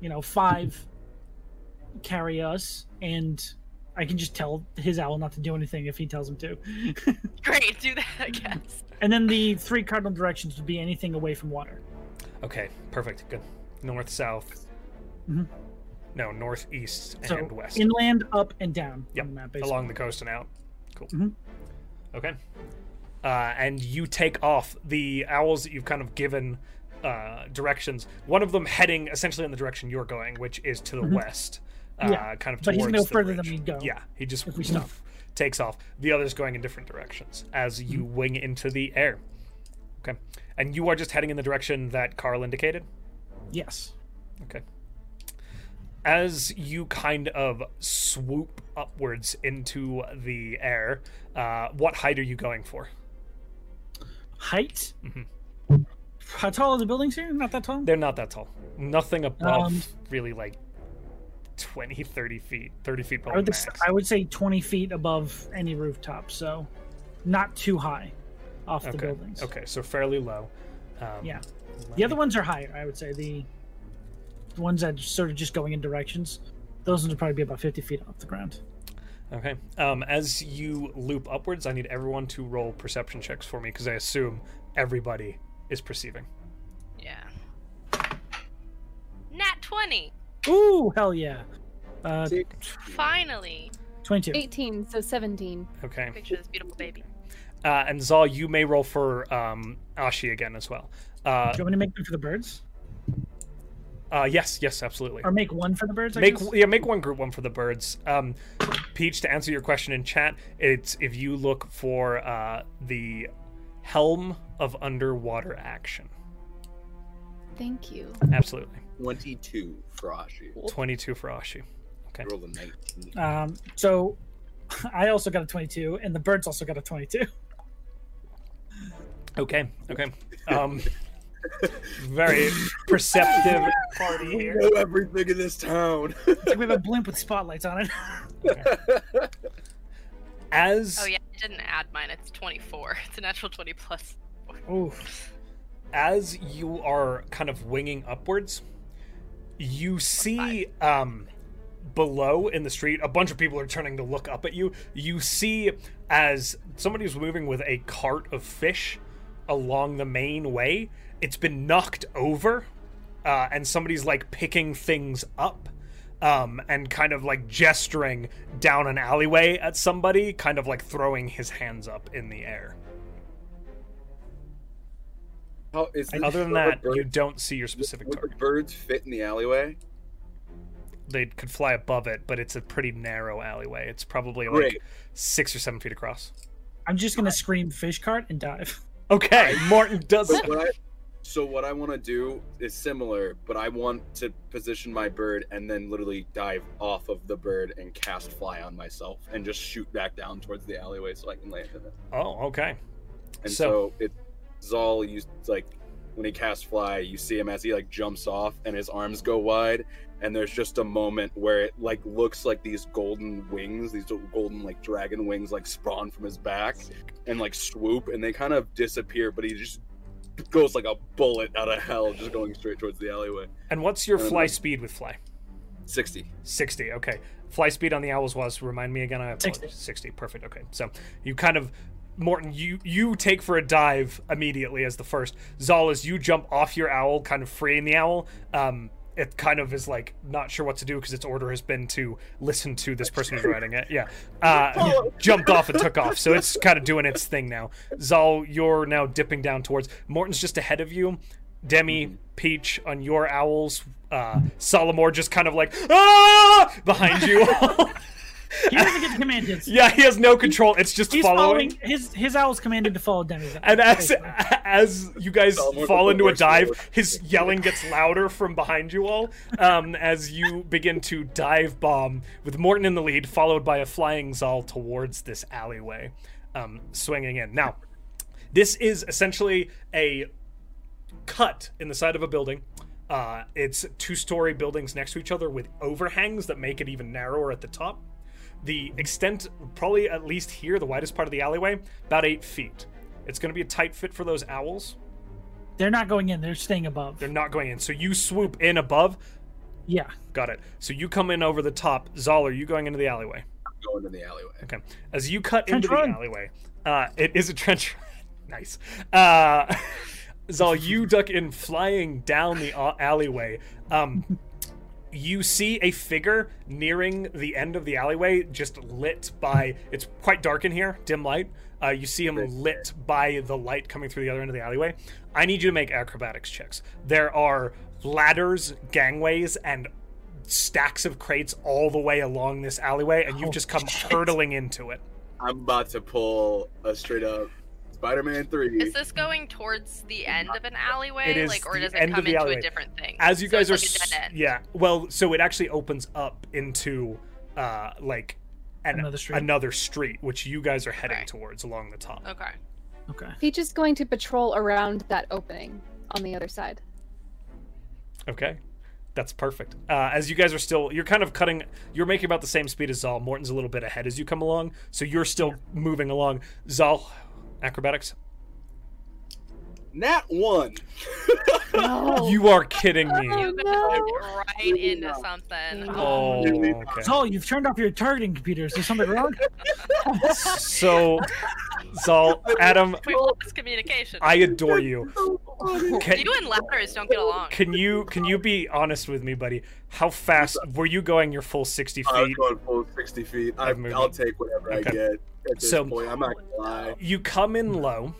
D: you know, five carry us, and I can just tell his owl not to do anything if he tells him to.
B: great. Do that, I guess.
D: And then the three cardinal directions would be anything away from water.
A: okay, perfect, good. North, south.
D: Mhm.
A: No, northeast
D: So
A: and west,
D: inland, up, and down
A: Yep,
D: on the map, basically.
A: along the coast and out. Cool.
D: Mhm.
A: Okay. Uh, and you take off the owls that you've kind of given uh, directions. One of them heading essentially in the direction you're going, which is to the
D: Mhm.
A: west, uh,
D: Yeah,
A: kind of
D: but
A: towards
D: he's no
A: the
D: further than
A: ridge.
D: we go
A: Yeah, he just
D: if we stop.
A: takes off. The other's going in different directions as you
D: Mm-hmm.
A: wing into the air. Okay, and you are just heading in the direction that Carl indicated.
D: Yes.
A: as you kind of swoop upwards into the air, uh, what height are you going for?
D: Height?
A: Mhm.
D: Mm-hmm. How tall are the buildings here? Not that tall.
A: They're not that tall. Nothing above
D: Um,
A: really like 20, 30 feet. 30 feet
D: I
A: probably
D: would,
A: max.
D: ex- I would say 20 feet above any rooftop, so not too high off the
A: Okay,
D: buildings.
A: Okay, so fairly low. Um,
D: Yeah.
A: let
D: The other
A: me-
D: ones are higher, I would say. The, the ones that are sort of just going in directions, those ones would probably be about 50 feet off the ground.
A: Okay. Um, as you loop upwards, I need everyone to roll perception checks for me because I assume everybody is perceiving.
B: Yeah. Nat 20!
D: Ooh, hell yeah. Uh,
B: Finally!
D: 22.
F: 18, so 17.
A: Okay.
B: Picture this beautiful baby.
A: Uh, and Zal, you may roll for um, Ashi again as well. Uh,
D: Do you want me to make them for the birds?
A: uh, yes, yes, absolutely.
D: Or make one for the birds? I
A: Make
D: guess?
A: yeah, make one group one for the birds. Um, Peach, to answer your question in chat, it's if you look for uh, the helm of underwater action.
E: Thank you.
A: Absolutely.
C: 22 for Ashi.
A: Twenty-two for Ashi.
C: I rolled a 19.
A: Uh,
D: Um, so I also got a 22, and the birds also got a 22.
A: Okay. Okay. Um, very perceptive party
C: We
A: here.
C: know everything in this town.
D: It's like we have a blimp with spotlights on it.
A: As
B: Oh, yeah, I didn't add mine. It's 24. It's a natural 20 plus.
D: Ooh.
A: as you are kind of winging upwards, you see um, below in the street a bunch of people are turning to look up at you. You see as somebody is moving with a cart of fish along the main way. It's been knocked over, uh, and somebody's like picking things up. Um, and kind of like gesturing down an alleyway at somebody, kind of like throwing his hands up in the air.
C: How, is this
A: Other than
C: where the
A: that,
C: birds-
A: you don't see your specific
C: would
A: target.
C: the birds fit in the alleyway?
A: they could fly above it, but it's a pretty narrow alleyway. It's probably like
C: Great.
A: six or seven feet across.
D: I'm just going to scream fish cart and dive.
A: Okay, Martin does
C: But
A: it.
C: what I, so what I want to do is similar, but I want to position my bird and then literally dive off of the bird and cast fly on myself and just shoot back down towards the alleyway so I can land in it.
A: Oh, okay.
C: And
A: So-
C: so, it Zal used like when he casts fly, you see him as he like jumps off and his arms go wide, and there's just a moment where it like looks like these golden wings, these golden like dragon wings like spawn from his back and like swoop and they kind of disappear, but he just goes like a bullet out of hell, just going straight towards the alleyway.
A: And what's your
C: Um,
A: fly speed with fly?
C: Sixty.
A: 60 okay fly speed on the owls was remind me again i apologize.
D: 60.
A: 60 perfect okay so you kind of morton you you take for a dive immediately as the first zalas you jump off your owl kind of freeing the owl um it kind of is like not sure what to do because its order has been to listen to this person who's riding it yeah uh
D: Oh.
A: jumped off and took off so it's kind of doing its thing now zal you're now dipping down towards morton's just ahead of you Demi, Peach on your owls, uh, Solomor just kind of like ah behind you.
D: He doesn't get the command hits.
A: yeah, he has no control. It's just
D: He's
A: following.
D: following. His his owl's commanded to follow Demi.
A: And as as you guys fall
C: Solomor before
A: into a
C: Horse
A: dive,
C: Lord.
A: his yelling gets louder from behind you all. Um, as you begin to dive bomb with Morton in the lead, followed by a flying Zal towards this alleyway, um, swinging in. Now, this is essentially a cut in the side of a building. Uh, it's two story buildings next to each other with overhangs that make it even narrower at the top. The extent, probably at least here, the widest part of the alleyway, about eight feet. It's going to be a tight fit for those owls.
D: They're not going in. They're staying above.
A: They're not going in. So you swoop in above.
D: yeah.
A: Got it. So you come in over the top. Zal, are you going into the alleyway?
C: Going to the alleyway.
A: Okay. As you cut
D: Trench
A: into
D: run.
A: the alleyway, uh, it is a trench run. nice. Uh, Zal, you duck in, flying down the a- alleyway. Um, you see a figure nearing the end of the alleyway, just lit by. It's quite dark in here, dim light. Uh, you see him lit by the light coming through the other end of the alleyway. I need you to make acrobatics checks. There are ladders, gangways, and stacks of crates all the way along this alleyway, and you've
D: Oh,
A: just come
D: shit.
A: hurtling into it.
C: I'm about to pull a straight up Spider-Man three.
B: Is this going towards the end of an alleyway?
A: It is
B: like, or
A: the
B: does it
A: end of
B: come
A: the
B: into
A: alleyway.
B: a different thing?
A: As you
B: So
A: guys are,
B: it's like a
A: s-
B: dead end.
A: yeah. Well, so it actually opens up into, uh, like, an,
D: Another street.
A: another street, which you guys are heading
B: Right.
A: towards along the top.
B: Okay.
D: Okay.
F: Peach is going to patrol around that opening on the other side.
A: Okay. That's perfect. Uh, as you guys are still, you're kind of cutting. You're making about the same speed as Zal. Morton's a little bit ahead as you come along, so you're still moving along. Zal, acrobatics.
C: Nat one.
E: No.
A: You are kidding me.
B: You're gonna
E: no.
B: hit right into something.
A: Oh, okay.
D: Zol, you've turned off your targeting computer. Is there something wrong?
A: So, Zal, Adam,
B: We've lost communication.
A: I adore you. Can,
B: you and ladders don't get along.
A: can you can you be honest with me, buddy? How fast were you going? Your full sixty
C: I was
A: feet.
C: going full sixty feet. I,
A: I've moved
C: I'll
A: it.
C: take whatever
A: Okay.
C: I get at this
A: So-
C: point. I'm not gonna lie.
A: You come in low.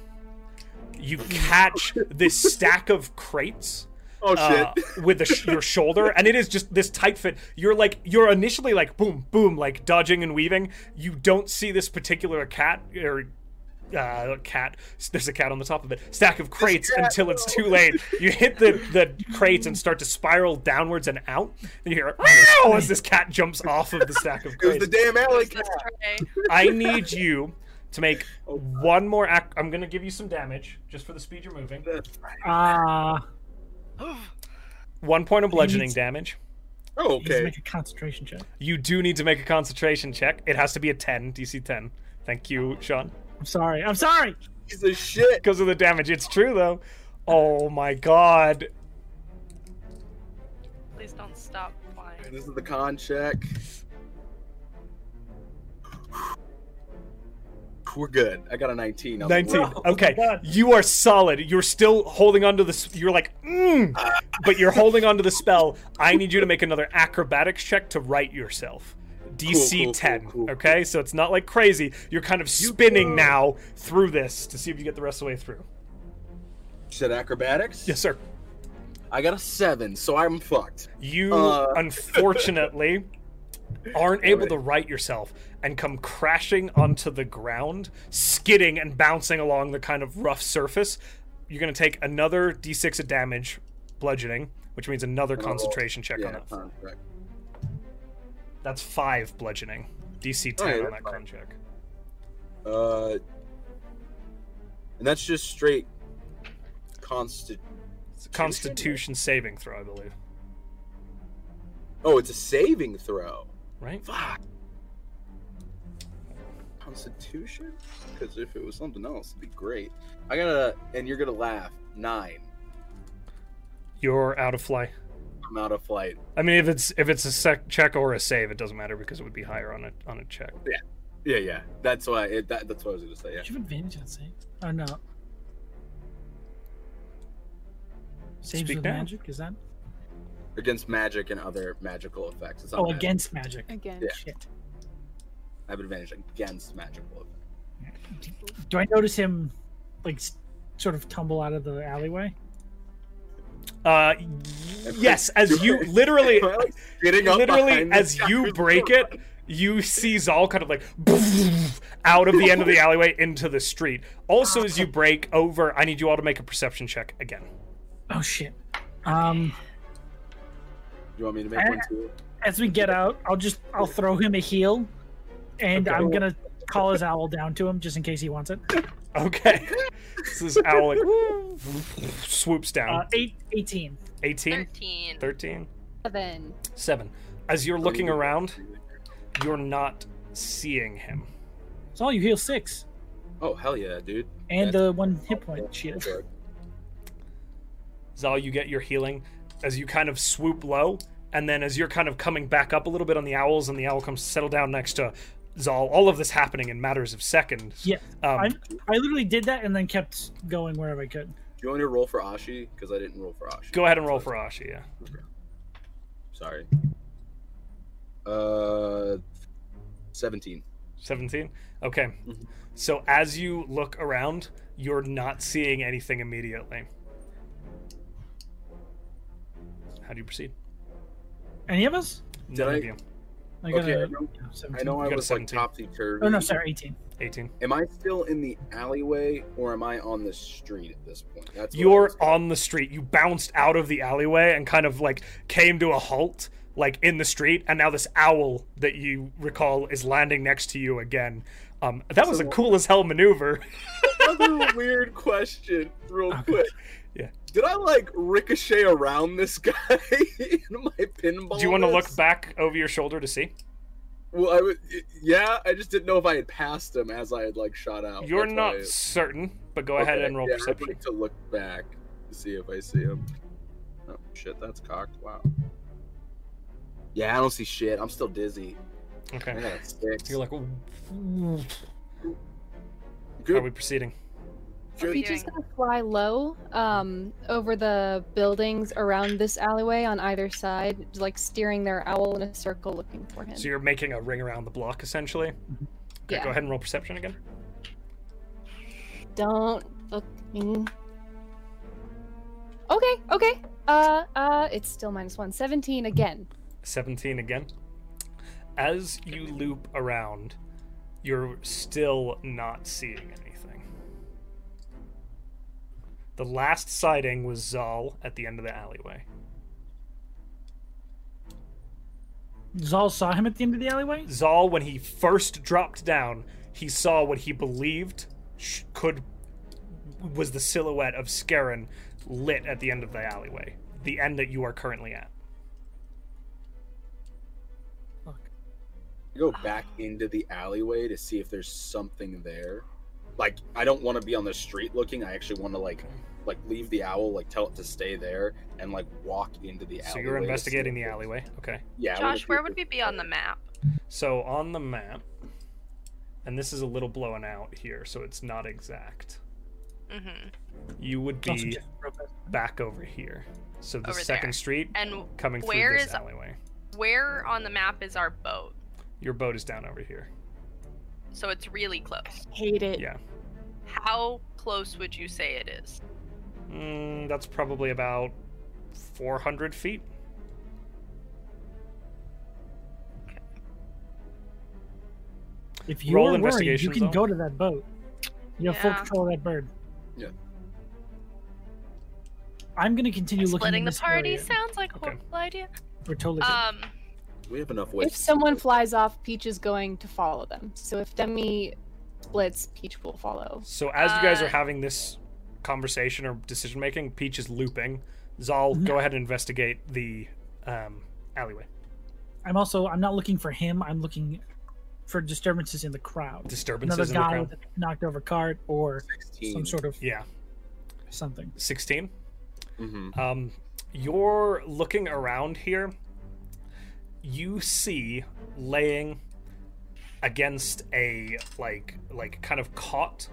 A: You catch this stack of crates.
C: Oh
A: uh,
C: shit!
A: with the sh- your shoulder, and it is just this tight fit. You're like you're initially like boom, boom, like dodging and weaving. You don't see this particular cat or uh, cat. There's a cat on the top of it. Stack of crates
C: cat,
A: until it's
C: no.
A: too late. You hit the the crates and start to spiral downwards and out. And you hear "Meow" as this cat jumps off of the stack of
C: It was the
A: crates.
C: damn alley
B: This
C: cat.
B: tray.
A: I need you to make
C: Oh,
A: one more. Ac- I'm gonna give you some damage just for the speed you're moving.
D: Ah, uh,
A: One point of bludgeoning
D: Needs-
A: damage.
C: Oh, okay.
D: make a concentration check.
A: You do need to make a concentration check. It has to be a 10, DC 10. Thank you, Sean.
D: I'm sorry. I'm sorry.
C: Piece of shit.
A: Because of the damage. It's true, though. Oh my god.
B: Please don't stop flying.
C: This is the con check. We're good. I got a 19. on the
A: 19.
C: roll.
A: Okay. You are solid. You're still holding onto the. s- You're like, mm, but you're holding onto the spell. I need you to make another acrobatics check to right yourself. DC
C: cool, cool,
A: 10.
C: cool, cool.
A: okay? So it's not like crazy. You're kind of spinning now through this to see if you get the rest of the way through.
C: You said acrobatics?
A: Yes, sir.
C: I got a 7, so I'm fucked.
A: You
C: Uh.
A: unfortunately aren't
C: Damn
A: able
C: it.
A: to right yourself and come crashing onto the ground, skidding and bouncing along the kind of rough surface. You're going to take another d6 of damage, bludgeoning, which means another
C: I'll roll.
A: concentration check on
C: Oh, yeah,
A: that.
C: contract.
A: That's five bludgeoning, DC 10
C: Oh, yeah,
A: on
C: that's
A: that
C: fine.
A: con check.
C: Uh, and that's just straight constant.
A: It's a
C: Constitution?
A: Constitution saving throw, I believe.
C: Oh, it's a saving throw.
A: Right?
C: Fuck. Constitution? Because if it was something else, it'd be great. I gotta, and you're gonna laugh. Nine.
A: You're out of fly.
C: I'm out of flight.
A: I mean, if it's if it's a sec- check or a save, it doesn't matter because it would be higher on a on a check.
C: Yeah, yeah. That's why. It, that, that's what I was gonna say. Yeah.
D: Do you have advantage on saves? Or no? Saves
A: Speak
D: with
A: now.
D: magic? Is that?
C: Against magic and other magical effects. It's not
D: Oh,
C: magic.
D: against magic.
F: Again.
C: Yeah.
D: Shit.
C: I have advantage against magical effects.
D: Do I notice him, like, s- sort of tumble out of the alleyway?
A: Uh, yes, as you literally,
C: Am I, like, getting up
A: literally
C: behind this
A: as you
C: guy's
A: break
C: door?
A: it, you see Zal kind of like out of the end of the alleyway into the street. Also, as you break over, I need you all to make a perception check again.
D: Oh shit. Um,
C: You want me to make one too?
D: as we get out, I'll just I'll throw him a heel, and
A: Okay.
D: I'm gonna call his owl down to him just in case he wants it.
A: Okay, this is owl like swoops
D: Uh,
A: down.
D: eight, 18.
A: 18,
B: 13.
A: 13,
F: Seven.
A: 7. As you're looking around, you're not seeing him.
D: So you heal six
C: Oh hell yeah, dude!
D: and
C: That's-
D: the one hit point shield.
A: Zal, you get your healing as you kind of swoop low, and then as you're kind of coming back up a little bit on the owls, and the owl comes to settle down next to Zal. All of this happening in matters of seconds.
D: Yeah,
A: Um,
D: I'm- I literally did that and then kept going wherever I could.
C: Do you want me to roll for Ashi? Because I didn't roll for Ashi.
A: go ahead and roll for Ashi. Yeah.
C: Sorry. Uh, seventeen.
A: 17 okay
C: Mhm.
A: so as you look around you're not seeing anything immediately how do you proceed
D: Any of us?
A: none
C: I-
A: of you
D: I
C: Okay,
D: gotta-
C: I know,
D: no,
C: I
D: 17.
C: know I
A: got a
C: was like
A: 17.
C: topsy turvy.
D: Oh no, sorry, 18.
A: 18
C: Am I still in the alleyway or am I on the street at this point? That's what I
A: you're
C: was-
A: on the street you bounced out of the alleyway and kind of like came to a halt like in the street and now this owl that you recall is landing next to you again um, that was a
C: So-
A: cool as hell maneuver
C: Another weird question, real
D: Okay.
C: quick.
A: Yeah.
C: Did I like ricochet around this guy in my pinball?
A: Do you want to look
C: list?
A: back over your shoulder to see?
C: Well, I would. Yeah, I just didn't know if I had passed him as I had like shot out.
A: You're
C: Oh, That's
A: not
C: why I-
A: certain, but go ahead
C: Okay,
A: and roll
C: yeah, I'd
A: perception.
C: like to look back to see if I see him. Oh shit, that's cocked. Wow. Yeah, I don't see shit. I'm still dizzy. I
A: Okay.
C: got a six.
A: So you're like, "Ooh, how are
C: good,
A: we proceeding?
C: good.
B: we
F: Peach is gonna fly low um, over the buildings around this alleyway on either side, like steering their owl in a circle looking for him.
A: So you're making a ring around the block, essentially. Okay,
F: Yeah.
A: Go ahead and roll perception again.
F: Don't fucking. Okay, okay. Uh, uh, it's still minus one. 17 again.
A: 17 again. As you loop around, you're still not seeing anything. The last sighting was Zal at the end of the alleyway.
D: Zal saw him at the end of the alleyway.
A: Zal, when he first dropped down, he saw what he believed sh- could was the silhouette of Scarron lit at the end of the alleyway, the end that you are currently at.
C: go back into the alleyway to see if there's something there. Like I don't want to be on the street looking. I actually want to like like leave the owl, like tell it to stay there, and like walk into the alleyway.
A: So you're
C: to see
A: investigating
C: if
A: the
C: there's-
A: alleyway. Okay.
C: Yeah. I wanna see
B: Josh, where
C: if
B: would we
C: there's-
B: be on the map?
A: So on the map, and this is a little blown out here, so it's not exact.
B: Mm-hmm.
A: You would
D: Also
A: be
D: just real fast.
A: back over here. So the
B: Over
A: second
B: there.
A: street
B: And
A: coming
B: where
A: through this
B: is-
A: alleyway.
B: where on the map is our boat?
A: Your boat is down over here.
B: So it's really close.
F: Hate it.
A: Yeah.
B: How close would you say it is?
A: Mm, that's probably about 400 feet.
D: If you
A: Roll
D: are worried, you
A: investigation,
D: can
A: Zal.
D: go to that boat. You have full
B: Yeah.
D: control of that bird.
C: Yeah.
D: I'm gonna continue looking.
B: Splitting
D: in
B: the
D: this
B: party
D: area.
B: sounds like a
A: Okay.
B: horrible idea.
D: We're totally. good.
B: Um,
C: We have enough ways.
F: If someone flies off, Peach is going to follow them. So if Demi splits, Peach will follow.
A: So as you guys are
B: Uh,
A: having this conversation or decision making, Peach is looping. Zal,
D: Mhm.
A: go ahead and investigate the um, alleyway.
D: I'm also. I'm not looking for him. I'm looking for disturbances in the crowd. Another
A: Disturbances in the
D: guy
A: ground.
D: with a knocked over cart or
C: 16.
D: some sort of
A: Yeah,
D: something.
A: 16.
C: Mhm.
A: Um, you're looking around here. You see laying against a like like kind of cot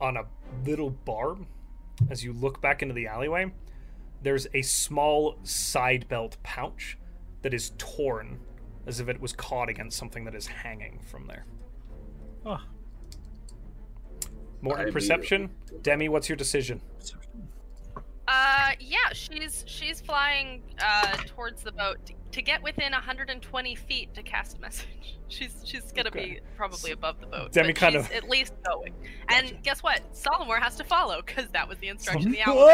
A: on a little barb. As you look back into the alleyway, there's a small side belt pouch that is torn, as if it was caught against something that is hanging from there.
D: Oh.
C: I
A: Morton,
C: immediately-
A: perception. Demi, what's your decision?
B: uh, yeah, she's she's flying uh towards the boat to, to get within 120 feet to cast a message. She's she's gonna
A: Okay.
B: be probably above the boat.
A: Demi
B: but
A: kind
B: she's
A: of-
B: at least going. And guess what? Solomor has to follow because that was the instruction the owl. got.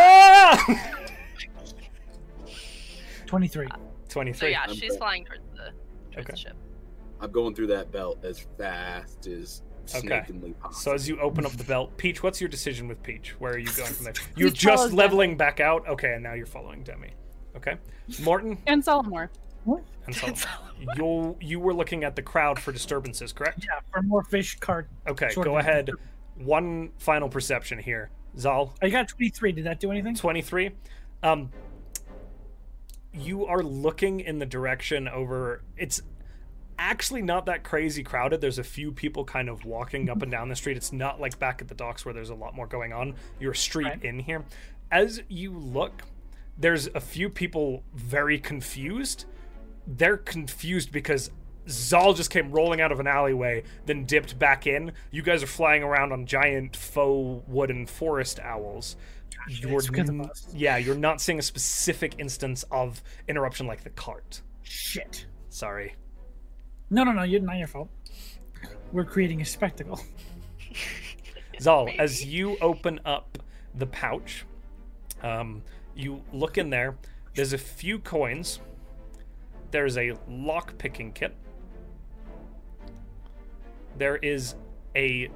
A: Ah!
D: Twenty-three.
A: Uh,
B: So
A: 23.
B: yeah,
C: I'm
B: she's
C: good.
B: flying towards the towards
A: Okay.
B: the ship.
C: I'm going through that belt as fast as
A: Okay.
C: snakenly possible.
A: So as you open up the belt, Peach, what's your decision with Peach? Where are you going from there? You're
F: Peach
A: just
F: follows
A: leveling back out. Okay, and now you're following Demi. Okay, Morton
F: And Solomore.
A: and Solomon. you you were looking at the crowd for disturbances, correct?
D: Yeah, for more fish cart.
A: Okay,
D: Sort
A: go
D: of.
A: ahead. One final perception here, Zal.
D: I Oh, got twenty-three. Did that do anything?
A: 23 um you are looking in the direction over it's actually not that crazy crowded there's a few people kind of walking up and down the street it's not like back at the docks where there's a lot more going on you're a street
D: Right.
A: in here as you look there's a few people very confused they're confused because Zal just came rolling out of an alleyway, then dipped back in. You guys are flying around on giant faux wooden forest owls. You're
D: it's because of
A: n-
D: us.
A: yeah, you're not seeing a specific instance of interruption like the cart.
D: Shit.
A: Sorry.
D: No, no, no. You're not your fault. We're creating a spectacle.
A: Zal, as you open up the pouch, um, you look in there. There's a few coins. There's a lock picking kit. There is a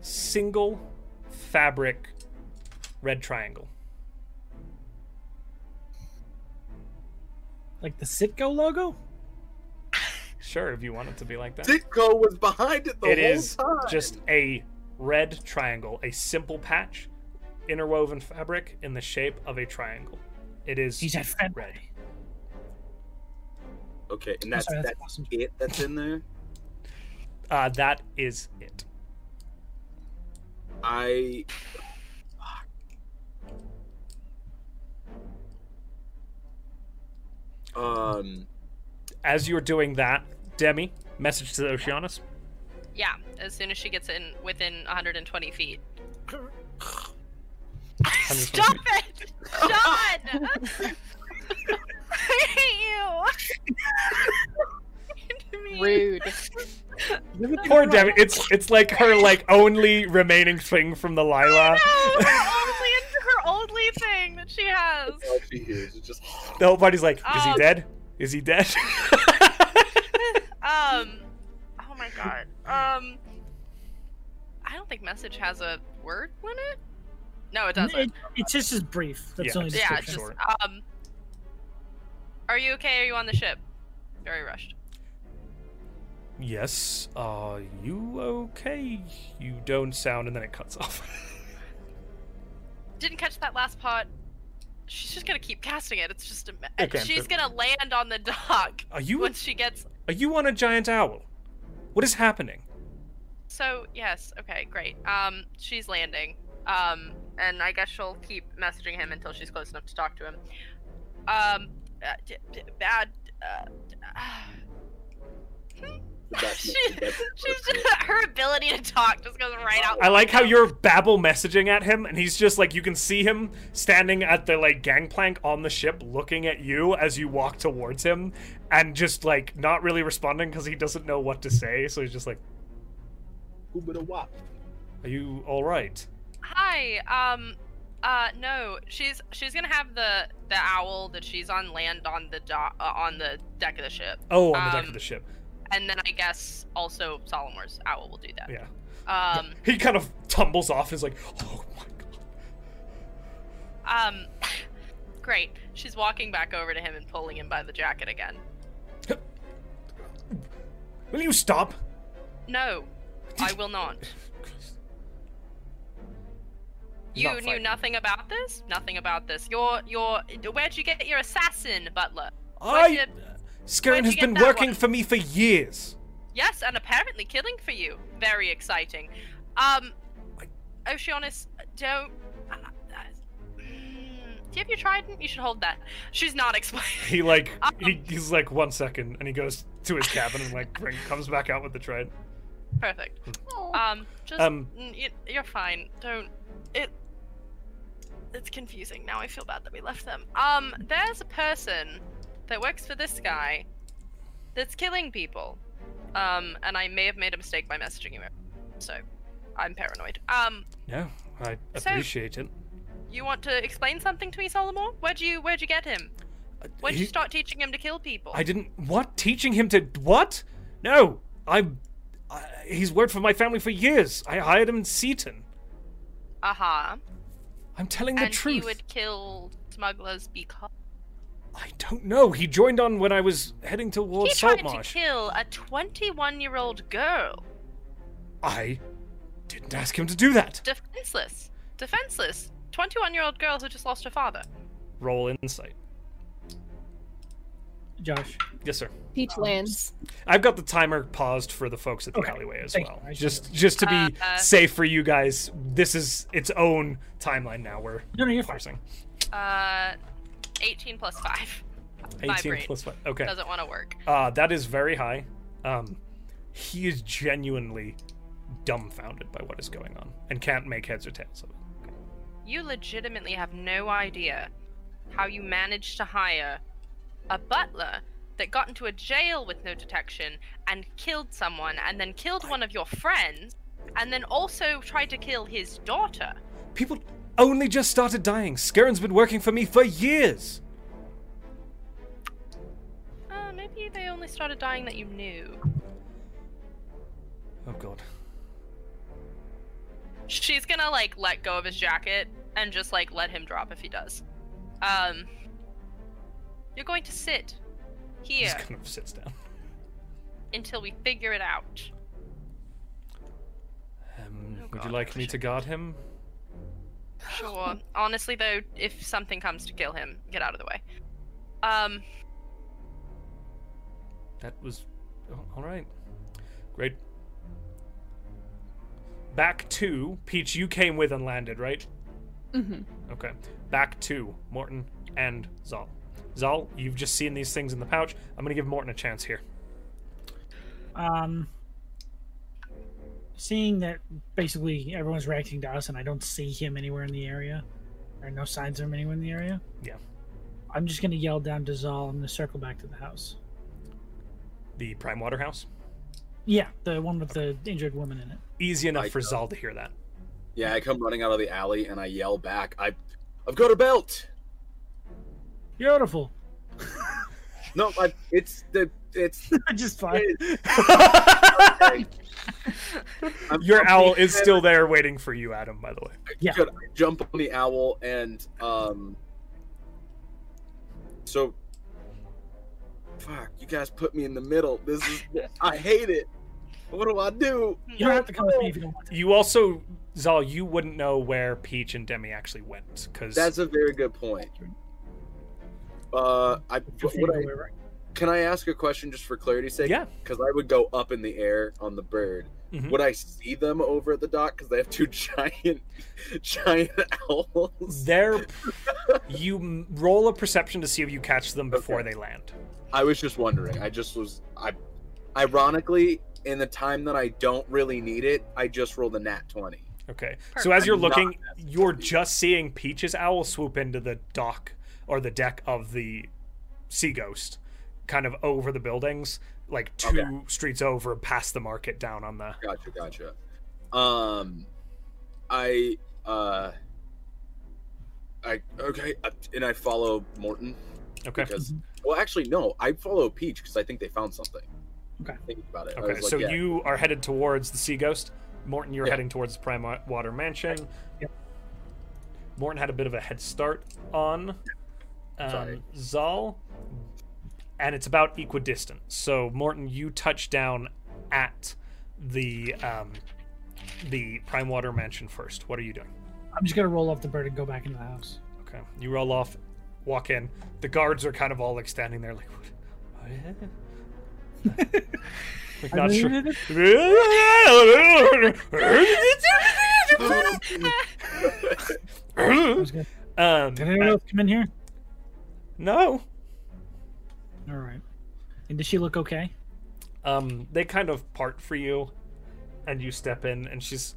A: single fabric red triangle.
D: Like the Sitco logo?
A: Sure, if you want it to be like that.
C: Ditko was behind it the
A: It
C: whole
A: is
C: time.
A: just a red triangle, a simple patch, interwoven fabric in the shape of a triangle. It is
D: He's at Fed.
A: red.
C: okay, and
D: I'm
C: that's
D: sorry,
C: that's
D: awesome.
C: it that's in there.
A: Uh, that is it.
C: I um
A: As you're doing that, Demi, message to Oceanus.
B: Yeah, as soon as she gets in within 120 feet. Stop it, John! I hate you. Mean.
F: Rude.
A: Poor Demi. It's it's like her like only remaining thing from the Lila.
B: No, her only, her only thing that she has.
C: all she hears is just
A: Nobody's like, is
B: Oh.
A: he dead? Is he dead?
B: Um, oh my god. Um, I don't think message has a word in it. No, it doesn't.
D: It, it's just as brief. That's
A: Yeah,
D: the only
B: yeah, it's
D: description.
B: just
A: short.
B: um. Are you okay? Are you on the ship? Very rushed.
A: yes. Are you okay? You don't sound, and then it cuts off.
B: Didn't catch that last part. She's just gonna keep casting it. It's just a. me-
A: Okay,
B: She's
A: but-
B: gonna land on the dock
A: Are you
B: once she gets.
A: are you on a giant owl? What is happening?
B: So yes, okay, great. Um, she's landing. Um, and I guess she'll keep messaging him until she's close enough to talk to him. Um, uh, d- d- bad. Uh, d- she, she's just, her ability to talk just goes right out.
A: I like how you're babble messaging at him, and he's just like you can see him standing at the like gangplank on the ship, looking at you as you walk towards him, and just like not really responding because he doesn't know what to say. So he's just like,
C: wop.
A: "Are you all right?"
B: Hi. Um. Uh. No. She's she's gonna have the the owl that she's on land on the do- uh, on the deck of the ship,
A: Oh, on the deck
B: Um,
A: of the ship.
B: and then I guess also Solomore's owl will do that.
A: Yeah.
B: Um.
A: He kind of tumbles off and is like, "Oh my god."
B: Um, great. She's walking back over to him and pulling him by the jacket again.
A: Will you stop?
B: No, I will not.
A: He's
B: You
A: not
B: knew
A: fighting.
B: nothing about this. Nothing about this. Your your. Where'd you get your assassin, Butler? Where'd
A: I.
B: you-
A: Scarin
B: where'd
A: has
B: you get
A: been
B: that
A: working
B: one?
A: for me for years.
B: Yes, and apparently killing for you. Very exciting. Um, Oceanus, don't. Uh, uh, mm, do you have your trident? You should hold that. She's not explaining.
A: He like
B: Uh,
A: he, he's like one second, and he goes to his cabin and like bring, comes back out with the trident.
B: Perfect. Um, just
A: Um,
B: n- y- you're fine. Don't it. It's confusing now. I feel bad that we left them. Um, there's a person that works for this guy that's killing people. Um, and I may have made a mistake by messaging him, so I'm paranoid. Um,
A: No, I
B: So-
A: appreciate it.
B: you want to explain something to me, Solomon? Where'd you Where'd you get him?
A: Uh,
B: Where'd
A: he-
B: you start teaching him to kill people?
A: I didn't. What? Teaching him to what? No, I'm. I, he's worked for my family for years. I hired him in Seaton.
B: Aha.
A: I'm telling the
B: And he
A: truth.
B: would kill smugglers because
A: I don't know. He joined on when I was heading
B: he
A: towards
B: tried to
A: Saltmarsh.
B: kill a 21-year-old girl.
A: I didn't ask him to do that.
B: defenseless, defenseless. Twenty-one-year-old girl who just lost her father.
A: Roll insight.
D: Josh.
A: Yes, sir.
F: Peach
E: Um,
F: lands.
A: I've got the timer paused for the folks at the
D: Okay.
A: alleyway as
D: Thank
A: well.
D: you. I
A: Just just to be
B: Uh, uh.
A: safe for you guys, this is its own timeline now. We're
D: No, no, you're fine.
A: parsing.
B: Uh, eighteen plus five. My
A: 18
B: brain
A: plus 5. Okay.
B: doesn't want to work.
A: Uh, that is very high. Um, he is genuinely dumbfounded by what is going on and can't make heads or tails of it.
B: You legitimately have no idea how you managed to hire a butler that got into a jail with no detection and killed someone, and then killed one of your friends, and then also tried to kill his daughter.
A: People only just started dying. Scarin's been working for me for years.
B: Uh, maybe they only started dying that you knew.
A: Oh god.
B: She's gonna like let go of his jacket and just like let him drop if he does. Um, you're going to sit Here
A: Just kind of sits down.
B: until we figure it out.
A: Um,
B: Oh
A: would you
B: God,
A: like me
B: shit.
A: to guard him?
B: Sure. Honestly, though, if something comes to kill him, get out of the way. Um,
A: That was oh, all right. Great. Back to Peach. You came with and landed, right?
F: Mm-hmm.
A: Okay. Back to Morton and Zal. Zal, you've just seen these things in the pouch. I'm gonna give Morton a chance here.
D: Um, seeing that basically everyone's reacting to us, and I don't see him anywhere in the area, or no signs of him anywhere in the area.
A: Yeah.
D: I'm just gonna yell down to Zal. I'm gonna circle back to the house.
A: The Prime Water House.
D: Yeah, the one with the injured woman in it.
A: Easy enough
C: I
A: for
C: know.
A: Zal to hear that.
C: Yeah, I come running out of the alley and I yell back, I, I've got a belt.
D: Beautiful.
C: No, I, it's the it's.
D: just fine.
C: I'm
A: Your
C: jumping
A: owl is
C: and
A: still there waiting for you, Adam. By the way.
D: Yeah.
C: Good. I jump on the owl and um. So. Fuck! You guys put me in the middle. This is. I hate it. What do I do?
D: You don't have to come with me if you don't want to.
A: You also, Zal, you wouldn't know where Peach and Demi actually went because
C: That's a very good point. Uh, I,
D: Your
C: what
D: finger
C: I
D: wherever.
C: can I ask a question just for clarity's sake?
A: yeah,
C: Because I would go up in the air on the bird.
A: Mhm.
C: Would I see them over at the dock? Because they have two giant, giant owls.
A: they're you m- roll a perception to see if you catch them before
C: Okay.
A: they land.
C: I was just wondering. I just was. I, ironically, in the time that I don't really need it, I just rolled a nat twenty.
A: Okay, so as you're
C: I'm not
A: looking, you're just seeing Peach's owl swoop into the dock or the deck of the Sea Ghost, kind of over the buildings, like two streets over, past the market, down on the.
C: Gotcha, gotcha. Um, I, uh, I okay, uh, and I follow Morton.
A: Okay, Mm-hmm.
C: because well actually no i follow peach because i think they found something
D: Okay.
C: think about it I
A: okay.
C: was like,
A: so
C: yeah.
A: you are headed towards the Sea Ghost. Morton, you're
C: Yeah.
A: heading towards the Prime Wa- Water Mansion.
D: Yep.
A: Morton had a bit of a head start on
C: Sorry.
A: um, Zal, and it's about equidistant. So Morton, you touch down at the um, the Prime Water Mansion first. What are you doing?
D: I'm just gonna roll off the bird and go back into the house.
A: Okay, you roll off, walk in. The guards are kind of all like standing there, like, what? what is it?" like not sure.
D: I was gonna-
A: um,
D: Did anyone else come in here?
A: no.
D: All right. And does she look okay?
A: Um, they kind of part for you, and you step in, and she's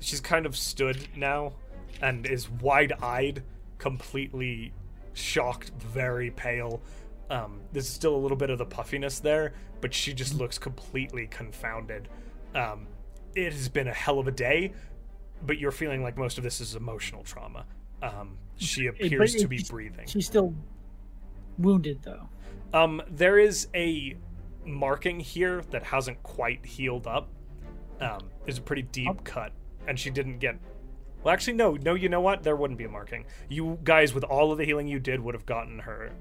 A: she's kind of stood now, and is wide-eyed, completely shocked, very pale. Um, there's still a little bit of the puffiness there, but she just looks completely confounded. Um, it has been a hell of a day, but you're feeling like most of this is emotional trauma. Um, she
D: but
A: appears to
D: it-
A: be breathing.
D: She's still wounded though.
A: Um, there is a marking here that hasn't quite healed up. Um, there's a pretty deep
D: Up.
A: cut, and she didn't get. Well, actually, no, no. You know what? There wouldn't be a marking. You guys, with all of the healing you did, would have gotten her.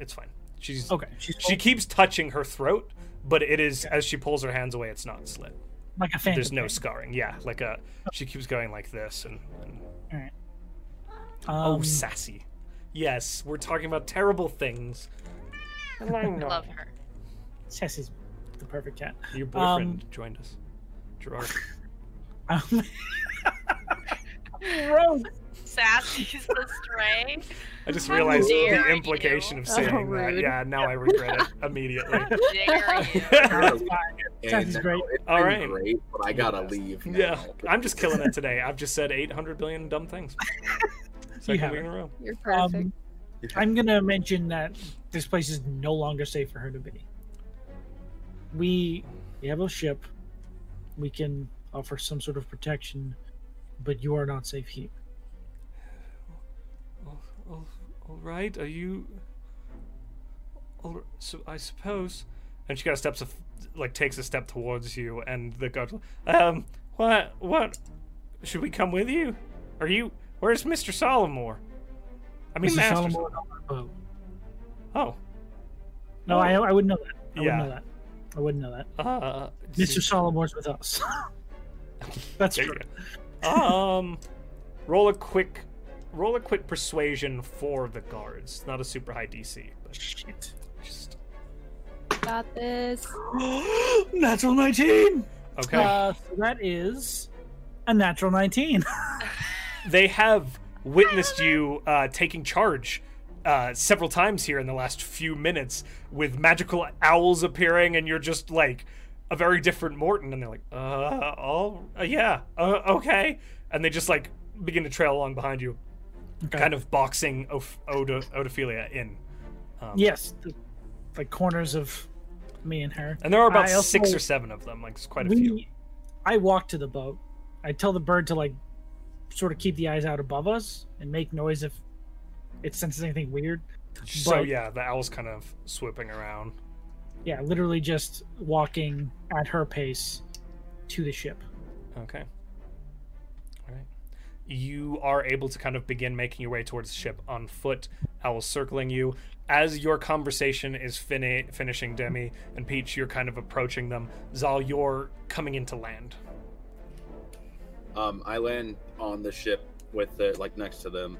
A: It's fine. She's
D: Okay. She's
A: she keeps touching her throat, but it is as she pulls her hands away, it's not slit.
D: like a fan.
A: There's no scarring. Yeah, like a she keeps going like this, and, and
D: Um.
A: oh, sassy. Yes, we're talking about terrible things. And I know.
B: love her.
D: Sassy's the perfect cat.
A: Your
D: boyfriend
A: joined us. Gerard.
D: Um,
B: Sassy's the stray.
A: I just
B: How
A: realized the
B: dare
A: implication
B: you.
A: of saying
F: Oh,
A: that.
F: rude.
A: Yeah, now I regret it immediately.
B: Dare you?
C: Gotta leave.
D: Sounds
C: And
D: great.
C: now it's
A: All
C: been
A: right.
C: great, but i gotta
A: Yes.
C: leave now.
A: yeah, I'm just killing it today. I've just said 800 billion dumb things. Second
D: have
A: week
D: it.
A: in a row.
F: You're perfect.
D: um, I'm gonna mention that this place is no longer safe for her to be. We we have a ship. We can offer some sort of protection, but you are not safe here.
A: all right, are you. All, so I suppose. And she kind of steps, a f like takes a step towards you, and the guard's like, um, what, what? Should we come with you? Are you. Where's Mr. Solomore? I mean,
D: Mr.
A: Master
D: Solomon on our boat.
A: Oh.
D: No, I, I would know that. I
A: Yeah.
D: would know that. I wouldn't know that.
A: Uh,
D: Mr. Solomore's with us. That's
A: There
D: true.
A: you go. um, roll a quick, roll a quick persuasion for the guards. Not a super high DC, but
D: Shit.
A: just
F: Got this.
D: natural 19!
A: okay.
D: Uh, so that is a natural 19.
A: they have witnessed you uh, taking charge uh, several times here in the last few minutes with magical owls appearing, and you're just like a very different Morton. And they're like, uh, all, uh, yeah, uh, okay. And they just like begin to trail along behind you,
D: Okay.
A: kind of boxing Oph- Oda- Odophilia in. Um,
D: Yes. The, like corners of me and her.
A: And there are about
D: I also-
A: six or seven of them, like it's quite a few.
D: We, I walk to the boat. I tell the bird to like sort of keep the eyes out above us and make noise if it senses anything weird.
A: So
D: but-
A: yeah, the owls kind of swooping around.
D: Yeah, literally just walking at her pace to the ship.
A: Okay. All right. You are able to kind of begin making your way towards the ship on foot. Owl circling you. As your conversation is fini- finishing, Demi and Peach, you're kind of approaching them. Zal, you're coming into land.
C: Um, I land on the ship with the like next to them.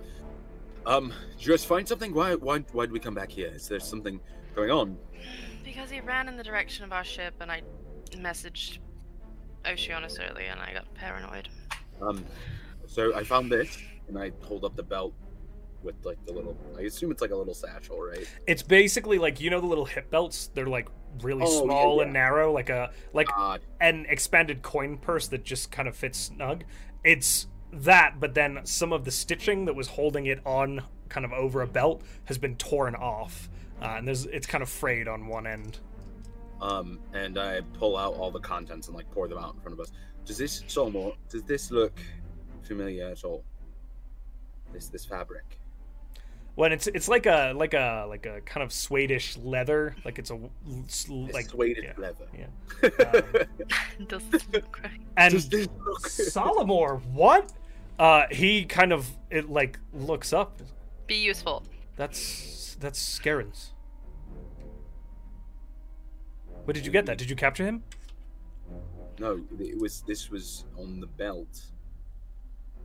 C: Um, did you guys find something? Why why why did we come back here? Is there something going on?
B: Because he ran in the direction of our ship, and I messaged Oceanus earlier, and I got paranoid.
C: Um, so I found this, and I hold up the belt with like the little. I assume it's like a little satchel, right?
A: It's basically like you know the little hip belts. They're like really
C: Oh, yeah,
A: small
C: yeah.
A: and narrow, like a like
C: God,
A: an expanded coin purse that just kind of fits snug. It's that, but then some of the stitching that was holding it on, kind of over a belt, has been torn off, uh, and there's it's kind of frayed on one end.
C: um, and I pull out all the contents and like pour them out in front of us. Does this Solmo? Does this look familiar at all? This this fabric.
A: When it's it's like a like a like a kind of Swedish leather, like it's a it's
C: This
A: like
C: weighted
A: yeah.
C: leather.
A: Um,
B: Does this look right?
A: and
C: does this look?
A: Solomor, what? Uh, he kind of it like looks up.
B: Be useful.
A: That's that's Scarens. Where did you get that? Did you capture him?
C: No, it was. This was on the belt.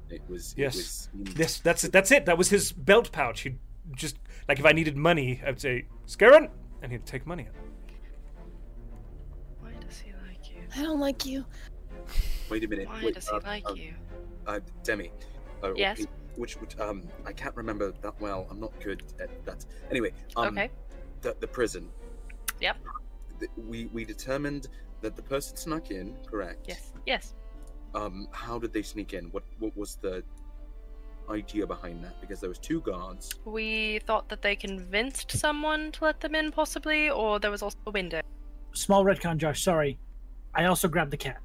C: It was.
A: Yes.
C: It was in-
A: Yes, that's it. That's it. That was his belt pouch. He'd just like if I needed money, I'd say Scarron, and he'd take money. out.
B: Why does he like you?
E: I don't like you.
C: Wait a minute.
B: Why
C: wait,
B: does he
C: uh,
B: like
C: uh,
B: you?
C: Uh, Demi. Uh, wh-
B: Yes?
C: Which, which, um, I can't remember that well. I'm not good at that. Anyway, um,
B: okay.
C: the, the prison.
B: Yep.
C: Th- we we determined that the person snuck in. Correct.
B: Yes. Yes.
C: Um, how did they sneak in? What what was the idea behind that? Because there was two guards.
B: We thought that they convinced someone to let them in, possibly, or there was also a window.
D: Small retcon, Josh. Sorry. I also grabbed the cat.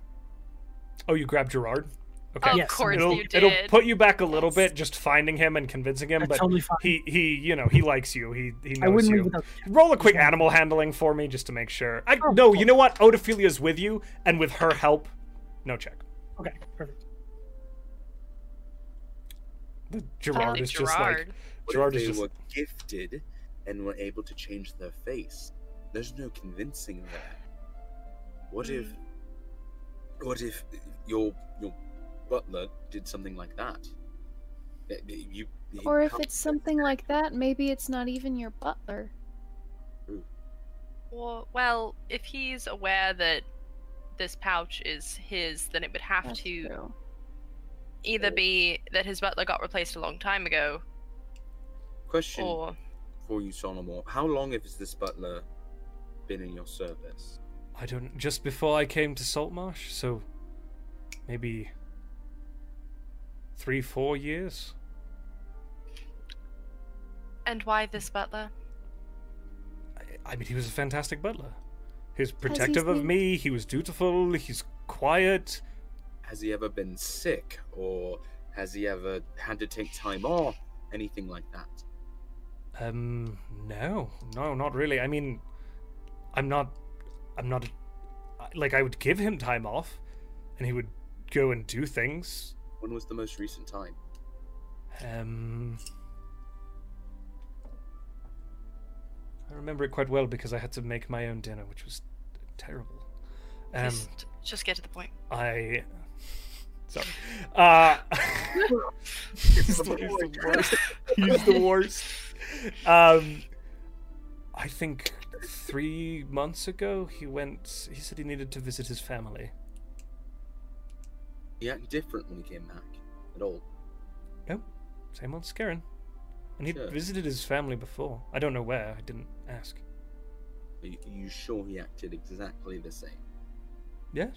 A: Oh, you grabbed Gerard. Okay.
B: of
D: Yes,
B: course
A: It'll,
B: you did.
A: it'll put you back a little bit just finding him and convincing him,
D: That's
A: but
D: totally fine.
A: he he you know he likes you. He he knows
D: I wouldn't
A: you.
D: leave without.
A: Roll a quick animal handling for me just to make sure. I,
D: Oh,
A: no,
D: cool.
A: you know what? Odophilia's with you, and with her help, no check.
D: Okay, perfect.
A: The Gerard is just like
C: What if
A: Gerard
C: they
A: is just
C: were gifted and were able to change their face. There's no convincing there. What if?
A: Hmm.
C: What if your your butler did something like that? Eh, eh, You. he
E: Or if
C: can't-
E: it's something like that, maybe it's not even your butler.
B: Well, well, if he's aware that this pouch is his, then it would have
E: That's
B: to
E: true.
B: either be that his butler got replaced a long time ago,
C: question
B: or
C: for you, Solomon. How long has this butler been in your service?
A: I don't. Just before I came to Saltmarsh, so maybe three, four years.
B: and why this butler?
A: I, I mean, he was a fantastic butler. He was
E: he
A: protective of
E: seen-
A: me. He was dutiful. He's quiet.
C: Has he ever been sick, or has he ever had to take time off? Anything like that?
A: Um, no, no, not really. I mean, I'm not, I'm not, like I would give him time off, and he would go and do things.
C: When was the most recent time?
A: Um, I remember it quite well because I had to make my own dinner, which was terrible. Um,
B: just, just get to the point.
A: I. Sorry. Uh, used the worst. Used the worst. Um, I think three months ago he went. He said he needed to visit his family.
C: He acted different when he came back at all.
A: Same old Scarin. And he'd
C: Sure.
A: visited his family before. I don't know where. I didn't ask.
C: Are you, are you sure he acted exactly the same?
A: Yes.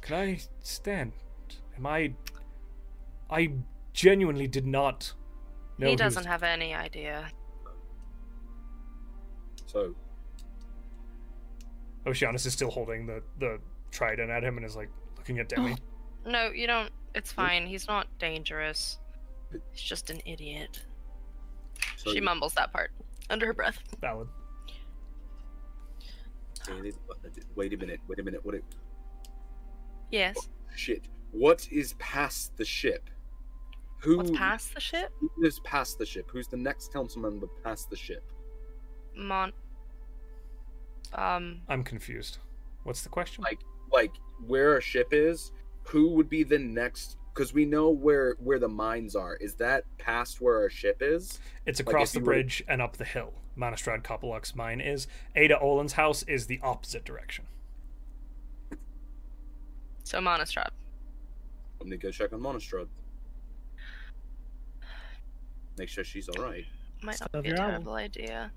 A: Can I stand? Am I? I genuinely did not. know
B: he
A: was-
B: doesn't have any idea.
C: So,
A: Oceanus is still holding the the trident at him and is like looking at Demi.
B: No, you don't. It's fine. He's not dangerous. He's just an idiot.
C: so
B: she
C: you
B: mumbles that part under her breath.
A: Valid.
C: stated- Wait a minute. Wait a minute. What? It,
B: Yes.
C: shit. What is past the ship? Who
B: What's past the ship?
C: who lives past the ship? Who's the next council member past the ship?
B: Mon. Um.
A: I'm confused. What's the question?
C: Like- Like where a ship is, who would be the next? Because we know where where the mines are. Is that past where our ship is?
A: it's
C: if
A: across the
C: you were to-
A: bridge and up the hill. Manastrad Kopalok's mine is. Ada Olin's house is the opposite direction.
B: So Monastrad.
C: I'm gonna go check on Monastrad. Make sure she's all right.
B: Might
D: Still
B: not be a
D: your owl.
B: terrible idea.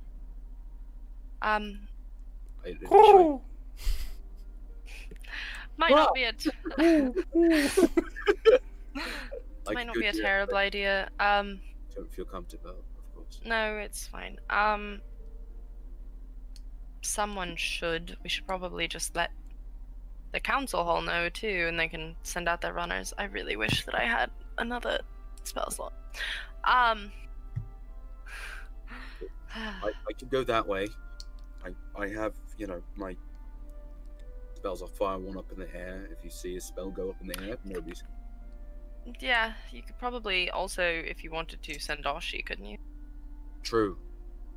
B: Um.
C: I- I-
A: Cool.
B: Might not be a. T-
C: I
B: might
C: could
B: not
C: go
B: be a
C: do it,
B: terrible
C: but
B: idea. Um.
C: Don't feel comfortable, of course.
B: No, it's fine. Um. Someone should. We should probably just let the council hall know too, and they can send out their runners. I really wish that I had another spell slot. Um. Mm.
C: I, I could go that way. I I have you know my spells. I'll fire one up in the air. If you see a spell go up in the air, nobody's.
B: yeah, you could probably also, if you wanted to, send Oshi, couldn't you?
C: True.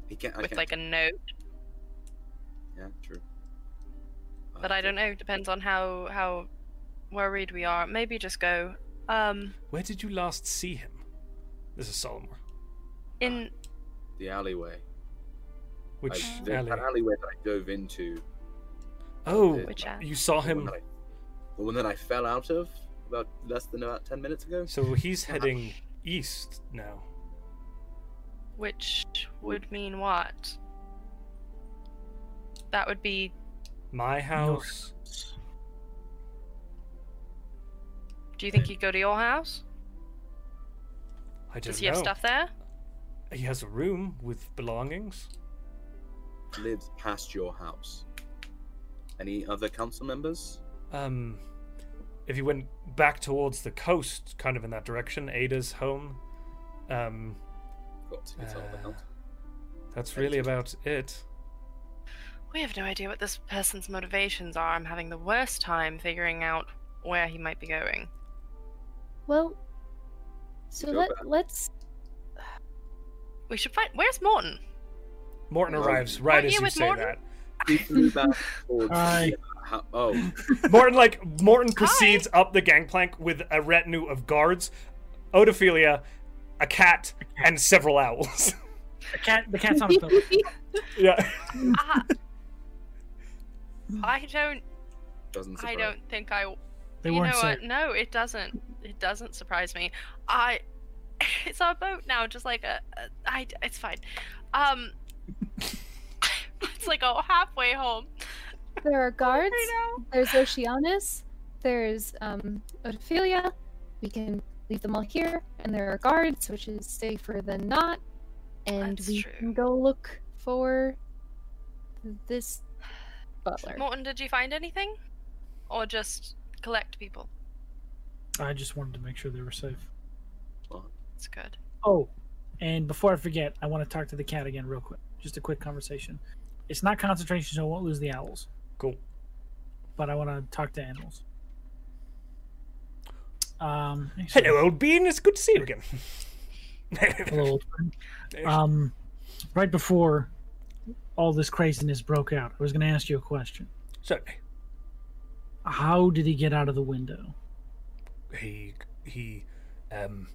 C: He can't. I
B: With
C: can't.
B: like a note.
C: Yeah, true. Uh,
B: But I don't know. Depends on how how worried we are. Maybe just go. Um.
A: Where did you last see him? This is Solomor.
B: In
C: The alleyway.
A: Which
C: I, the,
A: alley?
C: That alleyway that I dove into.
A: Oh,
C: the-
B: which
A: you saw
C: the one
A: him.
C: that I, the one that I fell out of about less than about ten minutes ago.
A: So he's heading east now.
B: Which would mean what? That would be
A: My house.
B: do you
A: Uh,
B: think he'd go to your house?
A: I don't
B: Does he
A: know.
B: have stuff there?
A: He has a room with belongings.
C: Lives past your house. Any other council members?
A: Um, if you went back towards the coast, kind of in that direction, Ada's home. Um,
C: Got to get all the
A: Uh,
C: council.
A: that's really about it.
B: We have no idea what this person's motivations are. I'm having the worst time figuring out where he might be going.
E: Well, so
C: Go
E: let,
C: back.
E: let's.
B: We should find where's Morton?
A: Morton
C: Well,
A: arrives right
B: you
A: as you
B: with
A: say
B: Morton?
C: He flew back towards
D: Hi.
C: the, uh, ho- oh,
A: that. Morton like Morton proceeds up the gangplank with a retinue of guards, Odophilia, a cat, and several owls.
D: The cat, the cat's on a pillow.
A: yeah.
B: Ah, I don't I
C: doesn't surprise.
B: don't think I
D: They
B: you know
D: weren't
B: what?
D: sick.
B: No, it doesn't. It doesn't surprise me. I, it's our boat now. Just like a, a I, it's fine. Um, it's like a halfway home
E: There are guards.
B: right now.
E: There's Oceanus. There's um, Ophelia. We can leave them all here, and there are guards, which is safer than not. And
B: That's
E: we
B: true.
E: can go look for this butler.
B: Morton, did you find anything, or just collect people?
D: I just wanted to make sure they were safe.
B: It's good.
D: Oh, and before I forget, I want to talk to the cat again, real quick. Just a quick conversation. It's not concentration, so I won't lose the owls.
A: Cool.
D: But I want to talk to animals. Um. hey, sorry.
A: Hello, old bean. It's good to see you again.
D: Hello. old friend. Um. right before all this craziness broke out, I was going to ask you a question.
A: Certainly.
D: How did he get out of the window?
A: He he um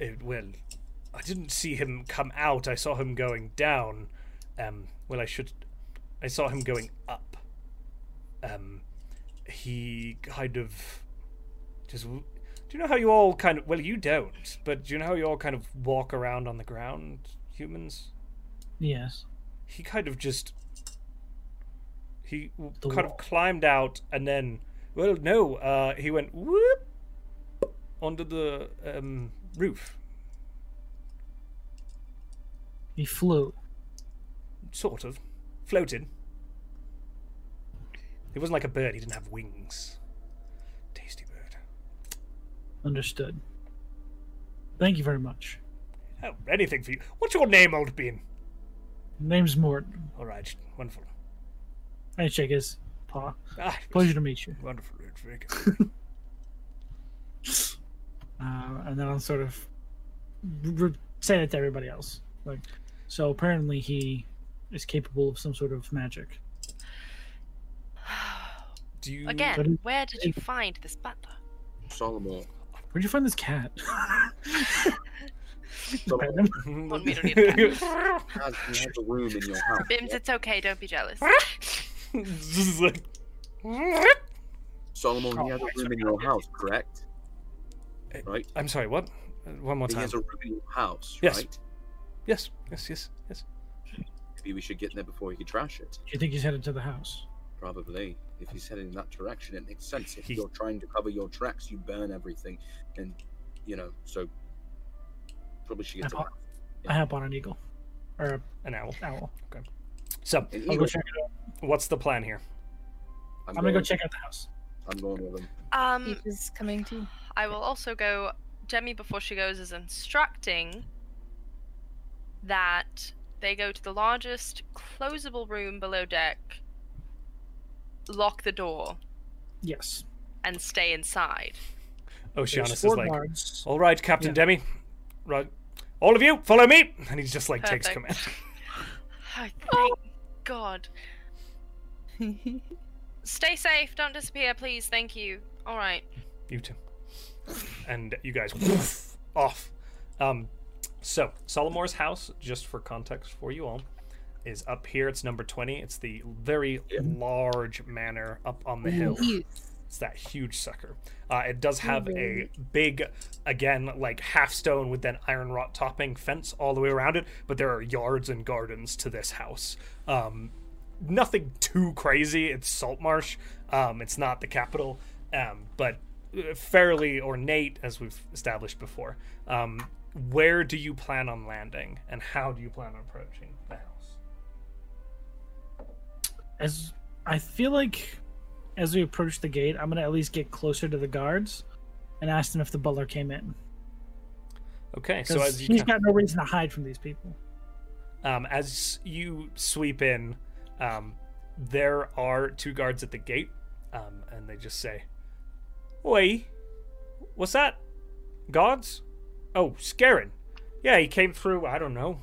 A: eh, well I didn't see him come out. I saw him going down. Um well I should I saw him going up. Um he kind of just w- do you know how you all kind of well you don't but do you know how you all kind of walk around on the ground humans
D: Yes.
A: he kind of just he w-
D: The
A: kind
D: wall.
A: of climbed out and then well no uh he went whoop onto the um roof
D: He flew.
A: sort of floated he wasn't like a bird he didn't have wings tasty bird
D: Understood. Thank you very much.
A: oh anything for you what's your name old bean
D: Name's Morton.
A: all right wonderful
D: I shake his paw.
A: ah,
D: Pleasure to meet you.
A: wonderful it's very good.
D: uh, and then I'll sort of r- r- say that to everybody else. Like, so apparently he is capable of some sort of magic.
A: do you
D: But
B: Again,
D: it-
B: where did you find this butler?
C: Solomon.
D: Where'd you find this cat? Pet him.
B: One, we don't need a
C: Has, he has a room in your house.
B: Bims, it's okay. Don't be jealous.
A: Just like-
C: Solomon,
D: Oh,
C: he has
D: I
C: a room in your house, correct?
A: Eh,
C: Right?
A: I'm sorry, what? Uh, One more
C: He
A: time.
C: has a room in your house,
A: Yes.
C: right?
A: Yes, yes, yes, yes.
C: Maybe we should get in there before he could trash it.
D: you think he's headed to the house?
C: Probably. If he's heading in that direction, it makes sense. If
A: He-
C: you're trying to cover your tracks, you burn everything. And, you know, so probably should get to
D: I- I hop on an eagle or a
A: An owl.
D: owl.
A: So,
C: And
D: I'll
C: Eagle,
D: go check it out.
A: what's the plan here?
C: I'm,
D: I'm gonna go
C: going-
D: check out the house.
C: I'm going with him.
B: Um,
F: Peach is coming too.
B: I will also go. Demi, before she goes, is instructing that they go to the largest closable room below deck, lock the door,
D: Yes.
B: and stay inside.
D: There's
A: Oceanus is
D: four
A: like,
D: guards.
A: all right, Captain
D: Yeah.
A: Demi. Right. All of you, follow me! And he just like takes command.
B: Perfect. Oh, thank God. Stay safe. Don't disappear, please. Thank you. All right.
A: You two. And you guys woof, off. Um, so, Solomore's house, just for context for you all, is up here. It's number 20. It's the very large manor up on the hill. It's that huge sucker. Uh, it does have a big, again, like half stone with then iron wrought topping fence all the way around it, but there are yards and gardens to this house. Um, nothing too crazy. It's salt marsh. Um, it's not the capital, um, but uh, fairly ornate, as we've established before. Um, where do you plan on landing, and how do you plan on approaching the house?
D: As I feel like, as we approach the gate, I'm gonna at least get closer to the guards, and ask them if the butler came in.
A: Okay, so
D: Because
A: as
D: he's
A: you kind
D: got no reason to hide from these people.
A: Um, as you sweep in, um, there are two guards at the gate, um, and they just say, Oi, what's that? Guards? Oh, Scarin. Yeah, he came through, I don't know,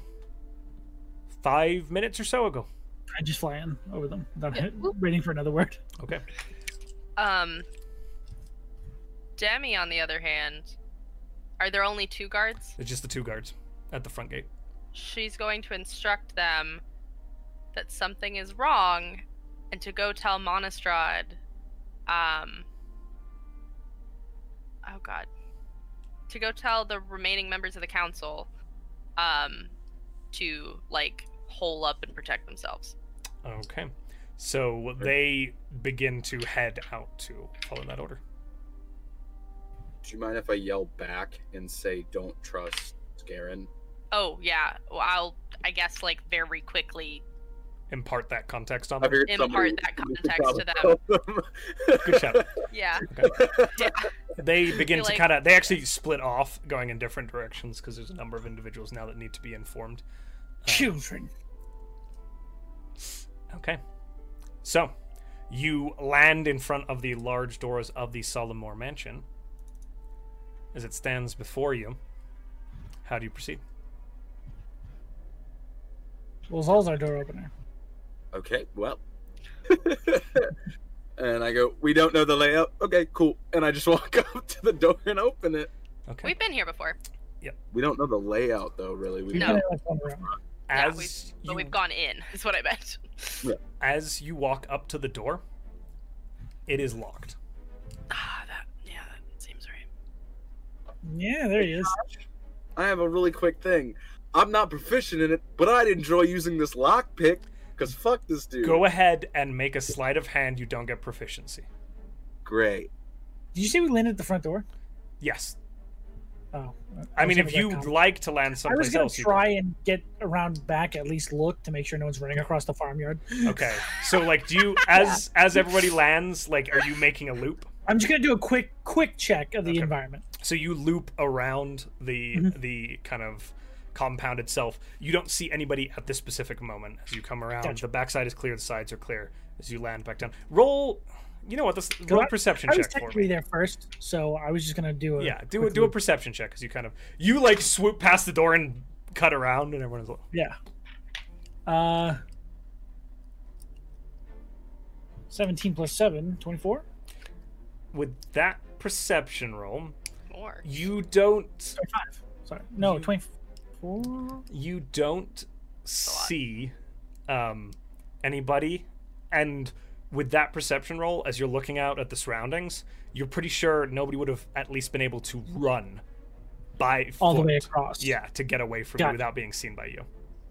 A: five minutes or so ago.
D: I just fly in over them without
F: Yeah,
D: hit-
F: whoop.
D: waiting for another word.
A: Okay.
B: Um. Demi, on the other hand, are there only two guards?
A: It's just the two guards at the front gate.
B: She's going to instruct them that something is wrong, and to go tell Monastrad. Um. Oh God. To go tell the remaining members of the council, um, to like hole up and protect themselves.
A: Okay. So they begin to head out to follow that order.
C: Do you mind if I yell back and say, don't trust Garen?
B: Oh yeah, well, I'll I guess like very quickly.
A: Impart that context on
C: I
A: them.
C: figured
B: Impart
C: somebody-
B: that
C: somebody could
B: context
C: probably help
A: Good shot.
B: Yeah.
A: they begin
B: Be
A: to
B: like-
A: kind of they actually split off going in different directions because there's a number of individuals now that need to be informed
D: Children.
A: okay so you land in front of the large doors of the solomore mansion as it stands before you how do you proceed
D: Well, Zol's our door opener.
C: Okay, well. and I go, we don't know the layout. Okay, cool. And I just walk up to the door and open it.
A: Okay.
B: We've been here before,
C: We don't know the layout though, really. We
D: You
B: No.
D: can only walk one round.
B: yeah,
A: as
B: but
A: you,
B: we've gone in. Is what I meant.
A: as you walk up to the door, it is locked.
B: Ah, that yeah, that seems right.
D: Yeah, there he is.
C: I have a really quick thing. I'm not proficient in it, but I'd enjoy using this lockpick because fuck this dude.
A: Go ahead and make a sleight of hand. You don't get proficiency.
C: Great.
D: Did you say we landed at the front door?
A: Yes.
D: Oh.
A: I, mean,
D: was
A: if
D: gonna
A: you
D: get
A: would
D: com-
A: like to land
D: I was
A: someplace
D: gonna
A: else, you
D: try and get around back, at least look to make sure no one's running across the farmyard.
A: Okay. So like do you as as everybody lands, like are you making a loop?
D: I'm just gonna do a quick, quick check of the
A: Okay.
D: environment.
A: So you loop around the
D: Mhm.
A: the kind of compound itself. You don't see anybody at this specific moment as you come around.
D: Gotcha.
A: The backside is clear, the sides are clear as you land back down. Roll you know what, this roll a
D: I-
A: perception
D: I was
A: check for
D: technically
A: me.
D: there first, so I was just gonna do a
A: Yeah, do a
D: quick
A: do a
D: loop.
A: perception check as you kind of you like swoop past the door and cut around and everyone's like
D: yeah. Uh, seventeen plus seven, 24.
A: with that perception roll,
B: More.
A: you don't
D: 25. Sorry, no,
A: You-
D: twenty-four.
A: you don't
B: lot.
A: see um, anybody and with that perception roll as you're looking out at the surroundings you're pretty sure nobody would have at least been able to run by
D: All the
A: foot.
D: way across.
A: yeah to get away from you
D: Gotcha.
A: without being seen by you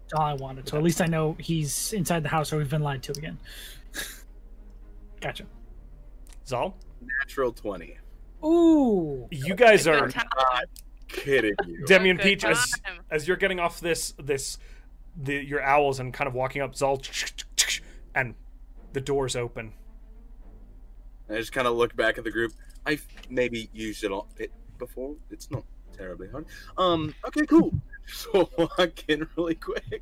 D: That's all I wanted. So at least I know he's inside the house, or we've been lied to again. gotcha.
A: zal
C: Natural 20.
D: Ooh.
A: you guys
B: Good
A: are
B: time,
C: Kidding you.
A: demi
B: good
A: and peach as,
B: time.
A: as you're getting off this this the your owls and kind of walking up zal and the doors open
C: And I just kind of look back at the group. I've maybe used it all it before. It's not terribly hard. Um. Okay. Cool. So walk in really quick.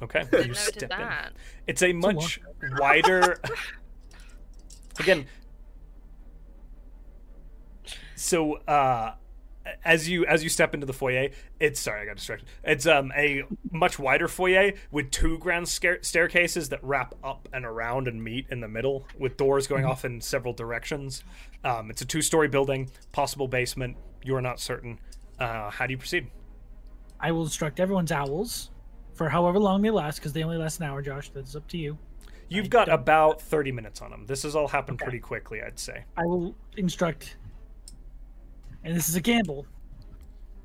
A: okay
B: Didn't
A: you
B: notice
A: step in
B: that.
A: It's a
D: walk.
A: much wider. Again, so uh, as you as you step into the foyer, it's sorry I got distracted. It's um a much wider foyer with two grand scar- staircases that wrap up and around and meet in the middle, with doors going
D: Mm-hmm.
A: off in several directions. Um, it's a two story building, possible basement. You are not certain. Uh, how do you proceed?
D: I will instruct everyone's owls for however long they last, because they only last an hour, Josh. That's up to you.
A: You've
D: I
A: got
D: don't-
A: about thirty minutes on them. This has all happened
D: Okay.
A: pretty quickly, I'd say.
D: I will instruct, and this is a gamble.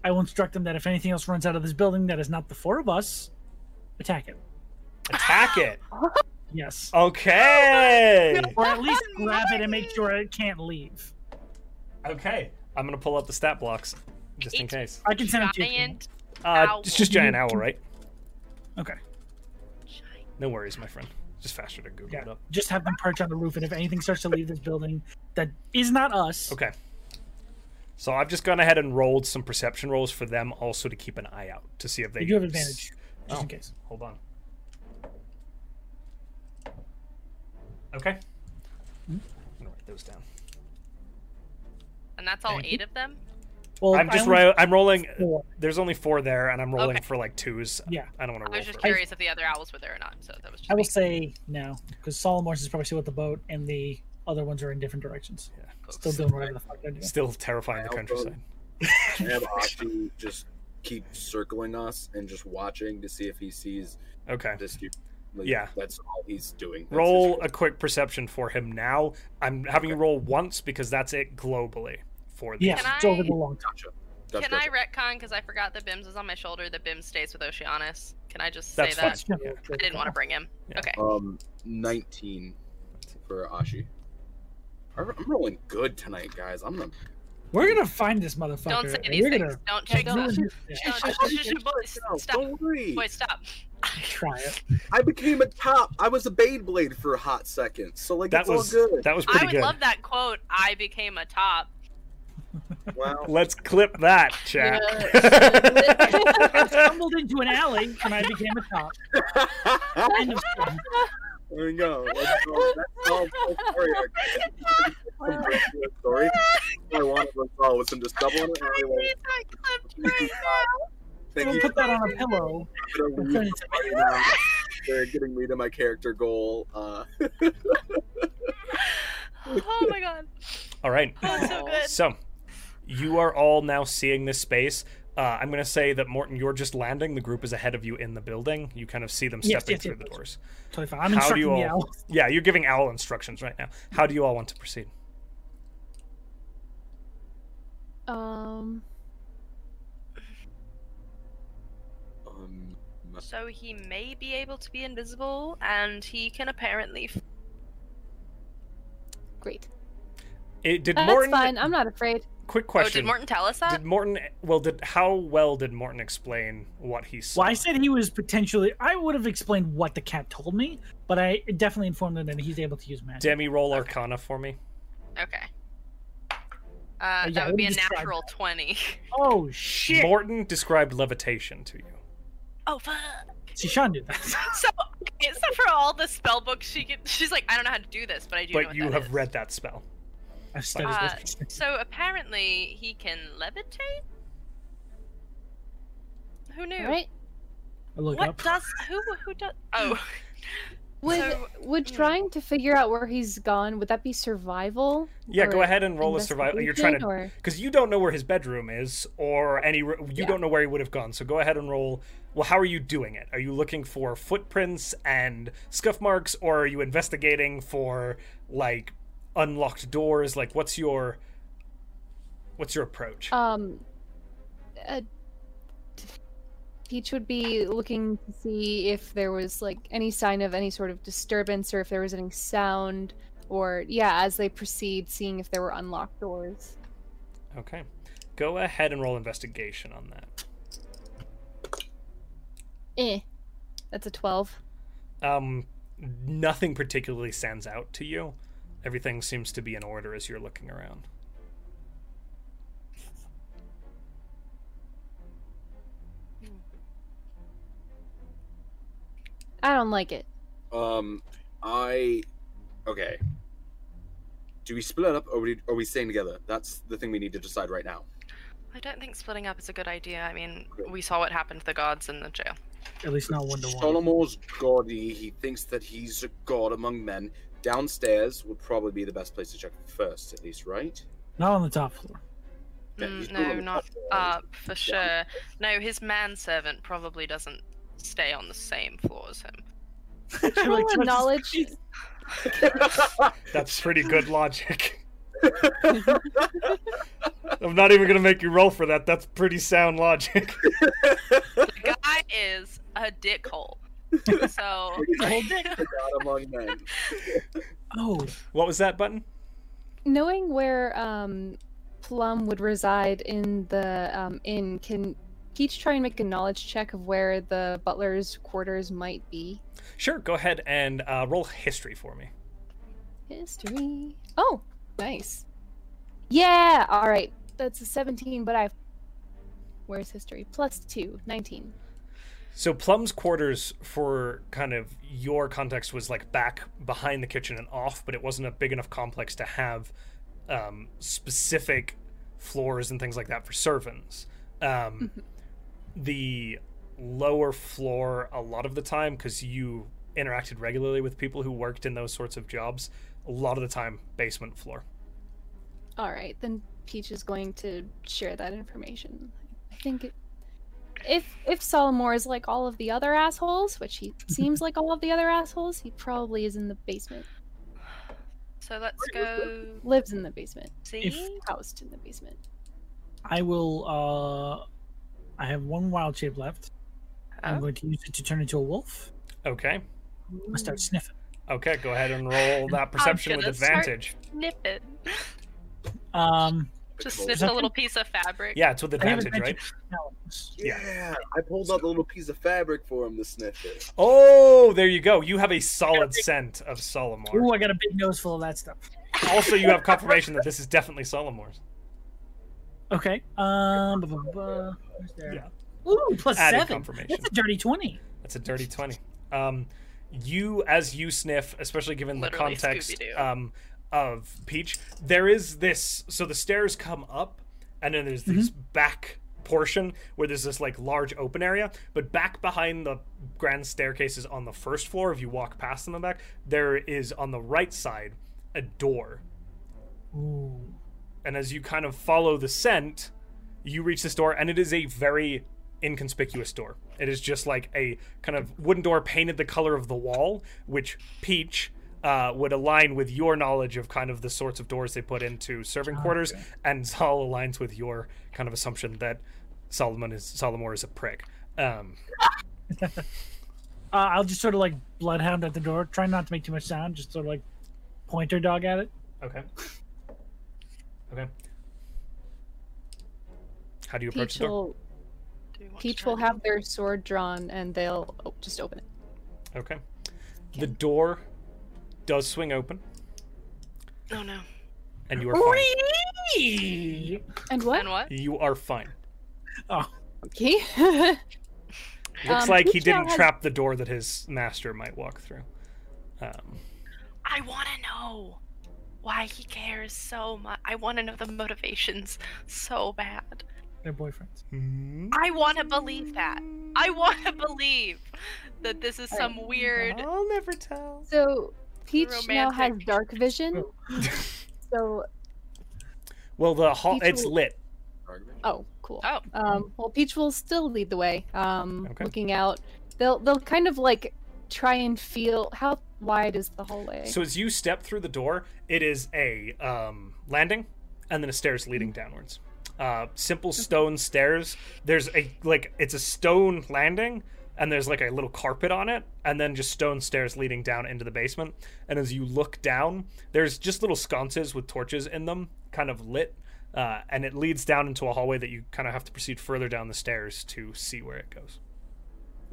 D: I will instruct them that if anything else runs out of this building that is not the four of us, attack it.
A: Attack it.
D: Yes.
A: Okay.
D: Or at least grab it and make sure it can't leave.
A: Okay. I'm gonna pull up the stat blocks just in
B: Eight.
A: case.
D: I can send it to you. if you want.
B: Giant,
A: Uh,
B: Owl.
A: it's just giant owl, right?
D: Okay.
B: giant.
A: No worries, my friend. Just faster to Google
D: Yeah.
A: it up.
D: Just have them perch on the roof, and if anything starts to leave this building that is not us,
A: Okay. So I've just gone ahead and rolled some perception rolls for them also to keep an eye out to see if they.
D: they do have advantage, just
A: Oh.
D: in case.
A: Hold on. Okay. I'm
D: Hmm?
A: gonna write those down.
B: And that's all
D: Thank you.
B: eight of them.
D: Well,
A: I'm
D: I
A: just
D: only-
A: ro- I'm rolling.
D: Four.
A: There's only four there, and I'm rolling
B: Okay.
A: for like twos.
D: Yeah.
A: I don't want to
B: I
A: roll.
B: was just
A: for
B: curious if the other owls were there or not. So that was just.
D: I will
B: me.
D: say no, because Solomorse is probably still with the boat, and the other ones are in different directions. Still doing whatever the fuck they're doing.
A: Still terrifying the
C: I'll
A: countryside.
C: And have Aki just keep circling us and just watching to see if he sees
A: Okay.
C: this dude. Like,
A: Yeah.
C: That's all he's doing. That's
A: roll a
C: his-
A: quick perception for him now. I'm having you roll once because that's it globally for these.
D: Yes,
B: Can
D: it's over
B: I-
D: the long time.
C: Gotcha. Gotcha,
B: Can I
C: gotcha.
B: retcon because I forgot that Bims is on my shoulder? That Bims stays with Oceanus. Can I just
A: That's
B: say
A: fine.
B: that?
A: Yeah.
B: I didn't want to bring him.
A: Yeah.
B: Okay.
C: Um, 19 for Ashi. I'm I'm rolling good tonight, guys. I'm gonna.
D: We're gonna find this motherfucker.
B: Don't say
D: and
B: these
D: we're
B: things.
D: gonna
B: Don't shake
F: don't-
B: us.
D: ruin this
B: No,
D: thing.
B: don't- sh- sh- sh- boys,
C: No,
B: Stop.
C: don't worry.
B: Boys, stop.
D: Try it.
C: I became a top. I was a Beyblade for a hot second. So like,
A: That
C: it's
A: was
C: all good.
A: that was
B: I
A: pretty
B: would
A: good.
B: love that quote. I became a top.
C: Wow.
A: Let's clip that, chat.
D: I stumbled into an alley and I became a cop. End of story.
C: there we go. Let's go. That's all. That's all right. Some really good story. All I wanted was all with some just double in it. and everyone- Thank
D: We'll
C: you.
D: put that on a pillow.
C: I'm gonna
D: and
C: leave
D: send it
C: the party now. for getting me to my character goal. Uh,
B: oh my god.
A: All right.
B: Oh, it's so good.
A: So, you are all now seeing this space. Uh, I'm going to say that Morton, you're just landing. The group is ahead of you in the building. You kind of see them
D: Yes,
A: stepping
D: yes,
A: through
D: yes,
A: the
D: yes.
A: doors.
D: Totally fine. I'm
A: How do
D: instructing
A: you
D: the
A: all-
D: owl.
A: Yeah, you're giving owl instructions right now. How do you all want to proceed?
E: Um,
C: um,
B: So he may be able to be invisible, and he can apparently. f- Oh,
F: Great.
A: It, Eh, did
F: That's
A: Morton?
F: fine. I'm not afraid.
A: Quick
B: Oh, did
A: question.
B: Morton tell us that?
A: Did Morton? Well, did how well did Morton explain what he saw?
D: Well, I said he was potentially. I would have explained what the cat told me, but I definitely informed him that he's able to use magic.
A: Demi roll Arcana for me.
B: Okay. Uh,
D: yeah,
B: that
D: let
B: would be
D: me
B: a
D: just try
B: natural twenty.
D: Oh shit!
A: Morton described levitation to you.
B: Oh fuck!
D: See, Sean did that.
B: So except for all the spell books she can, she's like, I don't know how to do this, but I do. know
A: but
B: what
A: you
B: that
A: have
B: is."
A: read that spell.
D: I've studied
B: Uh,
D: this.
B: So apparently he can levitate. Who knew?
E: all right.
D: I look
B: What
D: up.
B: does who who does? Oh,
E: Would
B: So-
E: would
B: mm.
E: trying to figure out where he's gone would that be survival?
A: Yeah, go
E: or
A: ahead and roll a survival. You're trying to
E: investigation, or-
A: because you don't know where his bedroom is or any you
E: Yeah.
A: don't know where he would have gone so go ahead and roll well how are you doing it are you looking for footprints and scuff marks or are you investigating for like unlocked doors like what's your what's your approach
E: Um, uh, Peach would be looking to see if there was like any sign of any sort of disturbance or if there was any sound or yeah, as they proceed, seeing if there were unlocked doors.
A: okay go ahead and roll investigation on that
E: Eh, that's a twelve.
A: um nothing particularly stands out to you everything seems to be in order as you're looking around
E: I don't like it.
C: um, I. Okay. Do we split up or are we, are we staying together? That's the thing we need to decide right now.
B: I don't think splitting up is a good idea. I mean,
C: Great.
B: we saw what happened to the guards in the jail.
D: At least not one to one.
C: Solomon's gaudy. He thinks that he's a god among men. Downstairs would probably be the best place to check first, at least, right?
D: Not on the top floor.
C: Yeah,
B: Mm,
C: he's still on
B: no,
C: the
B: not
C: top floor.
B: up for
C: Yeah.
B: sure. No, his manservant probably doesn't stay on the same floor as him.
D: I'm
E: Roll
D: like,
E: a
D: "Trust us."
E: knowledge.
A: That's pretty good logic. I'm not even gonna make you roll for that. That's pretty sound logic.
B: The guy is a dickhole. So
C: a god among men.
D: Oh,
A: What was that button?
E: Knowing where um, Plum would reside in the um, inn, can Peach try and make a knowledge check of where the butler's quarters might be?
A: Sure, go ahead and uh, roll history for me.
E: History. Oh, nice. Yeah, all right. That's a 17, but I. Where's history? Plus 2, 19.
A: So Plum's quarters for kind of your context was like back behind the kitchen and off, but it wasn't a big enough complex to have um, specific floors and things like that for servants. Um, the lower floor a lot of the time because you interacted regularly with people who worked in those sorts of jobs. A lot of the time, basement floor.
E: All right, then Peach is going to share that information. I think it, if if Solomore is like all of the other assholes, which he seems like all of the other assholes, he probably is in the basement.
B: so let's go
E: Lives in the basement.
B: see.
E: Housed in the basement.
D: I will. uh I have one wild shape left. I'm
B: Oh.
D: going to use it to turn into a wolf.
A: Okay.
D: I'm gonna start sniffing.
A: Okay, go ahead and roll that perception with
B: gonna start-
A: advantage.
B: Snip it.
D: Um,
B: Just
C: Cool.
B: snip a little piece of fabric.
A: Yeah, it's with
D: I have
A: advantage, right?
D: No,
A: yeah.
C: Yeah, I pulled out the little piece of fabric for him to sniff it.
A: Oh, there you go. You have a solid scent of Solomor.
D: Ooh, I got a big nose full of that stuff.
A: Also, you have confirmation that this is definitely Solomor's.
D: Okay. Um, buh, buh, buh, buh. Where's there?
A: Yeah.
D: Ooh, plus
A: Added
D: seven.
A: confirmation.
D: That's a dirty twenty.
A: That's a dirty twenty. Um, you, as you sniff, especially given the
B: Literally
A: context
B: Scooby-Doo.
A: um, of Peach, there is this. So the stairs come up, and then there's these back portion where there's this like large open area, but back behind the grand staircases on the first floor, if you walk past them in the back, there is on the right side a door.
D: Ooh.
A: And as you kind of follow the scent, you reach this door, and it is a very inconspicuous door. It is just like a kind of wooden door painted the color of the wall, which Peach uh, would align with your knowledge of kind of the sorts of doors they put into serving quarters, and Sol aligns with your kind of assumption that Solomon is Solomor is a prick. Um,
D: Uh, I'll just sort of like bloodhound at the door, try not to make too much sound, just sort of like pointer dog at it.
A: okay. Okay. How do you approach
E: Peach
A: the door?
E: will,
B: Do you want to
E: Peach
B: try
E: will
B: to-
E: have their sword drawn and they'll o- just open it.
A: Okay. The door does swing open,
B: Oh no.
A: and you are fine.
E: And what?
B: And what?
A: You are fine.
E: Okay.
A: Looks
E: Um,
A: like he
E: Peach
A: didn't
E: now has-
A: trap the door that his master might walk through. Um,
B: I want to know why he cares so much. I want to know the motivations so bad.
D: They're boyfriends.
A: hmm?
B: I want to believe that. I want to believe that this is some weird.
E: Um,
A: I'll never tell.
E: so Peach now has
B: Romantic.
E: dark vision.
A: Oh.
E: so
A: Well, the hall,
E: Peach
A: it's
E: will-
A: lit.
C: Argument?
E: oh, cool.
B: Oh,
E: Um, well, Peach will still lead the way. Um,
A: Okay.
E: looking out, they'll they'll kind of like try and feel how wide is the hallway.
A: So as you step through the door, it is a um, landing and then a stairs leading downwards. Uh, simple stone stairs. There's a like it's a stone landing and there's like a little carpet on it and then just stone stairs leading down into the basement. And as you look down, there's just little sconces with torches in them, kind of lit. Uh, and it leads down into a hallway that you kind of have to proceed further down the stairs to see where it goes.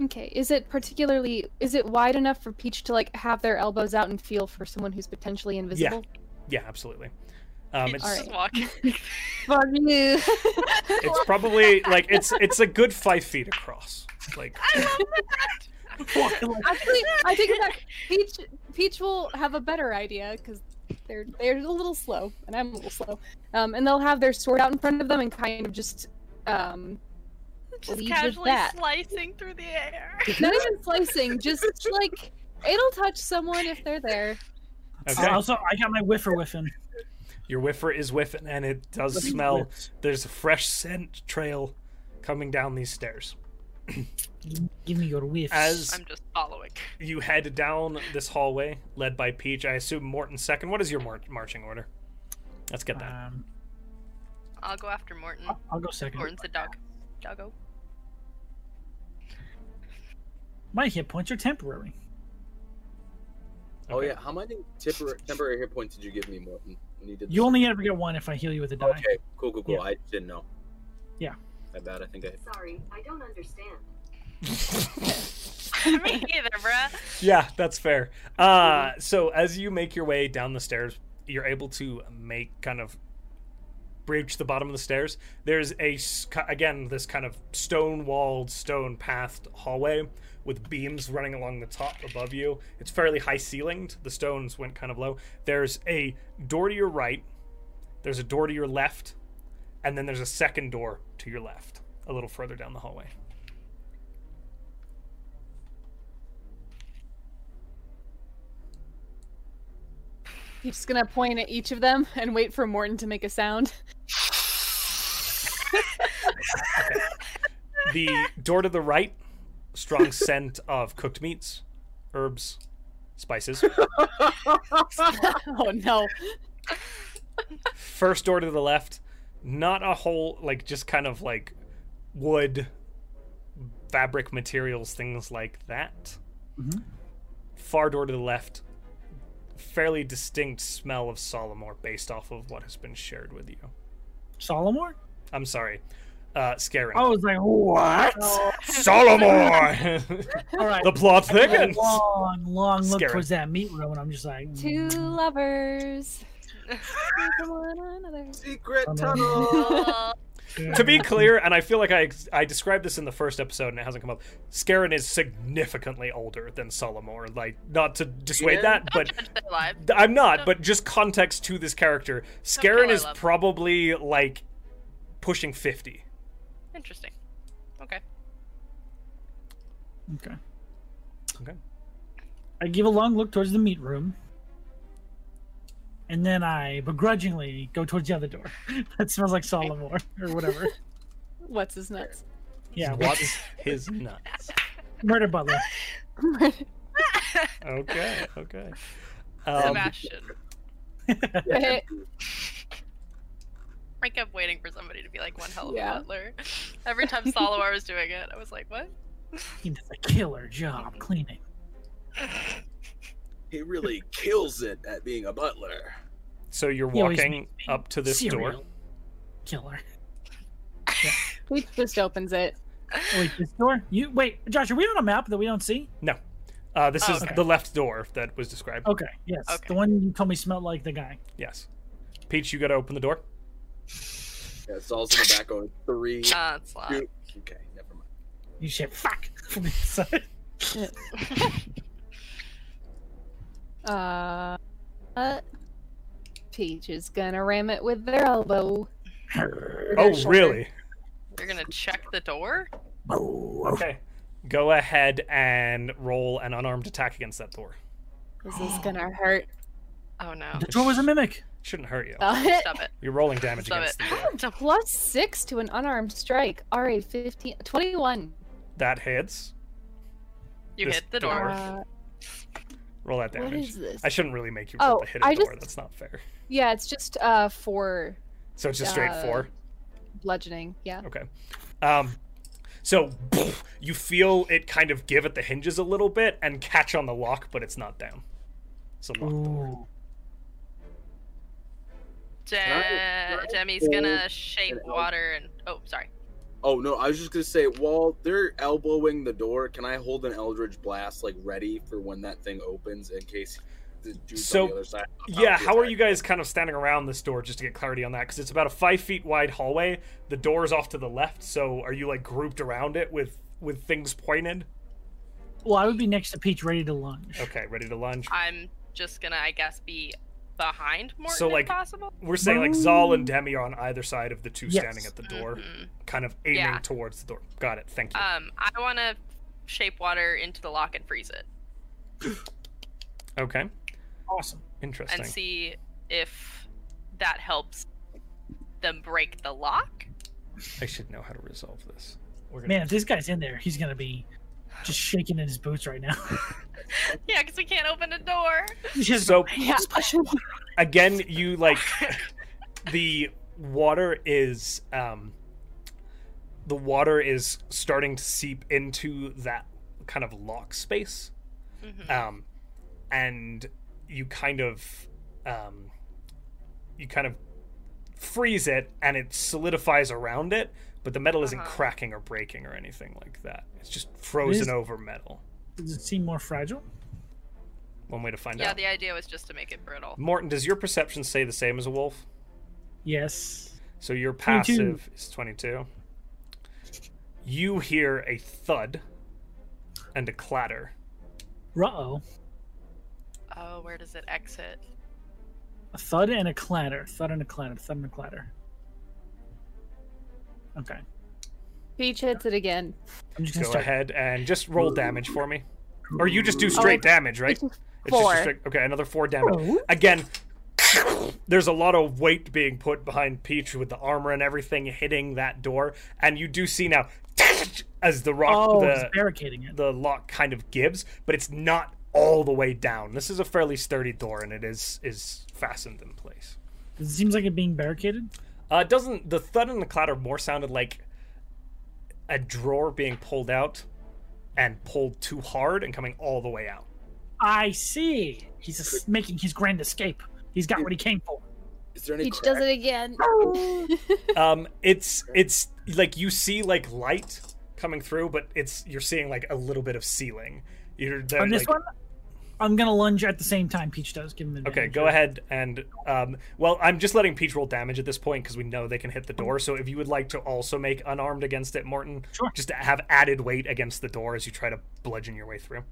E: okay, is it particularly is it wide enough for Peach to like have their elbows out and feel for someone who's potentially invisible?
A: Yeah, absolutely. Um,
B: Peach
A: it's
B: just walking.
E: Fuck you.
A: it's probably like it's it's a good five feet across. Like
B: I love
E: Actually, I take it back. Peach Peach will have a better idea because they're they're a little slow, and I'm a little slow. Um, and they'll have their sword out in front of them and kind of just um,
B: that.
E: Lead
B: Just
E: with
B: casually
E: that.
B: slicing through the air.
E: not even slicing, just like it'll touch someone if they're there.
A: okay,
D: Uh,
C: Uh-huh.
D: Also, I got my whiffer whiffing.
A: your whiffer is whiffing, and it does smell. There's a fresh scent trail coming down these stairs.
D: Give me your whiffs.
A: As
B: I'm just following.
A: you head down this hallway, led by Peach, I assume Morton second. What is your mar- marching order? Let's get that.
D: um,
B: I'll go after Morton.
D: I'll, I'll go second.
B: Morton's a dog. Doggo.
D: My hit points are temporary.
C: Oh
A: Okay.
C: yeah, how many tempor- temporary hit points did you give me, Morton? When you did
D: You
C: this?
D: only ever get one if I heal you with a die.
C: Okay, cool, cool, cool.
D: Yeah.
C: I didn't know.
D: Yeah.
C: My bad. I think I.
G: Sorry, I don't understand.
B: Me either, bruh.
A: yeah, that's fair. Uh, so as you make your way down the stairs, you're able to make kind of bridge the bottom of the stairs. There's a s- ki- again this kind of stone-walled, stone-pathed hallway with beams running along the top above you. It's fairly high-ceilinged. The stones went kind of low. There's a door to your right. There's a door to your left, and then there's a second door to your left, a little further down the hallway.
E: He's just gonna point at each of them and wait for Morton to make a sound.
A: the door to the right, strong scent of cooked meats, herbs, spices.
E: oh no!
A: First door to the left, not a whole like just kind of like wood, fabric materials, things like that.
D: Mhm.
A: Far door to the left, fairly distinct smell of solomor based off of what has been shared with you.
D: Solomor?
A: I'm sorry, uh, scaring.
D: I was like, what?
A: Solomor.
D: All right.
A: the plot
D: I took a
A: thickens.
D: long, long look
A: Scary.
D: towards that meat room, and I'm just like,
E: Two
D: mm,
E: lovers. with one another.
C: Secret
D: Oh, no.
C: tunnel.
B: Uh,
D: yeah.
A: to be clear, and I feel like I I described this in the first episode and it hasn't come up. Scarron is significantly older than Solomor. Like, not to dissuade
C: Yeah.
A: that,
B: don't
A: but
B: judge their lives.
A: I'm not. But just context to this character,
B: kill
A: Scarron
B: our
A: is
B: love.
A: probably like pushing fifty.
B: Interesting. Okay.
D: Okay.
A: Okay.
D: I give a long look towards the meat room. And then I begrudgingly go towards the other door. that smells like Solomor or whatever.
F: What's his nuts?
D: Yeah,
A: What's his nuts?
D: murder butler.
A: Okay, okay. Um,
B: Sebastian.
C: Yeah.
B: I kept waiting for somebody to be like one hell of
F: Yeah.
B: a butler. Every time Solowar was doing it, I was like, what?
D: He does a killer job cleaning.
C: he really kills it at being a butler.
A: so you're
D: He always
A: walking
D: makes me
A: up to this door.
D: serial Killer.
F: He just opens it.
D: Oh, wait, this door? You wait, Josh, are we on a map that we don't see?
A: Uh, this
B: Oh,
A: is
D: okay.
A: the left door that was described.
D: Okay, yes.
B: Okay.
D: The one you told me smelled like the guy.
A: Yes. Peach, you got to open the door.
C: Yeah, Saul's in the back on three.
B: Ah, it's loud.
C: two- Okay, never mind.
D: You said fuck from inside.
F: Uh, uh, Peach is gonna ram it with their elbow.
A: Oh,
F: Shelter.
A: really?
B: You're gonna check the door?
A: Okay. Go ahead and roll an unarmed attack against that door.
F: This is gonna hurt.
B: Oh no.
D: The door was a mimic.
A: Shouldn't hurt you.
F: Uh, hit.
B: Stop it.
A: You're rolling damage
B: Stop
A: against
B: it.
A: the door.
B: Stop-
F: Plus six to an unarmed strike. All right, 15, 21.
A: That hits.
B: You
A: This
B: hit the
A: door.
B: door.
F: Uh,
A: Roll that
F: what
A: damage.
F: is this?
A: I shouldn't really make you roll
F: Oh,
A: the hit a
F: I
A: door.
F: just-
A: That's not fair.
F: yeah, it's just uh four
A: So it's just straight
F: Uh,
A: four.
F: bludgeoning. Yeah.
A: Okay. Um, so you feel it kind of give at the hinges a little bit and catch on the lock, but it's not down. So lock door.
D: Ooh.
B: De-
C: Right.
B: Demi's gonna shape
C: elbow.
B: water and oh, sorry.
C: Oh no, I was just gonna say, while they're elbowing the door, can I hold an Eldritch Blast like ready for when that thing opens in case the dude's
A: So,
C: on the other side?
A: Yeah,
C: Oh,
A: how are you guys kind of standing around this door just to get clarity on that? Because it's about a five feet wide hallway. The door is off to the left, so are you like grouped around it with with things pointed?
D: Well, I would be next to Peach ready to lunge.
A: Okay, ready to lunge.
B: I'm just gonna, I guess, be behind Morton
A: So, like,
B: if possible.
A: We're saying like Zal and Demi are on either side of the two
D: Yes.
A: standing at the door,
B: Mhm.
A: kind of aiming
B: Yeah.
A: towards the door. Got it. Thank you.
B: Um, I wanna shape water into the lock and freeze it
A: okay,
D: Awesome.
A: interesting.
B: and see if that helps them break the lock.
A: I should know how to resolve this. We're gonna
D: Man, if this guy's in there, he's gonna be just shaking in his boots right now.
B: Yeah, because we can't open the door.
D: He's just- "Ah,
A: So
F: Yeah.
A: again, you like the water is um the water is starting to seep into that kind of lock space.
B: Mhm.
A: Um and you kind of um you kind of freeze it and it solidifies around it, but the metal isn't
B: Uh-huh.
A: cracking or breaking or anything like that. It's just frozen over metal.
D: does it seem more fragile?
A: One way to find
B: yeah,
A: out.
B: the idea was just to make it brittle.
A: Morton, does your perception say the same as a wolf?
D: Yes.
A: So your
D: 22.
A: passive is 22. You hear a thud and a clatter.
D: Uh oh.
B: Oh, where does it exit?
D: A thud and a clatter. Thud and a clatter. Thud and a clatter. Okay.
F: Peach hits it again.
D: I'm just
A: Go
D: gonna start.
A: ahead and just roll damage for me. Or you just do straight
F: Oh,
A: damage, right?
F: It's
A: It's
F: four.
A: just a straight, okay, another 4 damage.
D: Oh,
A: Again, there's a lot of weight being put behind Peach with the armor and everything hitting that door and you do see now as the rock
D: oh
A: the,
D: he's barricading it.
A: the lock kind of gives, but it's not all the way down. This is a fairly sturdy door, and it is is fastened in place.
D: It seems like it being barricaded.
A: Uh, it doesn't the thud and the clatter more sounded like a drawer being pulled out and pulled too hard and coming all the way out.
D: I see. He's es- making his grand escape. He's got what he came for.
C: Is there any
E: Peach
C: crack?
E: does it again.
A: Um, it's it's like you see like light coming through, but it's you're seeing like a little bit of ceiling. You're there,
D: On this
A: like-
D: one, I'm gonna lunge at the same time. Peach does. Give him an
A: Okay,
D: advantage.
A: go ahead and um, well, I'm just letting Peach roll damage at this point because we know they can hit the door. So if you would like to also make unarmed against it, Morton,
D: Sure.
A: just to have added weight against the door as you try to bludgeon your way through.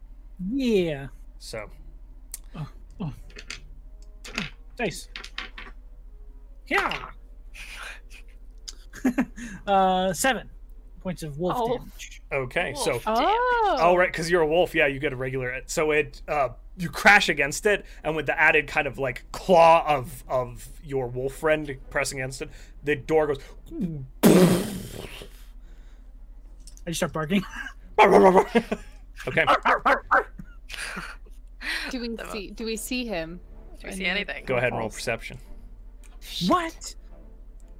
D: Yeah.
A: So
D: Dice. Yeah. uh, seven. points of wolf
F: Oh.
D: damage.
A: Okay, so
B: Wolf. Damn it.
F: Oh.
A: Oh, right, because you're a wolf. Yeah, you get a regular. So it, uh, you crash against it, and with the added kind of like claw of of your wolf friend pressing against it, the door goes.
D: I just start barking.
A: okay.
F: Do we
B: Come on.
F: see? Do we see him?
B: Do we see anything?
A: Go ahead and roll perception.
D: what?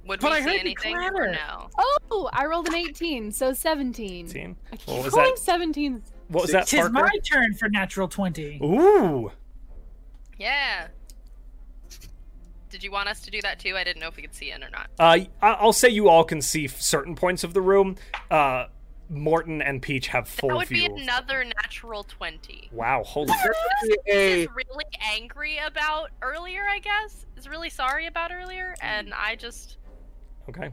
B: Would
D: But
B: we
D: I heard
B: see
D: the
B: anything
D: clatter.
B: or no?
F: Oh, I rolled an 18, so 17.
A: 18?
F: I keep
A: What was
F: calling
A: that?
F: 17.
A: What was that,
D: Tis
A: Parker?
D: my turn for natural twenty.
A: Ooh.
B: Yeah. Did you want us to do that too? I didn't know if we could see in or not.
A: Uh, I- I'll say you all can see f- certain points of the room. Uh, Morton and Peach have full
B: that would
A: view.
B: be
A: of-
B: another natural 20.
A: Wow, holy.
C: Hey,
B: Is really angry about earlier, I guess. Is really sorry about earlier, and I just
A: Okay.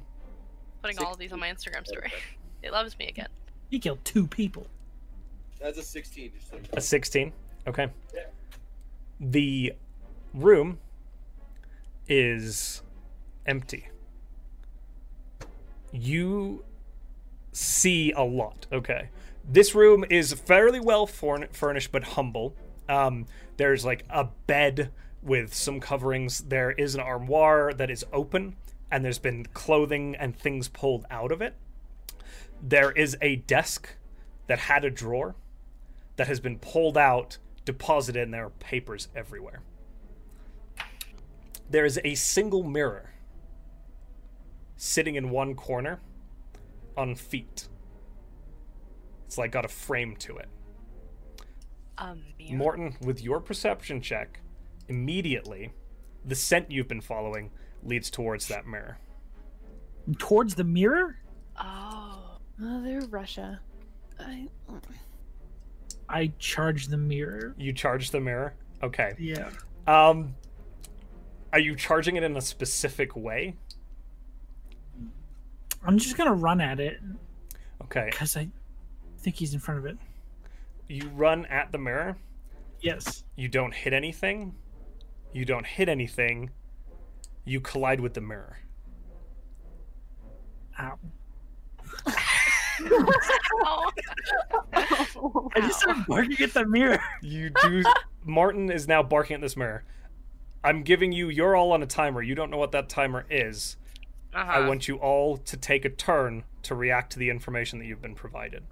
B: putting all of these on my Instagram story. it loves me again.
D: He killed two people.
H: That's a 16. Just like,
A: A 16. Okay. The room is empty. You see a lot. Okay. This room is fairly well forn- furnished but humble. Um, there's like a bed with some coverings. There is an armoire that is open, and there's been clothing and things pulled out of it. There is a desk that had a drawer that has been pulled out, deposited, and there are papers everywhere. There is a single mirror sitting in one corner on feet. It's like got a frame to it.
B: Um,
A: Morton, with your perception check, immediately the scent you've been following leads towards that mirror.
D: Towards the mirror,
B: Oh.
F: Mother Russia.
E: I,
D: I charge the mirror.
A: You charge the mirror? Okay.
D: Yeah.
A: Um are you charging it in a specific way?
D: I'm just gonna run at it
A: Okay.
D: because I think he's in front of it.
A: You run at the mirror.
D: Yes.
A: You don't hit anything. You don't hit anything. You collide with the mirror.
D: Ow.
B: oh.
D: I just started barking at the mirror.
A: You do. Martin is now barking at this mirror. I'm giving you. You're all on a timer. You don't know what that timer is.
B: Uh-huh.
A: I want you all to take a turn to react to the information that you've been provided.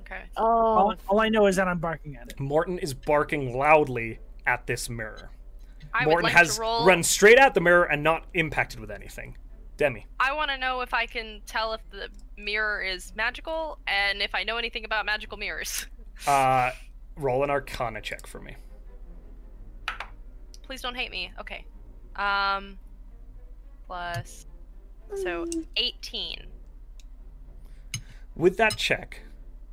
B: Okay.
D: All,
F: Oh.
D: all I know is that I'm barking at it.
A: Morton is barking loudly at this mirror.
B: I would
A: Morton
B: like
A: has
B: to roll.
A: run straight at the mirror and not impacted with anything. Demi.
B: I want to know if I can tell if the mirror is magical and if I know anything about magical mirrors.
A: Uh, roll an Arcana check for me.
B: Please don't hate me. Okay. Um, plus so 18.
A: with that check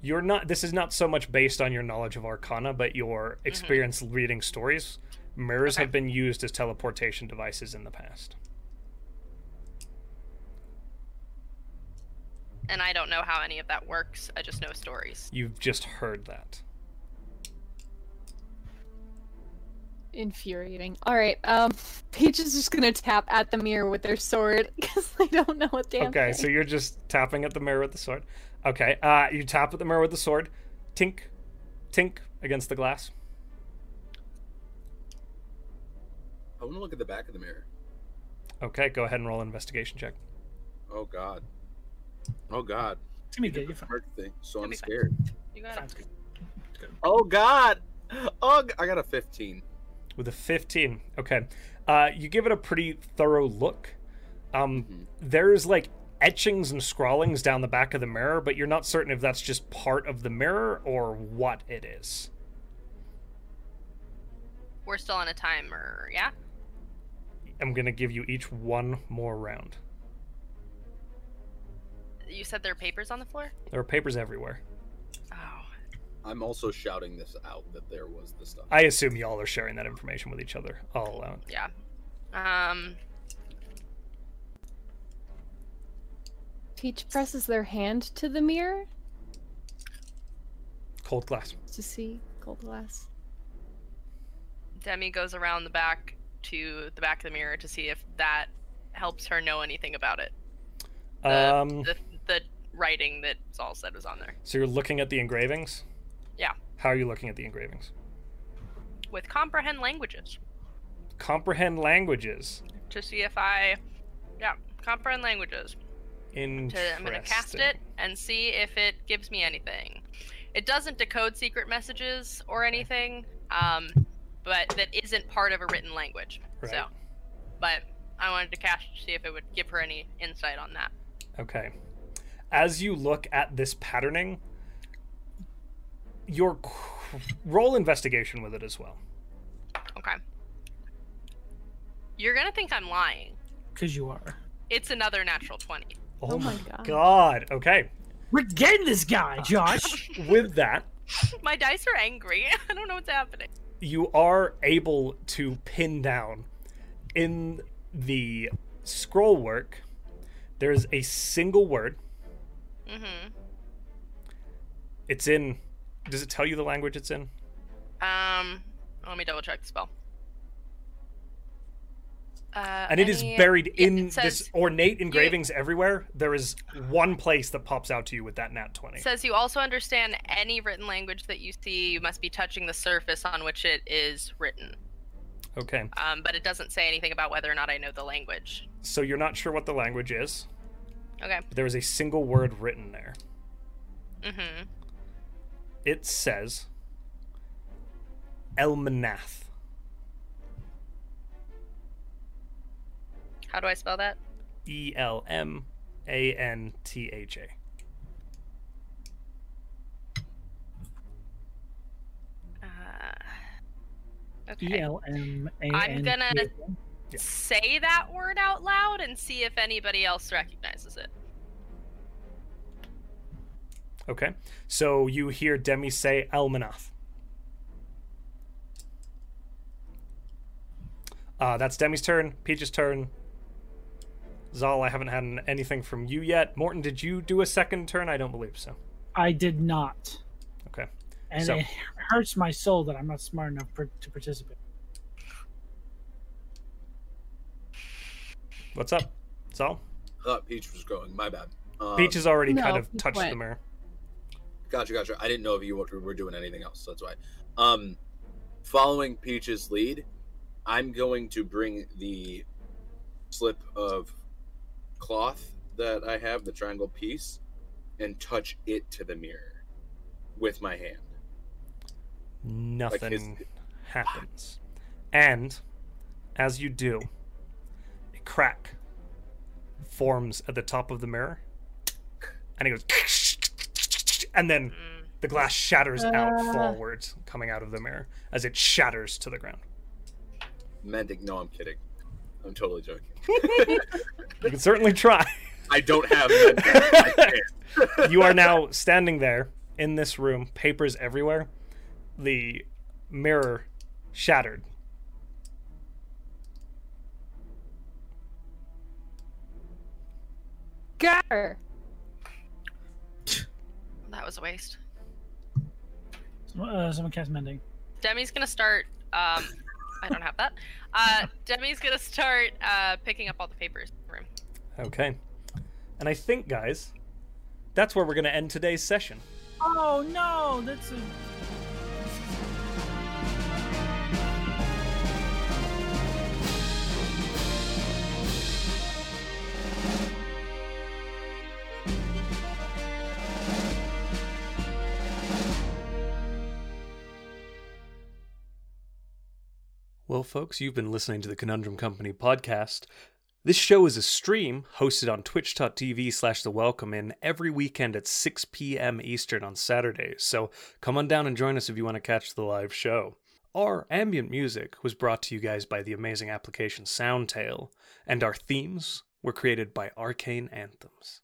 A: you're not this is not so much based on your knowledge of arcana but your experience reading stories mirrors
B: Okay.
A: have been used as teleportation devices in the past
B: And I don't know how any of that works. I just know stories.
A: you've just heard that
F: Infuriating. All right. Um, Paige is just gonna tap at the mirror with their sword because they don't know what damn.
A: okay
F: thing.
A: so you're just tapping at the mirror with the sword okay uh you tap at the mirror with the sword tink tink against the glass
C: I want to look at the back of the mirror.
A: okay go ahead and roll an investigation check
C: Oh God. Oh God.
D: It's gonna be good. You're fine.
C: Mark thing. So
B: You'll
C: I'm
B: be fine.
C: scared.
B: You got it.
D: Sounds good.
C: Oh God. Oh, g- I got a 15.
A: with a 15 okay uh you give it a pretty thorough look um
C: Mhm.
A: there's like etchings and scrawlings down the back of the mirror but you're not certain if that's just part of the mirror or what it is
B: We're still on a timer, yeah?
A: i'm gonna give you each one more round
B: You said there are papers on the floor?
A: there are papers everywhere
B: Oh.
C: I'm also shouting this out that there was the stuff.
A: i assume y'all are sharing that information with each other i'll allow it
B: Yeah. Um,
F: Peach presses their hand to the mirror
A: cold glass
F: to see gold glass.
B: Demi goes around the back to the back of the mirror to see if that helps her know anything about it. Uh, The,
A: um
B: the, the writing that Saul said was on there
A: So you're looking at the engravings?
B: Yeah.
A: How are you looking at the engravings?
B: with comprehend languages
A: Comprehend languages.
B: to see if I, yeah, comprehend languages.
A: Interesting.
B: to I'm gonna cast it and see if it gives me anything. It doesn't decode secret messages or anything, um, but that isn't part of a written language. So,
A: Right.
B: but I wanted to cast to see if it would give her any insight on that.
A: Okay. As you look at this patterning, your qu- roll investigation with it as well.
B: Okay. You're gonna think I'm lying.
D: because you are.
B: It's another natural twenty.
A: Oh,
F: my God.
A: god. Okay.
D: We're getting this guy, Josh.
A: With that,
B: My dice are angry. I don't know what's happening.
A: you are able to pin down in the scroll work there is a single word
B: Mm-hmm.
A: it's in does it tell you the language it's in
B: Um, let me double check the spell. Uh,
A: and it is
B: any-
A: buried
B: yeah,
A: in
B: it says-
A: this ornate engravings everywhere there is one place that pops out to you with that nat 20
B: Says you also understand any written language that you see, you must be touching the surface on which it is written.
A: okay
B: Um, but it doesn't say anything about whether or not I know the language.
A: so you're not sure what the language is
B: Okay.
A: but there is a single word written there
B: Mm-hmm.
A: it says elmanath
B: How do I spell that?
A: E L M A N T H A.
B: Uh,
D: E
B: okay.
D: L M A N.
B: I'm gonna-
D: T A N.
A: Yeah.
B: Say that word out loud and see if anybody else recognizes it.
A: Okay. So you hear Demi say Elmanath. Uh, that's Demi's turn. Peach's turn. Zal, I haven't had an- anything from you yet. Morton, did you do a second turn? I don't believe so.
D: I did not.
A: Okay.
D: And
A: So-
D: it hurts my soul that I'm not smart enough per- to participate.
A: What's up, Zal?
C: Thought Uh, Peach was going. My bad. Um,
A: Peach has already kind
F: no,
A: of
F: he
A: touched the
F: went.
A: mirror.
C: Gotcha, gotcha. I didn't know if you were were doing anything else. so That's why. Um, following Peach's lead, I'm going to bring the slip of cloth that I have, the triangle piece, and touch it to the mirror with my hand.
A: Nothing
C: his-
A: happens. And as you do, a crack forms at the top of the mirror. And it goes and then
B: Mm.
A: the glass shatters out
F: Ah.
A: forwards coming out of the mirror as it shatters to the ground.
C: Mendic, no, I'm kidding. I'm totally joking.
A: You can certainly try.
C: I don't have Mendic. I can't.
A: You are now standing there in this room, papers everywhere. The mirror shattered.
F: Got her.
B: That was a waste.
D: So, uh, someone cast mending.
B: Demi's gonna start. Um, I don't have that. Uh, Demi's gonna start uh, picking up all the papers in the room.
A: Okay. And I think, guys, that's where we're going to end today's session.
D: Oh no, that's a
A: Well, folks, you've been listening to the Conundrum Company podcast. This show is a stream hosted on twitch.tv slash the welcome in every weekend at 6 p.m. Eastern on Saturdays, so come on down and join us if you want to catch the live show. Our ambient music was brought to you guys by the amazing application Soundtail, and our themes were created by Arcane Anthems.